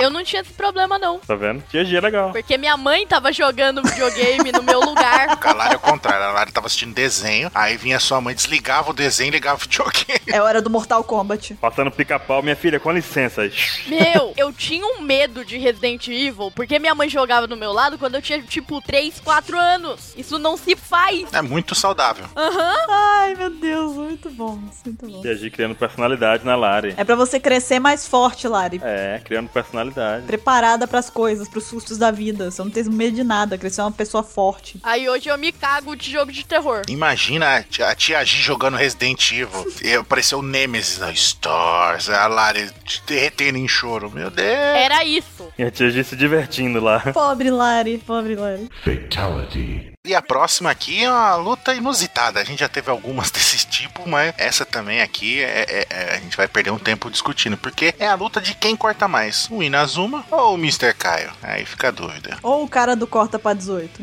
Speaker 1: Eu não tinha esse problema, não.
Speaker 2: Tá vendo? GG é legal.
Speaker 1: Porque minha mãe tava jogando videogame no meu lugar.
Speaker 3: Com A Lara é o contrário. A Lara tava assistindo desenho, aí vinha sua mãe, desligava o desenho e ligava o videogame.
Speaker 4: É hora do Mortal Kombat.
Speaker 2: Passando pica-pau, minha filha, com licença.
Speaker 1: Meu, eu tinha um medo de Resident Evil, porque minha mãe jogava do meu lado quando eu tinha, tipo, 3, 4 anos. Isso não se faz.
Speaker 3: É muito saudável.
Speaker 4: Ai, meu Deus, muito bom. Muito bom.
Speaker 2: E a G criando personalidade na Lari.
Speaker 4: É pra você crescer mais forte, Lari.
Speaker 2: É, criando personalidade.
Speaker 4: Preparada pras coisas, pros sustos da vida. Você não tem medo de nada, crescer é uma pessoa forte.
Speaker 1: Aí hoje eu me cago de jogo de terror.
Speaker 3: Imagina a tia, a tia G jogando Resident Evil. E apareceu o Nemesis na Stars. A Lara derretendo em choro. Meu Deus.
Speaker 1: Era isso.
Speaker 2: E a tia G se divertindo lá.
Speaker 4: Pobre Lari, pobre Lari.
Speaker 8: Fatality.
Speaker 3: E a próxima aqui é uma luta inusitada. A gente já teve algumas [LAUGHS] desse tipo, mas essa também aqui é- é- é- a gente vai perder um tempo discutindo. Porque é a luta de quem corta mais: o Inazuma ou o Mr. Caio? Aí fica a dúvida.
Speaker 4: Ou o cara do corta pra 18.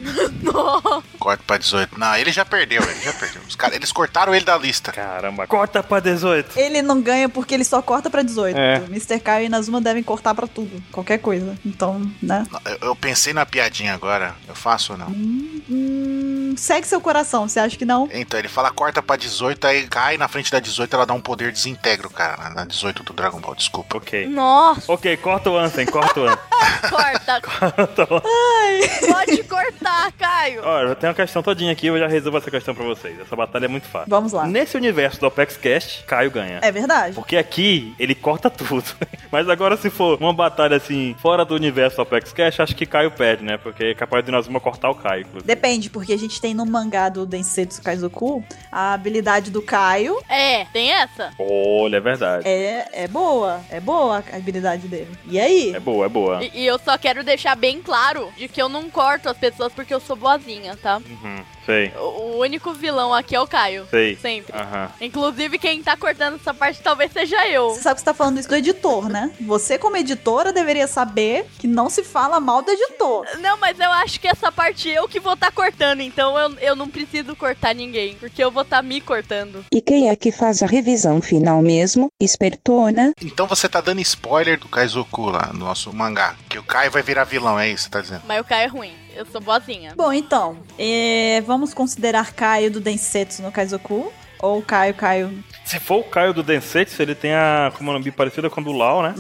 Speaker 3: Corta pra 18. Não, ele já perdeu, ele já perdeu. Os caras, eles cortaram ele da lista.
Speaker 2: Caramba, corta pra 18.
Speaker 4: Ele não ganha porque ele só corta pra 18.
Speaker 2: É.
Speaker 4: Mr. Caio e Inazuma devem cortar pra tudo, qualquer coisa. Então, né?
Speaker 3: Eu, eu pensei na piadinha agora. Eu faço ou não?
Speaker 4: Hum, segue seu coração, você acha que não?
Speaker 3: Então, ele fala corta pra 18, aí cai na frente da 18, ela dá um poder desintegro, cara. Na, na 18 do Dragon Ball, desculpa.
Speaker 2: Ok.
Speaker 1: Nossa,
Speaker 2: Ok, corta o Ansem, corta o [LAUGHS] Ansem.
Speaker 1: [LAUGHS] corta.
Speaker 2: Corta o Ansem.
Speaker 1: Pode cortar, Caio.
Speaker 2: Olha, eu tenho uma questão todinha aqui, eu já resolvo essa questão pra vocês. Essa batalha é muito fácil.
Speaker 4: Vamos lá.
Speaker 2: Nesse universo do Apex Cast, Caio ganha.
Speaker 4: É verdade.
Speaker 2: Porque aqui ele corta tudo. [LAUGHS] Mas agora, se for uma batalha assim, fora do universo do Apex Cash, acho que Caio perde, né? Porque é capaz de nós uma cortar o Caio. inclusive.
Speaker 4: Depende, porque a gente tem no mangá do Densetsu Kaizoku a habilidade do Caio.
Speaker 1: É, tem essa?
Speaker 2: Olha, é verdade.
Speaker 4: É, é boa, é boa a habilidade dele. E aí?
Speaker 2: É boa, é boa.
Speaker 1: E, e eu só quero deixar bem claro de que eu não corto as pessoas porque eu sou boazinha, tá?
Speaker 2: Uhum, sei,
Speaker 1: O, o único vilão aqui é o Caio.
Speaker 2: sei.
Speaker 1: Sempre.
Speaker 2: Aham.
Speaker 1: Inclusive, quem tá cortando essa parte talvez seja eu.
Speaker 4: Você sabe que você tá falando isso do editor, né? Você, como editora, deveria saber que não se fala mal do editor.
Speaker 1: Não, mas eu acho que essa parte eu que vou tá cortando, então eu, eu não preciso cortar ninguém, porque eu vou tá me cortando.
Speaker 5: E quem é que faz a revisão final mesmo? Espertona?
Speaker 3: Então você tá dando spoiler do Kaizoku lá no nosso mangá. Que o Kai vai virar vilão, é isso que você tá dizendo?
Speaker 1: Mas o Caio é ruim, eu sou boazinha.
Speaker 4: Bom, então, eh, vamos considerar Caio do Densetsu no Kaizoku? Ou Caio, Caio.
Speaker 2: Se for o Caio do Densetsu, ele tem a Kumanobi parecida com a do Lau, né?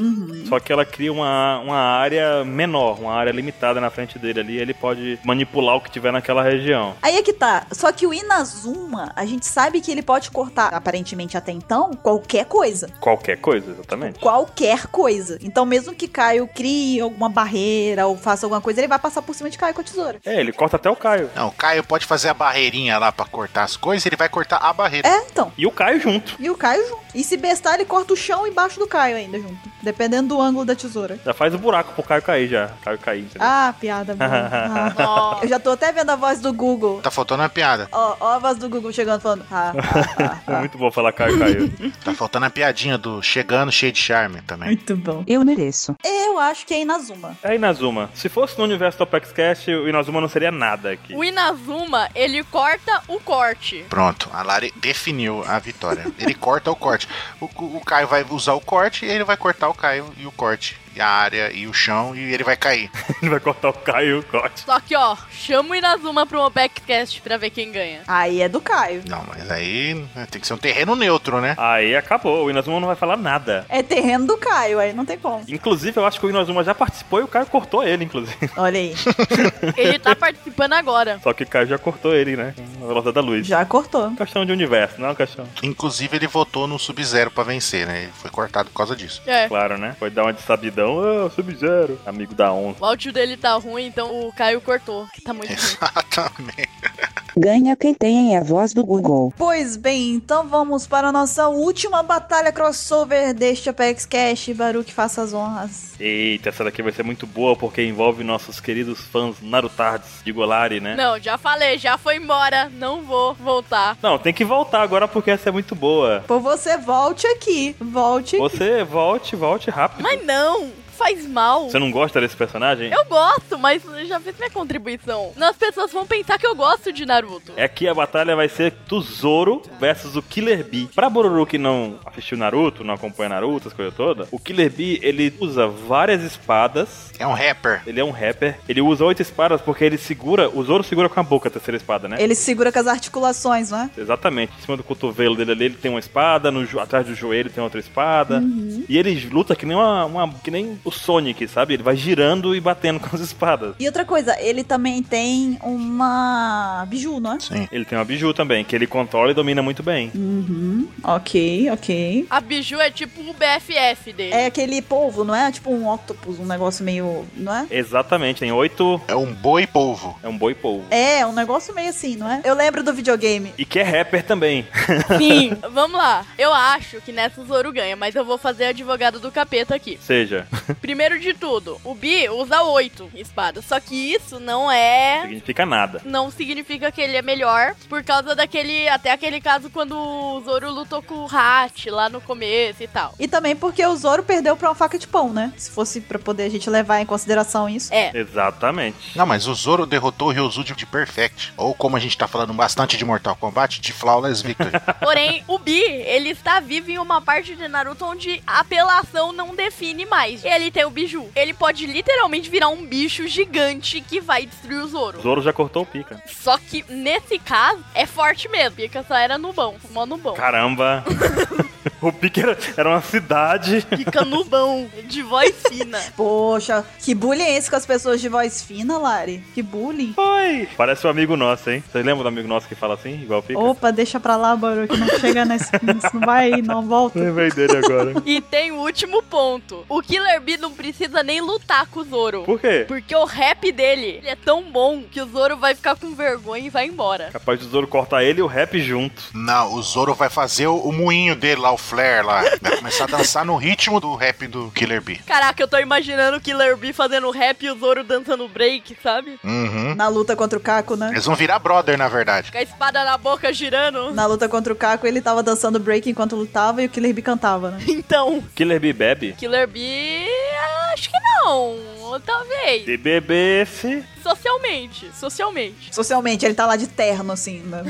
Speaker 2: Só que ela cria uma, uma área menor, uma área limitada na frente dele ali. Ele pode manipular o que tiver naquela região.
Speaker 4: Aí é que tá. Só que o Inazuma, a gente sabe que ele pode cortar, aparentemente até então, qualquer coisa.
Speaker 2: Qualquer coisa, exatamente.
Speaker 4: Qualquer coisa. Então, mesmo que Caio crie alguma barreira ou faça alguma coisa, ele vai passar por cima de Caio com a tesoura.
Speaker 2: É, ele corta até o Caio.
Speaker 3: Não, o Caio pode fazer a barreirinha lá pra cortar as coisas, ele vai cortar a barreira.
Speaker 4: É, então.
Speaker 2: E o Caio junto.
Speaker 4: E o Caio junto. E se bestar, ele corta o chão embaixo do Caio ainda junto. Dependendo do ângulo da tesoura.
Speaker 2: Já faz o buraco pro Caio cair já. Caio cair, entendeu?
Speaker 4: Ah, piada boa. Ah.
Speaker 1: Nossa.
Speaker 4: Eu já tô até vendo a voz do Google.
Speaker 3: Tá faltando a piada.
Speaker 4: Ó, ó a voz do Google chegando falando. Ah, ah, ah,
Speaker 2: É [LAUGHS] Muito bom falar Caio caiu.
Speaker 3: Tá faltando a piadinha do chegando cheio de charme também.
Speaker 4: [LAUGHS] Muito bom.
Speaker 5: Eu mereço.
Speaker 4: Eu acho que é Inazuma.
Speaker 2: É Inazuma. Se fosse no universo do Apex Cash, o Inazuma não seria nada aqui.
Speaker 1: O Inazuma, ele corta o corte.
Speaker 3: Pronto, a Lari definiu a [LAUGHS] vitória. Ele corta o corte. O, o Caio vai usar o corte, ele vai cortar o Caio e o corte. a área e o chão e ele vai cair.
Speaker 2: [LAUGHS] Ele vai cortar o Caio e o corte.
Speaker 1: Só que, ó, chama o Inazuma pro Backcast pra ver quem ganha.
Speaker 4: Aí é do Caio.
Speaker 3: Não, mas aí né, tem que ser um terreno neutro, né?
Speaker 2: Aí acabou, o Inazuma não vai falar nada.
Speaker 4: É terreno do Caio, aí não tem como.
Speaker 2: Inclusive, eu acho que o Inazuma já participou e o Caio cortou ele, inclusive.
Speaker 4: Olha aí,
Speaker 1: Ele tá participando agora.
Speaker 2: Só que o Caio já cortou ele, né? Na velocidade da luz.
Speaker 4: já cortou.
Speaker 2: Questão de universo, não é uma questão.
Speaker 3: Inclusive ele votou no Sub-Zero pra vencer, né? Ele foi cortado por causa disso. [LAUGHS]
Speaker 1: É.
Speaker 2: Claro, né? Foi dar uma de sabidão, ah, Sub-Zero. Amigo da Onze.
Speaker 1: O áudio dele tá ruim, então o Caio cortou. Que tá muito
Speaker 3: [LAUGHS]
Speaker 1: ruim.
Speaker 3: Exatamente.
Speaker 5: Ganha quem tem a voz do Google.
Speaker 4: Pois bem, então vamos para a nossa última batalha crossover deste Apex Cash. Baruque, faça as honras.
Speaker 2: Eita, essa daqui vai ser muito boa porque envolve nossos queridos fãs Narutards de Golari, né?
Speaker 1: Não, já falei, já foi embora. Não vou voltar.
Speaker 2: Não, tem que voltar agora porque essa é muito boa.
Speaker 4: Por você, volte aqui. Volte.
Speaker 2: Você volte, volte rápido.
Speaker 1: Mas não, faz mal.
Speaker 2: Você não gosta desse personagem?
Speaker 1: Eu gosto, mas já fiz minha contribuição. As pessoas vão pensar que eu gosto de Naruto.
Speaker 2: É que a batalha vai ser do Zoro versus o Killer Bee. Pra Boruru que não assistiu Naruto, não acompanha Naruto, as coisas todas, o Killer Bee, ele usa várias espadas.
Speaker 3: É um rapper.
Speaker 2: Ele é um rapper. Ele usa oito espadas porque ele segura... O Zoro segura com a boca a terceira espada, né?
Speaker 4: Ele segura com as articulações, não é?
Speaker 2: Exatamente. Em cima do cotovelo dele ali, ele tem uma espada. No, jo- atrás do joelho tem outra espada. E ele luta que nem, uma, uma- que nem o Sonic, sabe? Ele vai girando e batendo [LAUGHS] com as espadas.
Speaker 4: E outra coisa, ele também tem uma biju, não é?
Speaker 3: Sim.
Speaker 2: Ele tem uma biju também, que ele controla e domina muito bem.
Speaker 4: Uhum. Ok, ok.
Speaker 1: A Biju é tipo o BFF dele.
Speaker 4: É aquele polvo, não é? Tipo um octopus, um negócio meio. Não é?
Speaker 2: Exatamente, tem oito.
Speaker 3: É um boi polvo.
Speaker 2: É um boi polvo.
Speaker 4: É, um negócio meio assim, não é? Eu lembro do videogame.
Speaker 2: E que é rapper também.
Speaker 1: Sim, [LAUGHS] vamos lá. Eu acho que nessa o Zoro ganha, mas eu vou fazer advogado do capeta aqui.
Speaker 2: Seja,
Speaker 1: Primeiro de tudo, o Bi usa oito espadas. Só que isso não é.
Speaker 2: significa nada.
Speaker 1: Não significa que ele é melhor. Por causa daquele. Até aquele caso quando o Zoro lutou com o Hat lá no começo e tal.
Speaker 4: E também porque o Zoro perdeu pra uma faca de pão, né? Se fosse pra poder a gente levar em consideração isso.
Speaker 1: É.
Speaker 2: Exatamente.
Speaker 3: Não, mas o Zoro derrotou o Ryozu de de Perfect. Ou como a gente tá falando bastante de Mortal Kombat, de Flawless Victory.
Speaker 1: Porém, o Bi, ele está vivo em uma parte de Naruto onde a apelação não define mais. Ele tem o Biju. Ele pode literalmente virar um bicho gigante que vai destruir o
Speaker 2: O
Speaker 1: Zoro.
Speaker 2: Zoro já cortou o pica.
Speaker 1: Só que nesse caso, é forte mesmo. Pika só era nubão, mó nubão.
Speaker 2: Caramba! [LAUGHS] o pica era, era uma cidade.
Speaker 1: Fica nubão, de voz fina.
Speaker 4: Poxa, que bullying é esse com as pessoas de voz fina, Lari? Que bullying.
Speaker 2: Oi! Parece um amigo nosso, hein? Vocês lembram do amigo nosso que fala assim, igual o pica?
Speaker 4: Opa, deixa pra lá, Baruque, não chega nesse. Isso não vai, não volta.
Speaker 2: Lembrei dele agora.
Speaker 1: E tem o último ponto. O Killer Bee não precisa nem lutar com o Zoro.
Speaker 2: [LAUGHS] Por quê?
Speaker 1: Porque o rap dele ele é tão bom que o Zoro vai ficar com vergonha e vai embora.
Speaker 2: Capaz do Zoro cortar ele e o rap junto.
Speaker 3: Não, o Zoro vai fazer o, o moinho dele lá, o flare lá. Vai começar a dançar no ritmo do rap do Killer Bee.
Speaker 1: Caraca, eu tô imaginando o Killer Bee fazendo rap e o Zoro dançando break, sabe?
Speaker 2: Hum.
Speaker 3: Uhum.
Speaker 4: Na luta contra o Caco, né?
Speaker 3: Eles vão virar brother, na verdade.
Speaker 1: Com a espada na boca girando.
Speaker 4: Na luta contra o Caco, ele tava dançando break enquanto lutava e o Killer Bee cantava, né?
Speaker 1: [LAUGHS] Então,
Speaker 2: Killer Bee bebe?
Speaker 1: Killer Bee, acho que não. Ou Talvez.
Speaker 2: Se bebesse,
Speaker 1: Socialmente, socialmente.
Speaker 4: Socialmente, ele tá lá de terno, assim, né?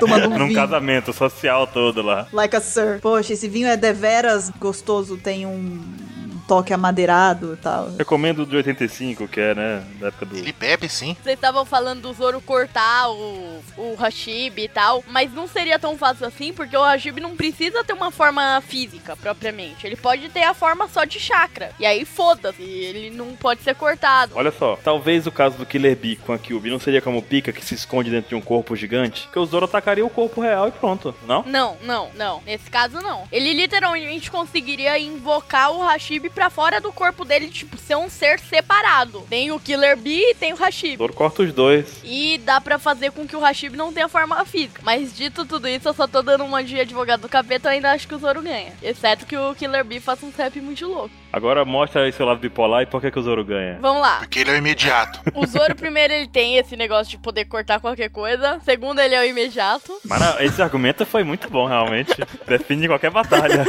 Speaker 4: Tomando, tomando
Speaker 2: [LAUGHS]
Speaker 4: um
Speaker 2: num
Speaker 4: vinho.
Speaker 2: casamento social todo lá.
Speaker 4: Like a sir. Poxa, esse vinho é deveras gostoso, tem um toque amadeirado e tal.
Speaker 2: Recomendo o de 85, que é, né? Da época do.
Speaker 3: Ele bebe sim.
Speaker 1: Vocês estavam falando do Zoro cortar o, o Hashibi e tal, mas não seria tão fácil assim, porque o Hashibi não precisa ter uma forma física, propriamente. Ele pode ter a forma só de chakra. E aí, foda-se, ele não pode ser cortado.
Speaker 2: Olha só, talvez o caso do Killer Bee com a Cube não seria como o Pika que se esconde dentro de um corpo gigante, que o Zoro atacaria o corpo real e pronto, não?
Speaker 1: Não, não, não. Nesse caso, não. Ele literalmente conseguiria invocar o Hashibi pra fora do corpo dele, tipo, ser um ser separado. Tem o Killer Bee e tem o
Speaker 2: O
Speaker 1: Hashibi.
Speaker 2: Zoro corta os dois.
Speaker 1: E dá pra fazer com que o Hashibi não tenha forma física. Mas dito tudo isso, eu só tô dando uma de advogado do capeta, eu ainda acho que o Zoro ganha. Exceto que o Killer Bee faça um trap muito louco.
Speaker 2: Agora mostra aí seu lado bipolar e por que, que o Zoro ganha.
Speaker 1: Vamos lá.
Speaker 3: Porque ele é o imediato.
Speaker 1: O Zoro, primeiro, ele tem esse negócio de poder cortar qualquer coisa. Segundo, ele é o imediato.
Speaker 2: Mara, esse argumento foi muito bom, realmente. Define qualquer batalha.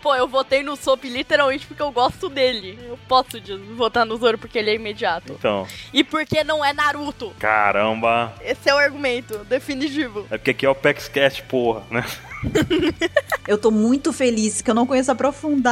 Speaker 1: Pô, eu votei no Sop literalmente porque eu gosto dele. Eu posso de- votar no Zoro porque ele é imediato.
Speaker 2: Então,
Speaker 1: E porque não é Naruto.
Speaker 2: caramba.
Speaker 1: Esse é o argumento definitivo.
Speaker 2: É porque aqui é o PaxCast, porra, né?
Speaker 4: Eu tô muito feliz que eu não conheço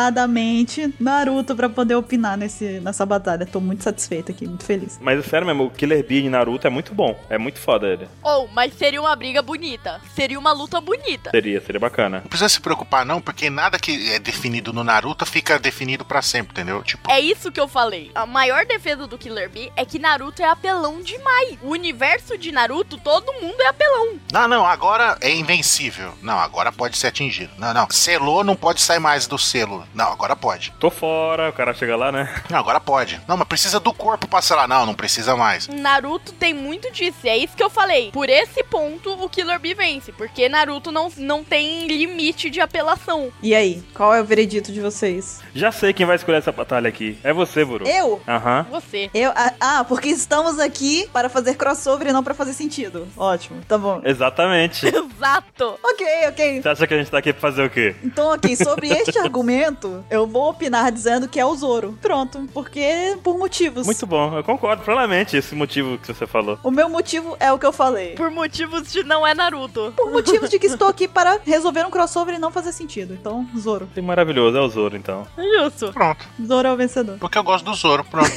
Speaker 4: aprofundadamente Naruto pra poder opinar nesse, nessa batalha. Tô muito satisfeita aqui, muito feliz.
Speaker 2: Mas é sério mesmo, o Killer Bee de Naruto é muito bom. É muito foda ele.
Speaker 1: Ou, mas seria uma briga bonita. Seria uma luta bonita.
Speaker 2: Seria, seria bacana.
Speaker 3: Não precisa se preocupar, não, porque nada que é definido no Naruto fica definido pra sempre, entendeu? Tipo,
Speaker 1: É isso que eu falei. A maior defesa do Killer Bee é que Naruto é apelão demais. O universo de Naruto, todo mundo é apelão.
Speaker 3: não, não, agora é invencível. Não, agora pode ser atingido. Não, não. Selou não pode sair mais do selo. Não, agora pode.
Speaker 2: Tô fora, o cara chega lá, né?
Speaker 3: Não, agora pode. Não, mas precisa do corpo pra selar. Não, não precisa mais.
Speaker 1: Naruto tem muito disso. É isso que eu falei. Por esse ponto, o Killer Bee vence. Porque Naruto não, não tem limite de apelação.
Speaker 4: E aí, qual é o veredito de vocês?
Speaker 2: Já sei quem vai escolher essa batalha aqui. É você, Buru.
Speaker 4: Eu?
Speaker 2: Aham.
Speaker 1: Você.
Speaker 4: Eu, ah, ah, porque estamos aqui para fazer crossover e não para fazer sentido. Ótimo, tá bom.
Speaker 2: Exatamente.
Speaker 1: Exato.
Speaker 4: Ok, ok.
Speaker 2: Você acha que a gente tá aqui pra fazer o quê?
Speaker 4: Então, ok, sobre este argumento, eu vou opinar dizendo que é o Zoro. Pronto, porque por motivos.
Speaker 2: Muito bom, eu concordo plenamente esse motivo que você falou.
Speaker 4: O meu motivo é o que eu falei.
Speaker 1: Por motivos de não é Naruto.
Speaker 4: Por motivos de que estou aqui para resolver um crossover e não fazer sentido. Então, Zoro.
Speaker 2: Que maravilhoso, é o Zoro então.
Speaker 1: Justo.
Speaker 3: Pronto.
Speaker 4: Zoro é o vencedor.
Speaker 3: Porque eu gosto do Zoro, pronto.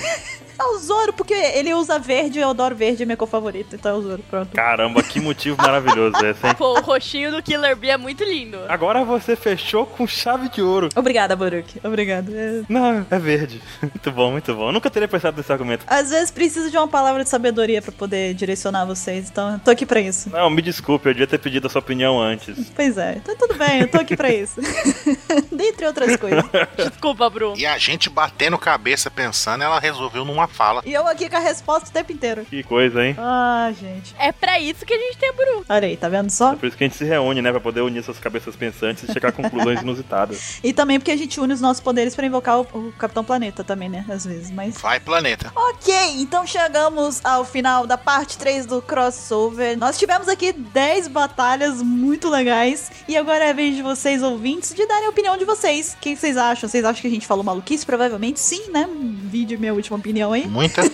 Speaker 4: É o Zoro, porque ele usa verde, eu adoro verde, é minha cor favorita. Então é o Zoro, pronto.
Speaker 2: Caramba, que motivo maravilhoso esse, hein?
Speaker 1: Pô, o roxinho do Killer Bee é muito lindo.
Speaker 2: Agora você fechou com chave de ouro.
Speaker 4: Obrigada, Baruch. Obrigada. É-
Speaker 2: Não, é verde. [LAUGHS] Muito bom, muito bom. Eu nunca teria pensado nesse argumento.
Speaker 4: Às vezes preciso de uma palavra de sabedoria para poder direcionar vocês, então eu tô aqui para isso.
Speaker 2: Não, me desculpe, eu devia ter pedido a sua opinião antes.
Speaker 4: Pois é, então tudo bem, eu tô aqui pra isso. [LAUGHS] Dentre outras coisas.
Speaker 1: Desculpa, Bruno.
Speaker 3: e a gente batendo cabeça pensando, ela resolveu numa fala.
Speaker 4: E eu aqui com a resposta o tempo inteiro.
Speaker 2: Que coisa, hein?
Speaker 4: Ah, gente.
Speaker 1: É pra isso que a gente tem a Bru.
Speaker 4: Olha aí, tá vendo só?
Speaker 2: É por isso que a gente se reúne, né? Pra poder unir essas cabeças pensantes e chegar a conclusões inusitadas.
Speaker 4: E também porque a gente une os nossos poderes pra invocar o, o Capitão Planeta também, né? Às vezes, mas.
Speaker 3: Vai, planeta.
Speaker 4: Ok, então chegamos ao final da parte 3 do crossover. Nós tivemos aqui 10 batalhas muito legais. E agora é a vez de vocês, ouvintes, de darem a opinião de vocês. O que vocês acham? Vocês acham que a gente falou maluquice? Provavelmente sim, né? Um vídeo, minha última opinião aí.
Speaker 3: Muita.
Speaker 2: [LAUGHS]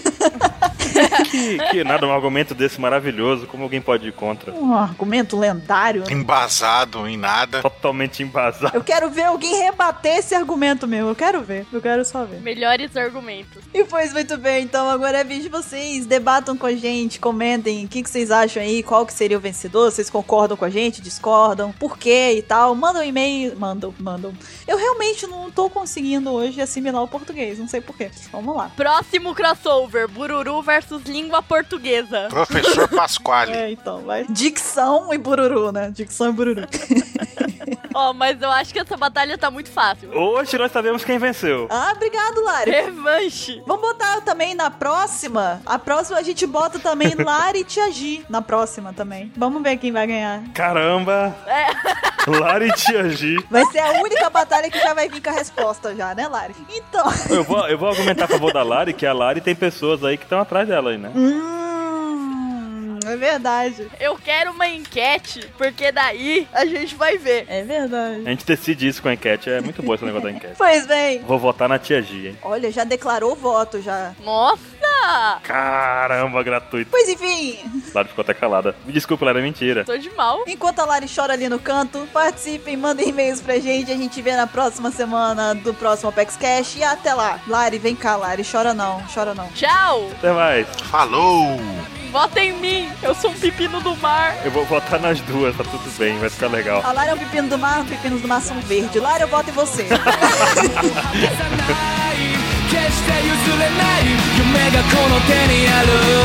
Speaker 2: Que, que nada, um argumento desse maravilhoso, como alguém pode ir contra?
Speaker 4: Um argumento lendário.
Speaker 3: Embasado em nada.
Speaker 2: Totalmente embasado.
Speaker 4: Eu quero ver alguém rebater esse argumento meu. Eu quero ver. Eu quero só ver.
Speaker 1: Melhores argumentos.
Speaker 4: E pois, muito bem. Então agora é vídeo de vocês. Debatam com a gente, comentem o que, que vocês acham aí, qual que seria o vencedor. Vocês concordam com a gente, discordam, por quê e tal. Mandam um e-mail. Mandam, mandam. Eu realmente não tô conseguindo hoje assimilar o português. Não sei porquê. Vamos lá.
Speaker 1: Próximo crossover: Bururu versus língua portuguesa.
Speaker 3: Professor Pasquale.
Speaker 4: É, então, vai. Dicção e bururu, né? Dicção e bururu.
Speaker 1: Ó, mas eu acho que essa batalha tá muito fácil.
Speaker 2: Hoje nós sabemos quem venceu.
Speaker 4: ah, obrigado, Lari.
Speaker 1: Revanche.
Speaker 4: Vamos botar também na próxima. A próxima a gente bota também Lara e Tia Gi. Na próxima também. Vamos ver quem vai ganhar.
Speaker 2: Caramba! Lara e Tia Gi.
Speaker 4: Vai ser a única batalha que já vai vir com a resposta já, né, Lari? Então. [LAUGHS]
Speaker 2: Eu vou, eu vou argumentar a favor da Lari, que a Lari tem pessoas aí que estão atrás dela aí, né?
Speaker 4: Hum. É verdade.
Speaker 1: Eu quero uma enquete, porque daí a gente vai ver.
Speaker 4: É verdade.
Speaker 2: A gente decide isso com a enquete. É muito boa esse negócio da enquete.
Speaker 4: Pois bem.
Speaker 2: Vou votar na Tia Gi, hein?
Speaker 4: Olha, já declarou o voto já.
Speaker 1: Nossa!
Speaker 2: Caramba, gratuito.
Speaker 4: Pois enfim.
Speaker 2: Lari ficou até calada. Me desculpa, Lari, é mentira.
Speaker 1: Tô de mal.
Speaker 4: Enquanto a Lari chora ali no canto, participem, mandem e-mails pra gente. A gente vê na próxima semana do próximo Apex Cash. E até lá. Lari, vem cá, Lari. Chora não, chora não.
Speaker 1: Tchau!
Speaker 2: Até mais.
Speaker 3: Falou!
Speaker 1: Vota em mim! Eu sou um pepino do mar!
Speaker 2: Eu vou votar nas duas, tá tudo bem, vai ficar legal.
Speaker 4: A Lara é o pepino do mar, os pepinos do mar são verde. Lara, eu voto em você.
Speaker 9: 決して譲れない夢がこの手にある